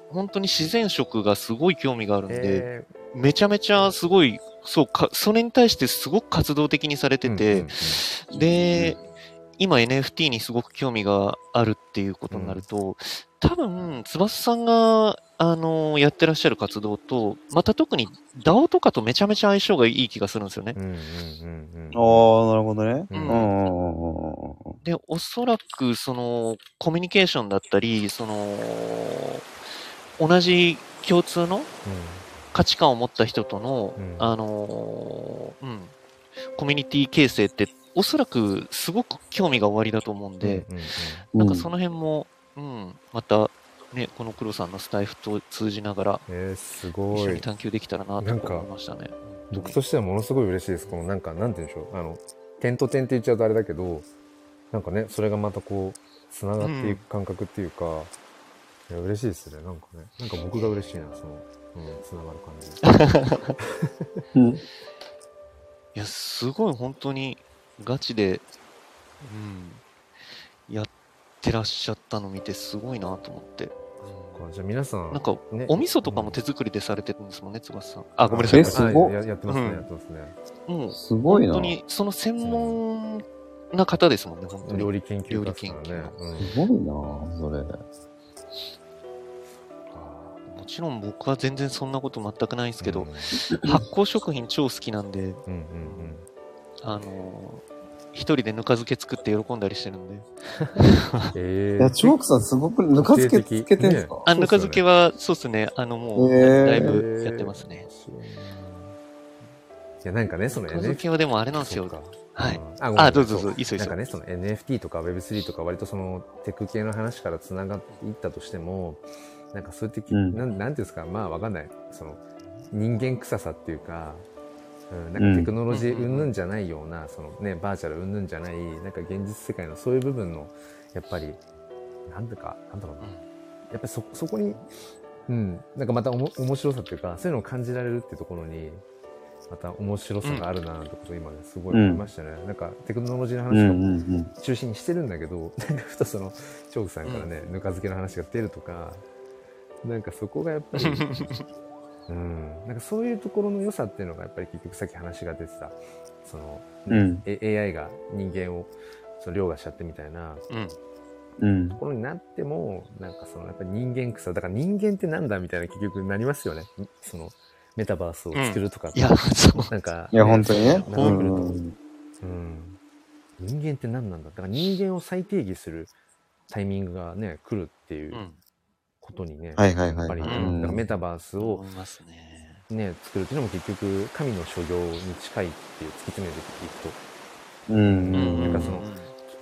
S2: 本当に自然食がすごい興味があるんで、
S1: え
S2: めちゃめちゃすごい、そうか、それに対してすごく活動的にされてて、
S1: うんうんうん
S2: で、今 NFT にすごく興味があるっていうことになると、多分、翼さんが、あのやってらっしゃる活動と、また特に DAO とかとめちゃめちゃ相性がいい気がするんですよね。
S1: うんうんうん
S4: ああ、なるほどね。
S1: う
S4: うんん。
S1: う
S4: うんんうんうん
S2: で、おそらく、その、コミュニケーションだったり、その、同じ共通の価値観を持った人との、
S1: うん
S2: あのーうん、コミュニティ形成って、おそらくすごく興味がおありだと思うんで、
S1: うんうん
S2: なんかその辺も、うん、また、ね、この黒さんのスタイフと通じながら、
S1: えー、す
S2: 一
S1: ご
S2: 緒
S1: い
S2: に探求できたらなと
S1: なんか
S2: 思いましたね。
S1: 僕としてはものすごい嬉しいです。このなんか、なんて言うんでしょう。あの、点と点って言っちゃうとあれだけど、なんかね、それがまたこう、繋がっていく感覚っていうか、いや、嬉しいですね。なんかね。なんか僕が嬉しいな、その、うん、繋がる感じ。
S2: いや、すごい本当にガチで、うん、やってらっしゃったの見てすごいなと思って。
S1: こうじゃあ皆さん、
S2: なんか、
S1: ね
S2: お味噌とかも手作りでされてるんですもんね、翼さん。あ、
S1: あ
S2: ごめんなさい。
S6: えすごっ
S1: はいややってますね、
S2: うん
S1: やってますね。
S2: もう、
S6: すごい
S2: 本
S6: な
S2: 当。に、その専門な方ですもんね、本当に。
S1: 料理研究家
S2: 料理
S1: です
S2: 研
S1: から
S2: 究
S1: ね。うん
S6: すごいな、それ。
S2: もちろん僕は全然そんなこと全くないんですけど、
S1: うん
S2: 発酵食品超好きなんで、
S1: うんうん
S2: あのー一人でぬか漬け作って喜んだりしてるんで。
S1: うん。え
S6: いや、チョークさんすごくぬか漬けつけてんすか、
S2: あ、ぬか漬け
S1: は
S2: は、そうですね、あの、もう、
S6: へー
S2: だいぶやってますね。
S1: いや、なんかね、その
S2: ぬか漬
S1: NFT
S2: けはでもあれなんですよ。
S1: そうか
S2: はい。
S1: うんあごめん
S2: あ、どうぞどうぞ、いいです
S1: なん
S2: よ。
S1: かね、その NFT とか Web3 とか割とそのテク系の話からつながっていったとしても、なんかそういう時、
S4: うん
S1: なんなんていうんですか、まあわかんない。その人間臭さっていうか、うん、なんかテクノロジー
S2: うん
S1: 云々じゃないような、そのね、バーチャル云々じゃない、なんか現実世界のそういう部分の、やっぱり、なんだか、なんだろうな。
S2: うん
S1: やっぱりそ、そこに、うん、なんかまたおも面白さっていうか、そういうのを感じられるってところに、また面白さがあるなってことを今ねすごい思いましたね。なんかテクノロジーの
S4: うんう
S1: 話が
S4: ん
S1: 中心にしてるんだけど、なんかふとその、チョークさんからね、ぬか漬けの話が出るとか、なんかそこがやっぱり、うん、なんかそういうところの良さっていうのがやっぱり結局さっき話が出てた、その、
S4: うん
S1: え AI が人間を、その凌駕しちゃってみたいな
S2: うん。
S4: うん
S1: ところになっても、なんかそのやっぱり人間臭さ、だから人間ってなんだみたいな結局なりますよね。その、メタバースを作るとか、
S2: いや、そう。。
S1: なんか、
S4: いや、本当にね。
S1: なってくると
S4: うん
S1: うん、人間って何なんだだから人間を再定義するタイミングがね来るっていううんことにね、
S4: はいはいはい
S1: やっぱり、
S2: うん
S1: だからメタバースを
S2: 思いますね。
S1: ね作るっていうのも結局神の所業に近いっていう突き詰めていくと
S4: うん
S2: う。
S4: うんん。
S1: な
S2: うんん
S1: かその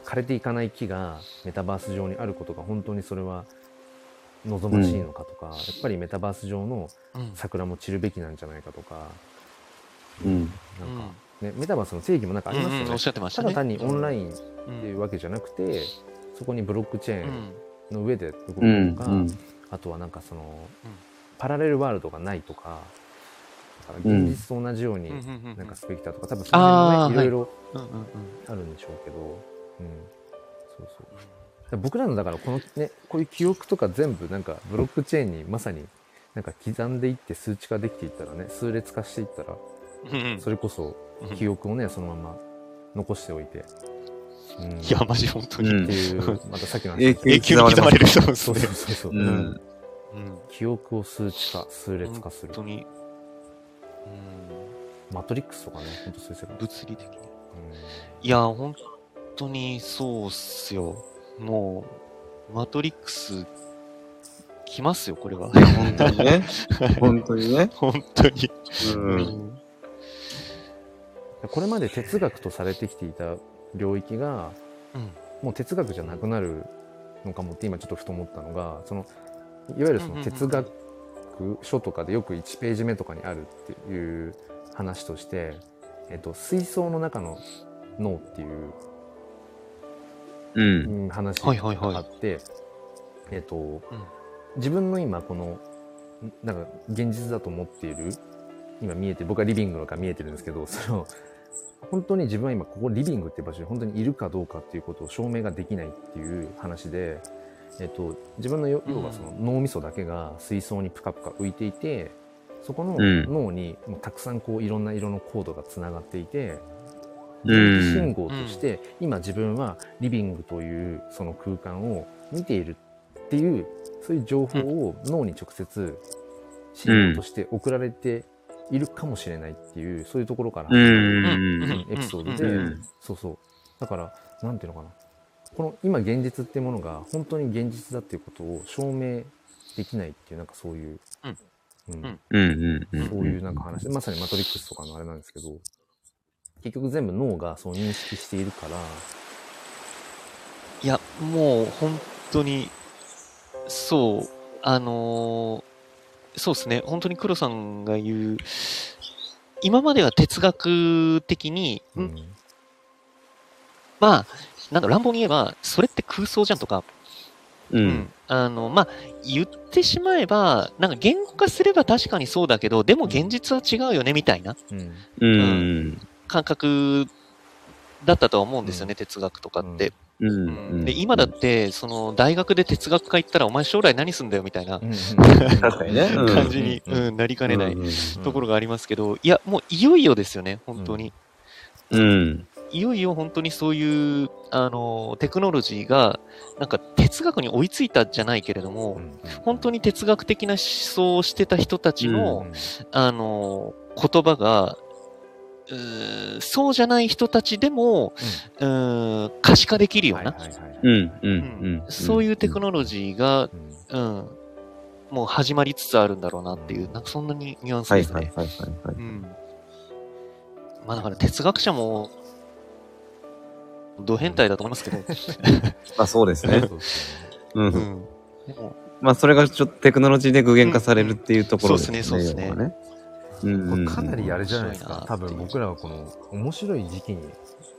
S1: 枯れていかない木がメタバース上にあることが本当にそれは望ましいのかとか、やっぱりメタバース上の
S2: うん。
S1: 桜も散るべきなんじゃないかとか、
S4: うん。
S1: なんか、ね、メタバースの定義もなんかありますよね、
S2: うんうんおっしゃってました
S1: た
S2: ね。
S1: だ単にオンラインっ
S2: う
S1: てい
S2: ん。
S1: うわけじゃなくて、そこにブロックチェ
S2: う
S1: ーン
S2: ん。
S1: の上で動くとか、
S4: うん。うん
S1: あとはなんかその、
S2: うん
S1: パラレルワールドがないとかだから現実と同じように、
S2: うんうんうん
S1: なんかスペクターとか多分その辺もね
S2: あー
S1: いろいろ
S2: うんうんうん
S1: あるんでしょうけど、うん、そうそうだから僕らのだからこのねこういう記憶とか全部なんかブロックチェーンにまさになんか刻んでいって数値化できていったらね数列化していったら
S2: うんうん
S1: それこそ
S2: うん
S1: 記憶をねそのまま残しておいて、うん、
S2: いや、マジ本当
S4: う
S2: に。
S4: ん
S1: っていうまたさっきの話
S4: 永
S2: 永久に刻まれる人もそ
S1: そうう
S2: で
S1: そう
S2: す。
S1: そうそう、
S4: うん
S2: うん。
S1: 記憶を数値化数列化す
S2: 本
S1: る
S2: 当に、
S1: マトリックスとかね、本当そういう世界
S2: うん、。物理的に。いや、本当にそうっすよ。もう、マトリックス、来ますよ、これは。
S4: 本当にね。本当にね。
S2: 本当に。
S4: うん。
S1: うんこれまで哲学とされてきていた領域が、
S2: うん
S1: もう哲学じゃなくなるのかもって今ちょっとふと思ったのが、そのいわゆるそ
S2: うんう
S1: の
S2: んうんうん
S1: 哲学書とかでよく1ページ目とかにあるっていう話として、えっと、水槽の中の脳っていう
S4: うん。
S1: うん話
S2: はいはいはい
S1: があって、えっと、
S2: ん
S1: 自分の今このんなんか現実だと思っている今見えて僕はリビングのか見えてるんですけどその本当に自分は今ここリビングって場所に本当にいるかどうかっていうことを証明ができないっていう話で、えっと、自分のよ要はその脳みそだけが水槽にプカプカ浮いていてそこの
S4: うん
S1: 脳にもうたくさんこういろんな色のコードがつながっていて
S4: うん
S1: 電気信号として、今自分はリビングというその空間を見ているっていうそういう情報を脳に直接信号として送られているかもしれないっていう、そういうところから
S4: う
S1: 始まる
S4: ん。
S2: うん
S1: エピソード
S2: う
S1: で、
S2: んうん
S4: うん
S1: そうそうだからなんていうのかなこの今現実っていうものが本当に現実だっていうことを証明できないっていうなんかそういう、
S2: う
S1: うん
S2: んうん
S4: うん。うん。
S1: そういうなんか話、まさにマトリックスとかのあれなんですけど、結局全部脳がそう認識しているから、
S2: いや、もう本当に、そう、あのーそうですね、本当に黒さんが言う、今までは哲学的に、んまあ、なんだ、乱暴に言えば、それって空想じゃんとか、
S4: う。
S2: うんんあの、まあ、言ってしまえば、なんか言語化すれば確かにそうだけど、でも現実は違うよね、みたいな
S1: うん、
S4: うん。
S2: 感覚だったとは思うんですよね、哲学とかって。
S4: うん。
S2: で、今だって、その、大学で哲学科行ったら、お前将来何すんだよ、みたいな
S1: うん、
S4: 確かにね。うん
S2: 感じに、
S1: うん
S2: うん、なりかねない
S4: うん
S2: ところがありますけど、いや、もういよいよですよね、本当に。
S4: うん。
S2: いよいよ本当にそういう、あの、テクノロジーが、なんか哲学に追いついたじゃないけれども、本当に哲学的な思想をしてた人たちの、あの、言葉が、うーそうじゃない人たちでも、うーん、可視化できるような、
S4: うん。う
S2: うん
S4: ん。
S2: そういうテクノロジーが、
S1: うん
S2: うん、もう始まりつつあるんだろうなっていう、なんかそんなにニュアンス
S4: は
S2: で
S4: い
S2: すね。
S4: はいはいはい。はい
S2: うん。まあだから哲学者も、ド変態だと思いますけど、
S4: まあそうです
S1: そう
S4: ね
S1: そ。うそう
S2: う
S4: う。
S2: んん。でも、
S4: まあそれがちょっとテクノロジーで具現化されるっていうところ
S2: そうっすね
S4: 要はうんうんうん。
S1: かなりあれじゃないです
S2: 面
S1: か、
S2: 白
S1: 多
S2: いなっていう
S1: 分僕らはこの面白い時期に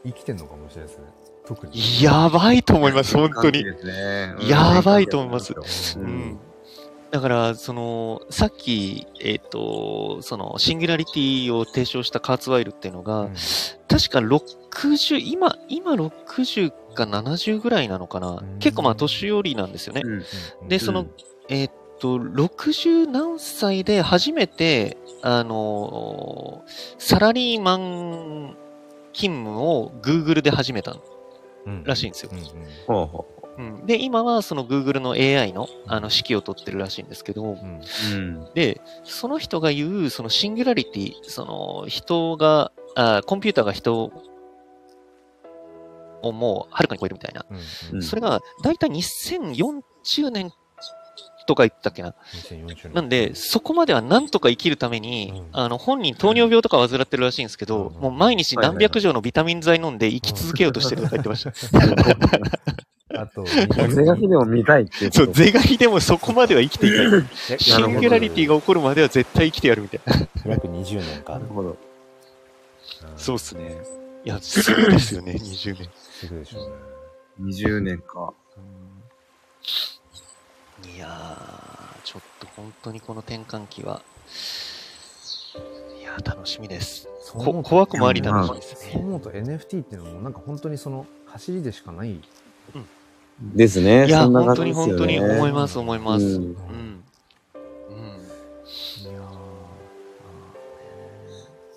S1: 生きてるのかもしれないですね、特に。
S2: やばいと思います、本当に。
S4: に
S2: やばいと思います。
S4: う
S2: うんん。だから、その、さっき、えっ、と、その、シンギュラリティを提唱したカーツワイルっていうのが、
S1: うん
S2: 確か60、今、今60か70ぐらいなのかな。
S1: ん
S2: 結構まあ年寄りなんですよね。
S4: うん
S2: で、その、
S4: うん
S2: えーっと、60何歳で初めて、あのーサラリーマン勤務を Google で始めたのらしいんですよ。
S4: ほうほ
S2: うんで、今はその Google の AI のあの指揮を取ってるらしいんですけど、
S4: う。うん。
S2: で、その人が言う、そのシンギュラリティ、その人が、あコンピューターが人をもうはるかに超えるみたいな。
S4: うん
S2: それが、だいたい2040年とか言ってたっけな。なんで、そこまではなんとか生きるために、
S1: うん
S2: あの、本人糖尿病とか患ってるらしいんですけど、
S1: うん
S2: もう毎日何百錠のビタミン剤飲んで生き続けようとしてるとか言ってました。
S1: あと、
S4: 手書きでも見たいっていうこ
S2: そ
S4: と。
S2: う、是が非でもそこまでは生きていない。 シ
S4: なるほど
S2: ンギュラリティが起こるまでは絶対生きてやるみたいな。
S1: 約20年か
S4: なる。ほど。
S2: そうっすね。いや、すぐですよね、20年。
S1: すぐでしょうね。
S4: 20年か。
S2: いやー、ちょっと本当にこの転換期は、いやー、楽しみです。
S1: そう思
S2: こ
S1: うと
S2: 怖くもあり楽しみです
S1: そう
S2: ね。
S1: 思うと NFT っていうのもなんか本当にその走りでしかない。
S4: ですね。
S2: いや
S4: そ
S2: ー、
S4: んな
S2: 本
S4: 感
S2: 当
S4: じ
S2: に
S4: ですよね
S2: 本当に思います、思います。
S4: うん
S2: うん。うん。いやー、で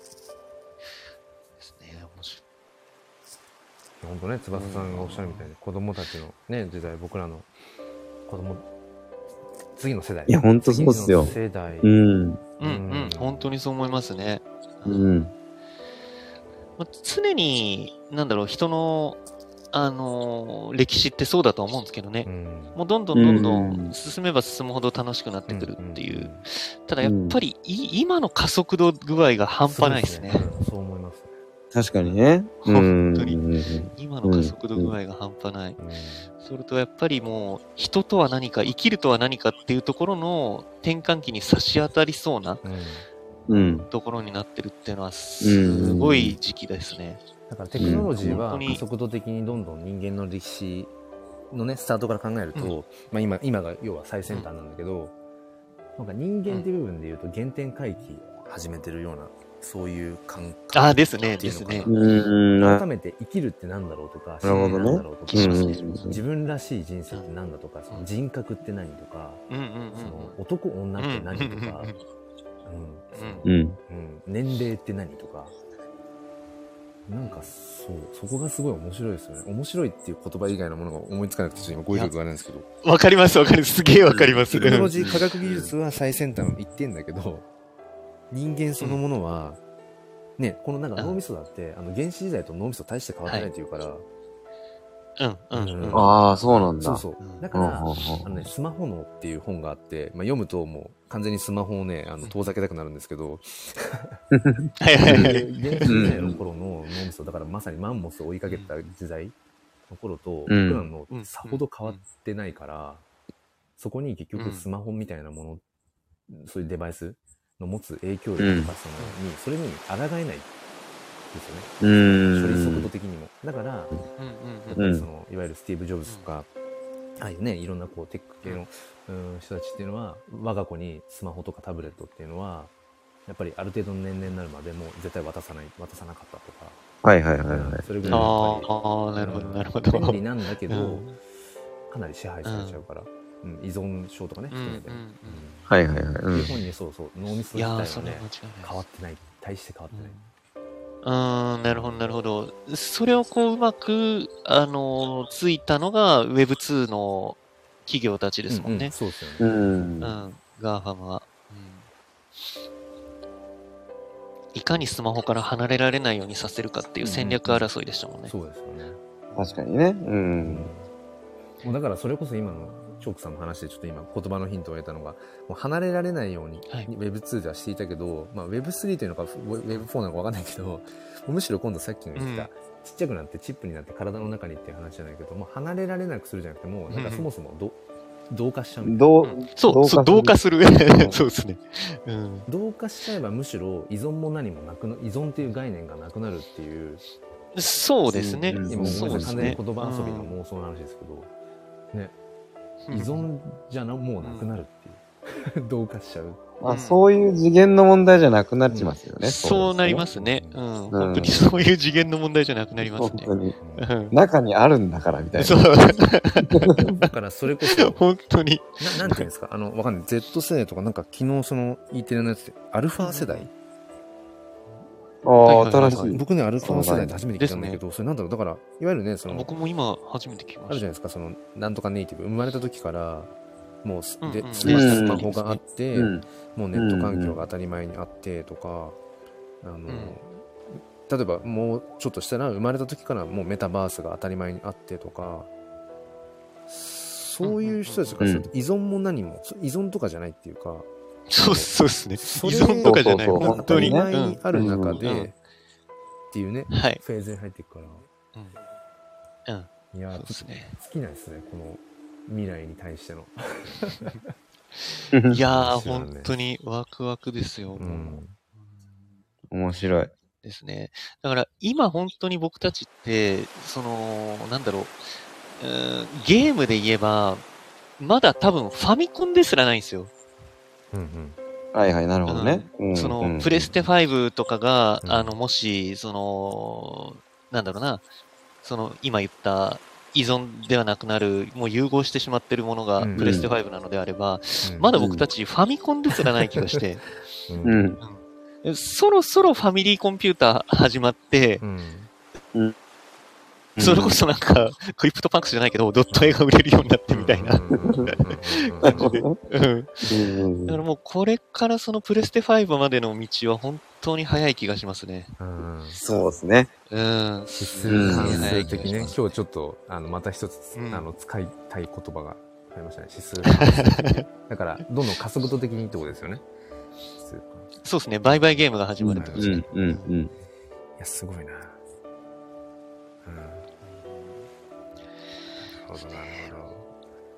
S2: すね、面白い。
S1: 本当ね、翼さんがおっしゃるみたいに子供たちのね、時代、僕らの子供、次の世代。
S4: いや、本当そうっすよ
S1: 次。の世代。
S4: うん。
S2: うん
S1: うん
S2: うん、本当にそう思いますね。
S4: うん。
S2: まあ常に、なんだろう、人の、あのー歴史ってそうだとは思うんですけどね。
S1: うん
S2: もうどんどんどんど
S4: うん
S2: ん進めば進むほど楽しくなってくるっていう。
S1: ん
S2: ただやっぱりい、今の加速度具合が半端ないですね。
S1: そううんそう思います。
S4: 確かにね。
S2: 本当に
S4: うん
S2: 今の加速度具合が半端ない。それとやっぱりもう人とは何か生きるとは何かっていうところの転換期に差し当たりそうな
S1: うんうん
S4: うん。
S2: ところになってるっていうのはすごい時期ですね。
S1: だからテクノロジー
S2: う
S1: は
S2: ん本当に
S1: 加速度的にどんどん人間の歴史のねスタートから考えると、
S2: うん
S1: まあ、今今が要は最先端なんだけど、なんか人間っていう部分でいうと原点回帰始めてるようなそういう感覚
S2: ああ、ですね、
S1: ってい
S2: で
S1: うの
S2: す
S1: かな
S2: ね。
S4: うん。
S1: 改めて生きるってなんだろうとか
S4: なるほどね
S1: なんだろうとか、
S2: 気しますね
S4: う
S1: 自分らしい人生ってなんだとか、その人格って何とか、
S2: うんうん
S1: その男女
S2: うんう
S1: っ
S2: ん。
S1: て何と
S2: うんうん
S1: か、うん
S2: うん
S4: ん。
S1: うん、年齢って何とか、なんかそう、そこがすごい面白いですよね。面白いっていう言葉以外のものが思いつかなくて、ちょっと今語彙力がないんですけど。
S2: わかります、わかります。すげえわかります。
S1: テクノロジー、科学技術は最先端行ってんだけど、人間そのものは、ね、このなんか脳みそだって、あの原始時代と脳みそ大して変わってないっていうから、
S2: うん、うん、うん。
S4: ああ、そうなんだ。
S1: そうそう
S2: うん。
S1: だ
S4: う
S1: か
S4: んう
S1: ら、
S4: ん
S1: あのね、スマホ脳っていう本があって、まあ、読むともう完全にスマホをね、あの遠ざけたくなるんですけど、
S2: は い は
S1: 原
S2: い
S1: 始
S2: はい。
S1: 時代の頃の脳みそ、だからまさにマンモスを追いかけた時代の頃と、僕らの脳ってさほど変わってないから、そこに結局スマホみたいなもの、そういうデバイスの持つ影響力とか、そのに、それに抗えないですよね。
S4: うん。うん
S1: 処理速度的にも。だから、
S2: うん
S1: そ
S4: うん
S1: のいわゆるスティーブ・ジョブズとか、ああいうねいろんなこうテック系の、うん人たちっていうのは我が子にスマホとかタブレットっていうのはやっぱりある程度の年齢になるまでもう絶対渡さない渡さなかったとか、
S4: はいはいはいはい。
S1: それぐ
S2: うん
S1: らいや
S2: あ
S1: っぱり
S2: ーあー、なるほど、
S1: うん
S2: なるほど。
S1: 便利なんだけど、
S2: うん
S1: かなり支配されちゃうから、うん依存症とかね
S2: うんうん
S1: 含めて、
S2: うん
S4: はいはいはい。う
S1: うん
S4: ん
S1: 日。本にそうそう脳みそ
S2: い
S1: 自
S2: や
S1: 体
S2: ー、そ
S1: は
S2: れは
S1: ね
S2: 間違い
S1: 変
S2: ない
S1: わっ。てない大して変わってない、
S2: うん、うーんなるほど、なるほど。それをこう、うまく、あのー、ついたのが Web2 の企業たちですもん
S1: う
S2: ね
S1: う。そうですよね、
S4: うん
S2: う。ん、ガーファムは。うんいかにスマホから離れられないようにさせるかっていう戦略争いでしたもんね。
S1: そうですよね
S4: 確かにね。うん。
S1: もうだからそれこそ今のチョークさんの話でちょっと今言葉のヒントを得たのがもう離れられないように、
S2: はい
S1: Web2 ではしていたけど、まあ、Web3 というのか Web4 なのか分かんないけどもうむしろ今度さっきの言った、
S2: うん
S1: ちっちゃくなってチップになって体の中にっていう話じゃないけどもう離れられなくするじゃなくてもうなんかそもそもど、同化しちゃうみたいな
S4: ど
S2: う
S4: うん
S2: そう、そう、同
S4: 同
S2: 化
S4: 化
S2: する。 そうですね。うん。
S1: 同化しちゃえばむしろ依存も何もなくな依存っていう概念がなくなるっていう
S2: そうですね。
S4: うん
S1: 今
S2: そ
S1: 思い
S2: うで
S1: 出
S2: す
S1: 完全
S2: ね
S1: に。言葉遊びの妄想の話ですけど、
S2: うん
S1: 依存じゃなもうなくなるっていう、 同化しちゃう
S4: あ、そういう次元の問題じゃなくなっちますよね。
S2: そうなりますすね。うん。
S4: ん
S2: 本当にそういう次元の問題じゃなくなり
S4: ね。
S2: ます
S4: 本
S2: ね。
S4: 当に。
S2: うん
S4: 中にあるんだからみたい
S2: そ
S4: な。
S2: う。
S1: だからそれこそ
S2: 本当に。
S1: ななんていうんですかあ の、わかんない。Z 世代とか、なんか昨日その E テレのやつで、アルファ世代、
S4: ああ、
S2: はいはい
S4: 新
S2: はい
S4: しい。
S1: 僕ね、アルファ世代って初めて聞いたんだけど、それなんだろう、だから、いわゆるね、その、
S2: 僕も今初めて聞き
S1: あ
S2: ま
S1: るじゃな
S2: した。
S1: いですか、その、なんとかネイティブ、生まれた時から、もうす、
S2: うん
S1: で
S2: うん
S1: スマ
S4: うん
S1: スマホがあって、
S4: うん。
S1: もうネット環境が当たり前にあってとか、あの、例えばもうちょっとしたら生まれた時からもうメタバースが当たり前にあってとかそういう人たちからすると依存も何も、依存とかじゃないっていうか
S2: そうそうですね。依
S1: それ
S2: 存とかじゃない。
S4: そうそうそう
S2: 本当に。
S1: 当た
S4: ね
S1: り前にある中で、
S2: うんうん
S1: っていうね
S2: うんはい。
S1: フェーズに入っていくから、
S2: うん
S1: いや
S2: そう
S1: ー
S2: で
S1: ち
S2: す
S1: ょっ
S2: ね。
S1: と尽きないですねこの未来に対しての、
S2: いやー、
S1: 面白いね
S2: 本当にワクワクですよ。もう
S4: 面白い。
S2: ですね。だから今本当に僕たちって、その、なんだろう、うーんゲームで言えば、まだ多分ファミコンですらないんですよ。
S1: うんうん
S4: はいはい、なるほどね。うん
S2: そ
S4: うん
S2: の、プレステ5とかが、
S1: うん
S2: あの、もし、その、なんだろうな、その、今言った、依存ではなくなる、もう融合してしまってるものが
S1: うん
S2: プレステ5なのであれば、
S1: うん
S2: まだ僕たちファミコンですらない気がして、
S1: うん
S4: う
S1: うん
S4: ん。
S2: そろそろファミリーコンピューター始まって、そ れこそなんか、クリプトパンクスじゃないけど、ドット絵が売れるようになってみたいな。
S1: うんうんうんうん
S4: なるほどね。
S2: うん。
S4: うん
S2: だからもうこれからそのプレステ5までの道は本当に早い気がしますね。
S1: うんうん
S4: そうですね。
S2: うん。
S1: 指数関数的ね、
S2: うん
S1: 今日ちょっとあのまた一つ、
S2: うん
S1: あの使いたい言葉がありましたね指数関数的にだからどんどん加速度的にってことですよね指数関数い
S2: そうですね。売買ゲームが始まるってこ
S4: う
S2: とです
S4: ん
S2: ね。
S4: うんうん。
S1: やすごいな、うん、なるほどなるほど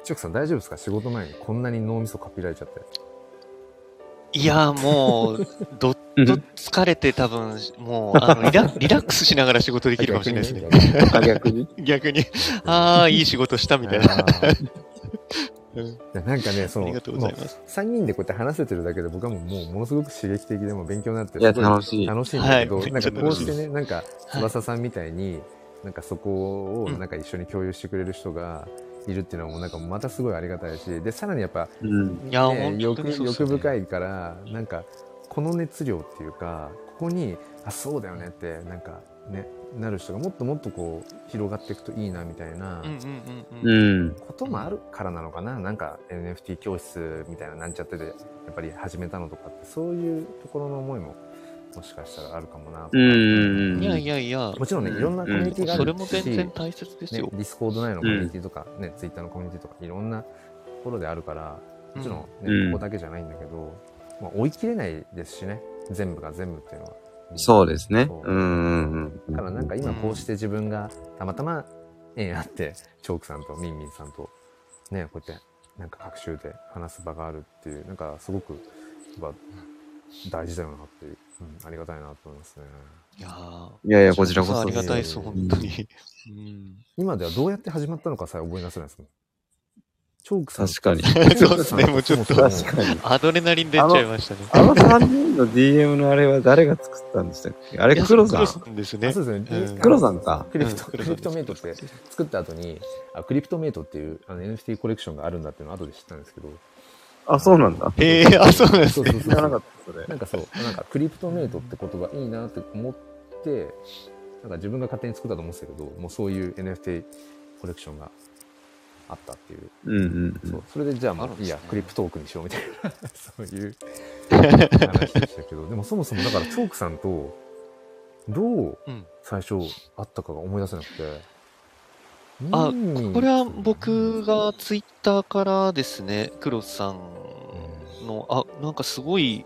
S1: チョクさん大丈夫ですか仕事前にこんなに脳みそかっぴられちゃって
S2: いやーもう、どっと疲れて 多分、もう、あのリラ、リラックスしながら仕事できるかもしれないですね。
S4: あ逆に。
S2: 逆に、ああ、いい仕事したみたいな。
S1: あー
S2: うん
S1: いやなんかねそ
S2: あ
S1: の
S2: りがとうござい
S1: も
S2: ます。
S1: う3人でこうやって話せてるだけで僕はもうもうものすごく刺激的でもう勉強になって
S4: いや、
S1: すごい
S4: 楽しい。
S1: 楽しいんだけど、
S2: はい
S1: なんかこうしてね、なんか
S2: はい
S1: 翼さんみたいに、なんかそこを
S2: うん
S1: なんか一緒に共有してくれる人がいるっていうのもなんかまたすごいありがたいし、で、さらにやっぱ、
S4: うん。
S2: いや
S1: ね
S2: 本当
S1: 欲
S2: にそうっす
S1: 欲
S2: ね
S1: 深いから、なんかこの熱量っていうか、ここに、あ、そうだよねって、なんかね、なる人がもっともっとこう広がっていくといいなみたいな
S2: うんうんうんうん。
S4: うん。
S1: こともあるからなのかな、なんか NFT 教室みたいななんちゃってでやっぱり始めたのとかってそういうところの思いももしかしたらあるかもなとか、
S4: うん
S2: いやいやいや、
S1: もちろんね
S4: うん
S1: いろんなコミュニティがあ
S2: それ
S1: る
S2: も
S1: し、
S2: 全然大切です
S1: ね
S2: よ。、
S1: ディスコード内のコミュニティとか、ね、ツイッターのコミュニティとかいろんなところであるからもちろん、ね
S4: うん
S1: ここだけじゃないんだけど、まあ、追い切れないですしね全部が全部っていうのは。
S4: そうですね。
S1: そう
S4: うんうんうん。
S1: だからなんか今こうして自分がたまたま縁あってチョークさんとミンミンさんとねこうやってなんか各週で話す場があるっていうなんかすごくやっぱ大事だよなっていう、うん、ありがたいなと思いますね
S2: いやー
S4: いやいや、こちらこそ
S2: あり
S4: で
S2: が
S4: す。
S2: たいです、本当に。うん
S1: 今ではどうやって始まったのかさえ覚えなせないですもんチョークさん
S4: 確かに。
S2: そうですね、もうちょっと。
S1: 確かに
S2: アドレナリン出ちゃいましたね。
S4: あの3人の DM のあれは誰が作ったんでしたっけあれ、黒さん。
S2: んですね。
S1: そうですね、
S2: うん
S4: 黒さんか。
S1: クリプト、
S2: うん
S1: クリプトメイトって作った後にあクリプトメイトっていうあの NFT コレクションがあるんだっていうのを後で知ったんですけど
S4: あ、そうなんだ。
S2: へえ、あ、そうなんです
S1: そう
S2: ね。
S1: そう
S4: 知
S1: そう
S4: らなかった、それ。
S1: なんかそう、なんかクリプトメイトって言葉いいなって思って、なんか自分が勝手に作ったと思ってたけど、もうそういう NFT コレクションがあったっていう。
S4: うんうんうん。
S1: そうそれでじゃあも
S2: あるん
S1: う
S2: で
S1: いい
S2: すね
S1: や、クリプトークにしようみたい な、そういう話でしたけど、でもそもそもだからチョークさんと、どう
S2: うん
S1: 最初会ったかが思い出せなくて。
S2: あ
S1: ミンミン
S2: これは僕がツイッターからですね、黒さんの、あ、なんかすごい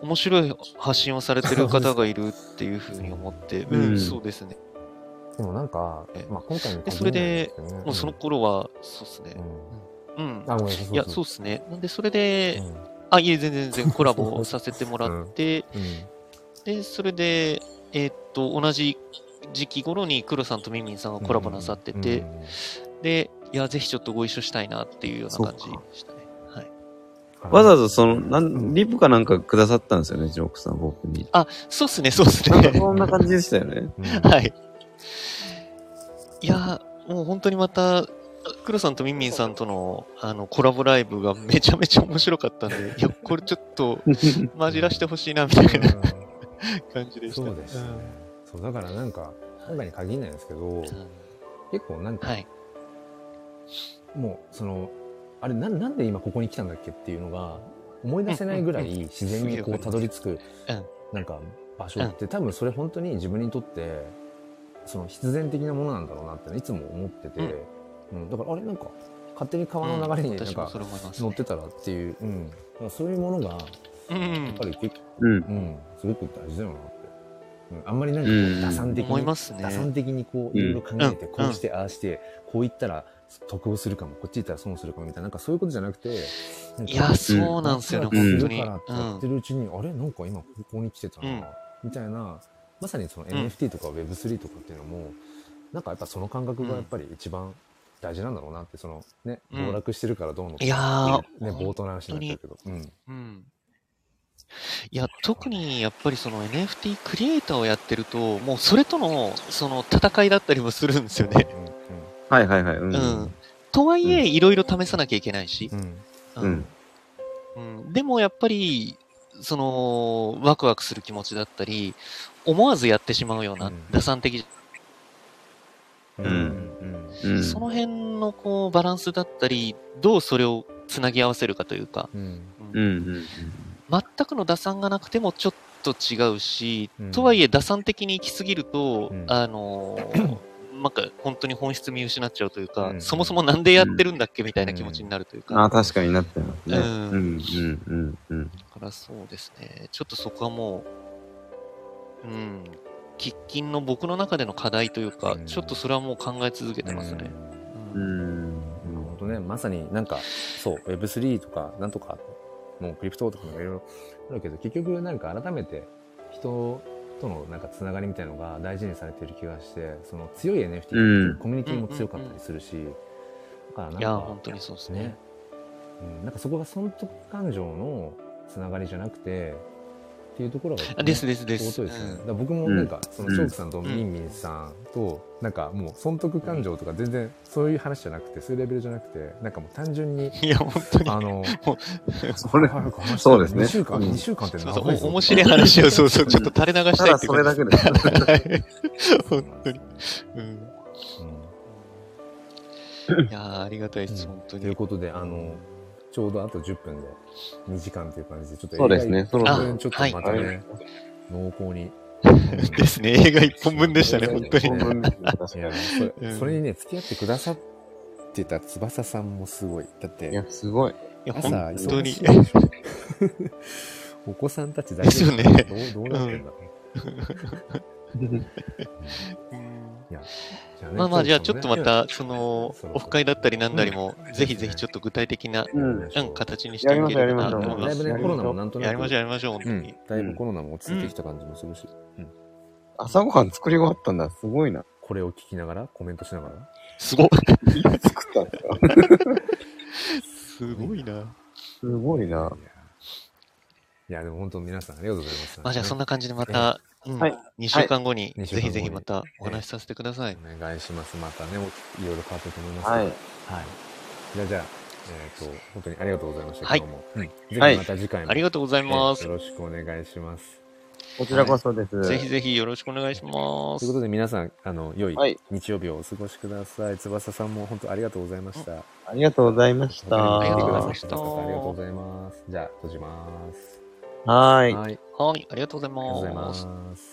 S2: 面白い発信をされてる方がいるっていうふうに思って、
S4: うん
S2: うんそうですね。
S1: でもなんか
S2: え、
S1: まあ、今回に限らないん
S2: でそれで
S1: ですけどね、
S2: もうその頃は、そうです
S1: う
S2: ね。
S1: ん、
S2: うん。
S1: あ、ごめんなさい。
S2: いや、そうですね。なんで、それで、
S1: うん
S2: あ、いえ、全然全然コラボさせてもらって、
S1: うん
S2: で、それで、えーっと、同じ時期頃に黒さんとミンミンさんがコラボなさってて、
S1: うん
S2: で、いや、ぜひちょっとご一緒したいなっていうような感じ
S4: そうか
S2: でしたね。はい。
S4: わざわざそ
S1: う
S4: の、
S1: ん
S4: なん、リップかなんかくださったんですよね、ジョークさん、僕に。
S2: そうっすね、そうっす
S4: なんか
S2: ね。
S4: そんな感じでしたよ ね。
S2: はい。いやー、もう本当にまた、黒さんとミンミンさんとのあのコラボライブがめちゃめちゃ面白かったん で、いや、これちょっと混じらしてほしいなみたいな感じでした。
S1: そうでしたね。そうだからなんか今回に限らないんですけど、
S2: うん
S1: 結構なんか、
S2: はい。
S1: もうそのあれなんなんで今ここに来たんだっけっていうのが思い出せないぐらい自然にこう
S2: す
S1: た
S2: げ
S1: ど
S2: え
S1: り着く
S2: うん
S1: なんか場所って多分それ本当に自分にとってその必然的なものなんだろうなっていつも思ってて、うんだからあれなんか勝手に川の流れに
S2: うん
S1: なん
S2: 私も
S1: か
S2: それ思います、
S1: 乗っ
S2: ね。
S1: てたらっていう、うん、だからそういうものが
S2: う
S1: やっ
S2: ん
S1: ぱ、り結構
S4: うん。
S1: うん、すごく大事だよなって。うん、あんまりなんかこ
S4: うん
S1: う打算的に、
S2: 思いますね
S1: 打。算的にこうい
S4: うん
S1: ろいろ考えて、
S2: うん
S1: こうして、ああして、こう言ったら得をするかも、こっち行ったら損するかもみたいな、なんかそういうことじゃなくて、なんか
S2: いや、そうなんですよね、
S4: うん
S2: 本当に。
S1: やってるからってやってるうちに、あれなんか今ここに来てたな、
S2: うん
S1: みたいな、まさにその
S2: ん
S1: NFT とか Web3 とかっていうのも、なんかやっぱその感覚がやっぱり一番大事なんだろうなって、そのね、
S2: うん
S1: 暴落してるからどうのとか
S2: いやー
S1: ね、冒頭の話になっちゃうけど、うん。
S2: うんいや、特にやっぱりその NFT クリエイターをやってると、もうそれとのその戦いだったりもするんですよね。
S4: はいはいはい。う。
S2: うんん。とはいえ、いろいろ試さなきゃいけないし
S1: う、ん。うん。
S2: うん。うんでもやっぱり、その、ワクワクする気持ちだったり、思わずやってしまうよう
S1: う
S2: なん打算的、
S1: うんん。うん。
S4: うん。
S2: その辺のこうバランスだったり、どうそれをつなぎ合わせるかというか、
S1: うん。
S4: うんうん
S2: 全くの打算がなくてもちょっと違うし、
S1: うん
S2: とはいえ打算的に行き過ぎると、
S1: うん
S2: あのー なんか本当に本質見失っちゃうというか、
S1: うん
S2: そもそもなんでやってるんだっけみたいな気持ちになるという
S4: う
S2: か、
S4: ん。あ、
S2: だ
S4: 確かになってますね。
S2: う
S4: うんんうんうんうん。
S2: からそうですね、ちょっとそこはもう、うん、喫緊の僕の中での課題というか、
S1: うん
S2: ちょっとそれはもう考え続けてますね。う
S4: うんん。
S1: 本当ね、まさになんか、そう、Web3 とか、なんとか、もうクリプトとかなんかいろいろあるけど、結局なんか改めて人とのなんかつながりみたいのが大事にされてる気がして、その強い NFT、
S4: うん
S1: コミュニティも強かったりするし、だからなん
S2: いや、
S1: か
S2: 本、当にそうですね
S1: ね。、うん、なんかそこが損得感情のつながりじゃなくて、っていうところが、
S2: あですですです
S1: 尊いですよね。
S2: うん
S1: だから僕もなんか、そのショークさんとミンミンさんと、なんかもう損得感情とか全然そういう話じゃなくて、そういうレベルじゃなくて、なんかもう単純に、
S2: いや、本当に。
S1: あの、
S3: それ、
S1: 早く話して
S3: そうですね
S1: 2週間、
S3: うん
S1: 2週間って
S2: そう
S1: 長
S2: そう
S1: いぞ
S2: お面白い話を、そうそう、ちょっと垂れ流したたい
S3: だ
S2: って
S3: それだけで。
S2: ですす。はい
S1: そう
S2: 本
S1: なん
S2: 当
S1: ですよ。
S2: にうん
S1: うん
S2: いやーありがたいです、
S1: うん
S2: 本当
S1: という
S2: に。
S1: ことで、あの、ちょうどあと10分で、2時間という感じで、ちょっと
S4: そうですね
S1: その
S2: ろそろ
S1: ちょっとまた
S4: あは
S1: ね、濃厚に。
S2: ですね、映画一本分でしたね、本当に。
S1: うんい
S4: に。
S1: やそれ
S2: うん
S1: それにね、付き合ってくださってた翼さんもすごい。だっ
S4: い
S1: て
S4: や、、すごい。
S2: いや、
S1: 朝
S2: 本当
S1: 忙
S2: に
S1: し。いでしょ。 お子さんたち大丈夫
S2: ですよね
S1: どうどうなってんだろう。
S2: うん
S1: いやじゃね
S2: まあまあ、じゃあちょっとまた、その
S1: そう、
S2: オフ会だったりなんだりも
S1: う、ん
S2: ぜひぜひちょっと具体的な、
S4: う
S2: う
S4: ん
S2: ん、形にしていければなと思いま
S1: だい
S2: す。
S1: ぶ
S4: や
S1: ね、
S4: りまし
S1: コロ
S4: ょう
S1: ナもなんとなく。
S2: やりましょう、やりましょう、本当
S1: う
S2: に
S1: ん。だいぶコロナも落ち着いてきた感じもするし、
S4: 朝ごはん作り終わったんだ。すごいな。
S1: これを聞きながら、コメントしながら。
S2: すごい。
S4: 作ったんだ。
S2: すごいな。
S4: すごいな。
S1: いや、でも本当皆さんありがとうございます。
S2: まあじゃあそん
S1: な。
S2: な感じでまた、うん
S4: はい
S2: 2週間後に、
S1: はい二
S2: ぜひぜ
S1: 週間後
S2: ひ
S1: に
S2: またお話しさせてください。
S1: お願いします。またね、おいろいろ変わってると思いますけど。
S4: はい。
S1: はい。じゃあ、じゃあ、えっ、と、本当にありがとうございました。
S2: はい
S1: 今日も。うん
S4: は
S1: ぜ
S4: い
S1: ひまた次回も。
S2: ありがとうございます
S1: よ。ろしくお願いします。
S4: こちらこそです。
S2: ぜひぜひよろしくお願いしま
S1: というこ
S2: す。
S1: とで、皆さん、あの、良い
S4: はい
S1: 日曜日をお過ごしください。翼さんも本当ありがとうございました。
S4: ありがとうございました。
S1: 本当に
S2: ありがとうござい
S1: 来
S2: ま
S1: て
S2: し
S1: くだ
S2: た
S1: さってありがとうございます。じゃあ、閉じます。
S4: はい。
S1: はい。
S2: はい、ありがとうござい
S1: ありがとうござい
S2: ま。
S1: ますす。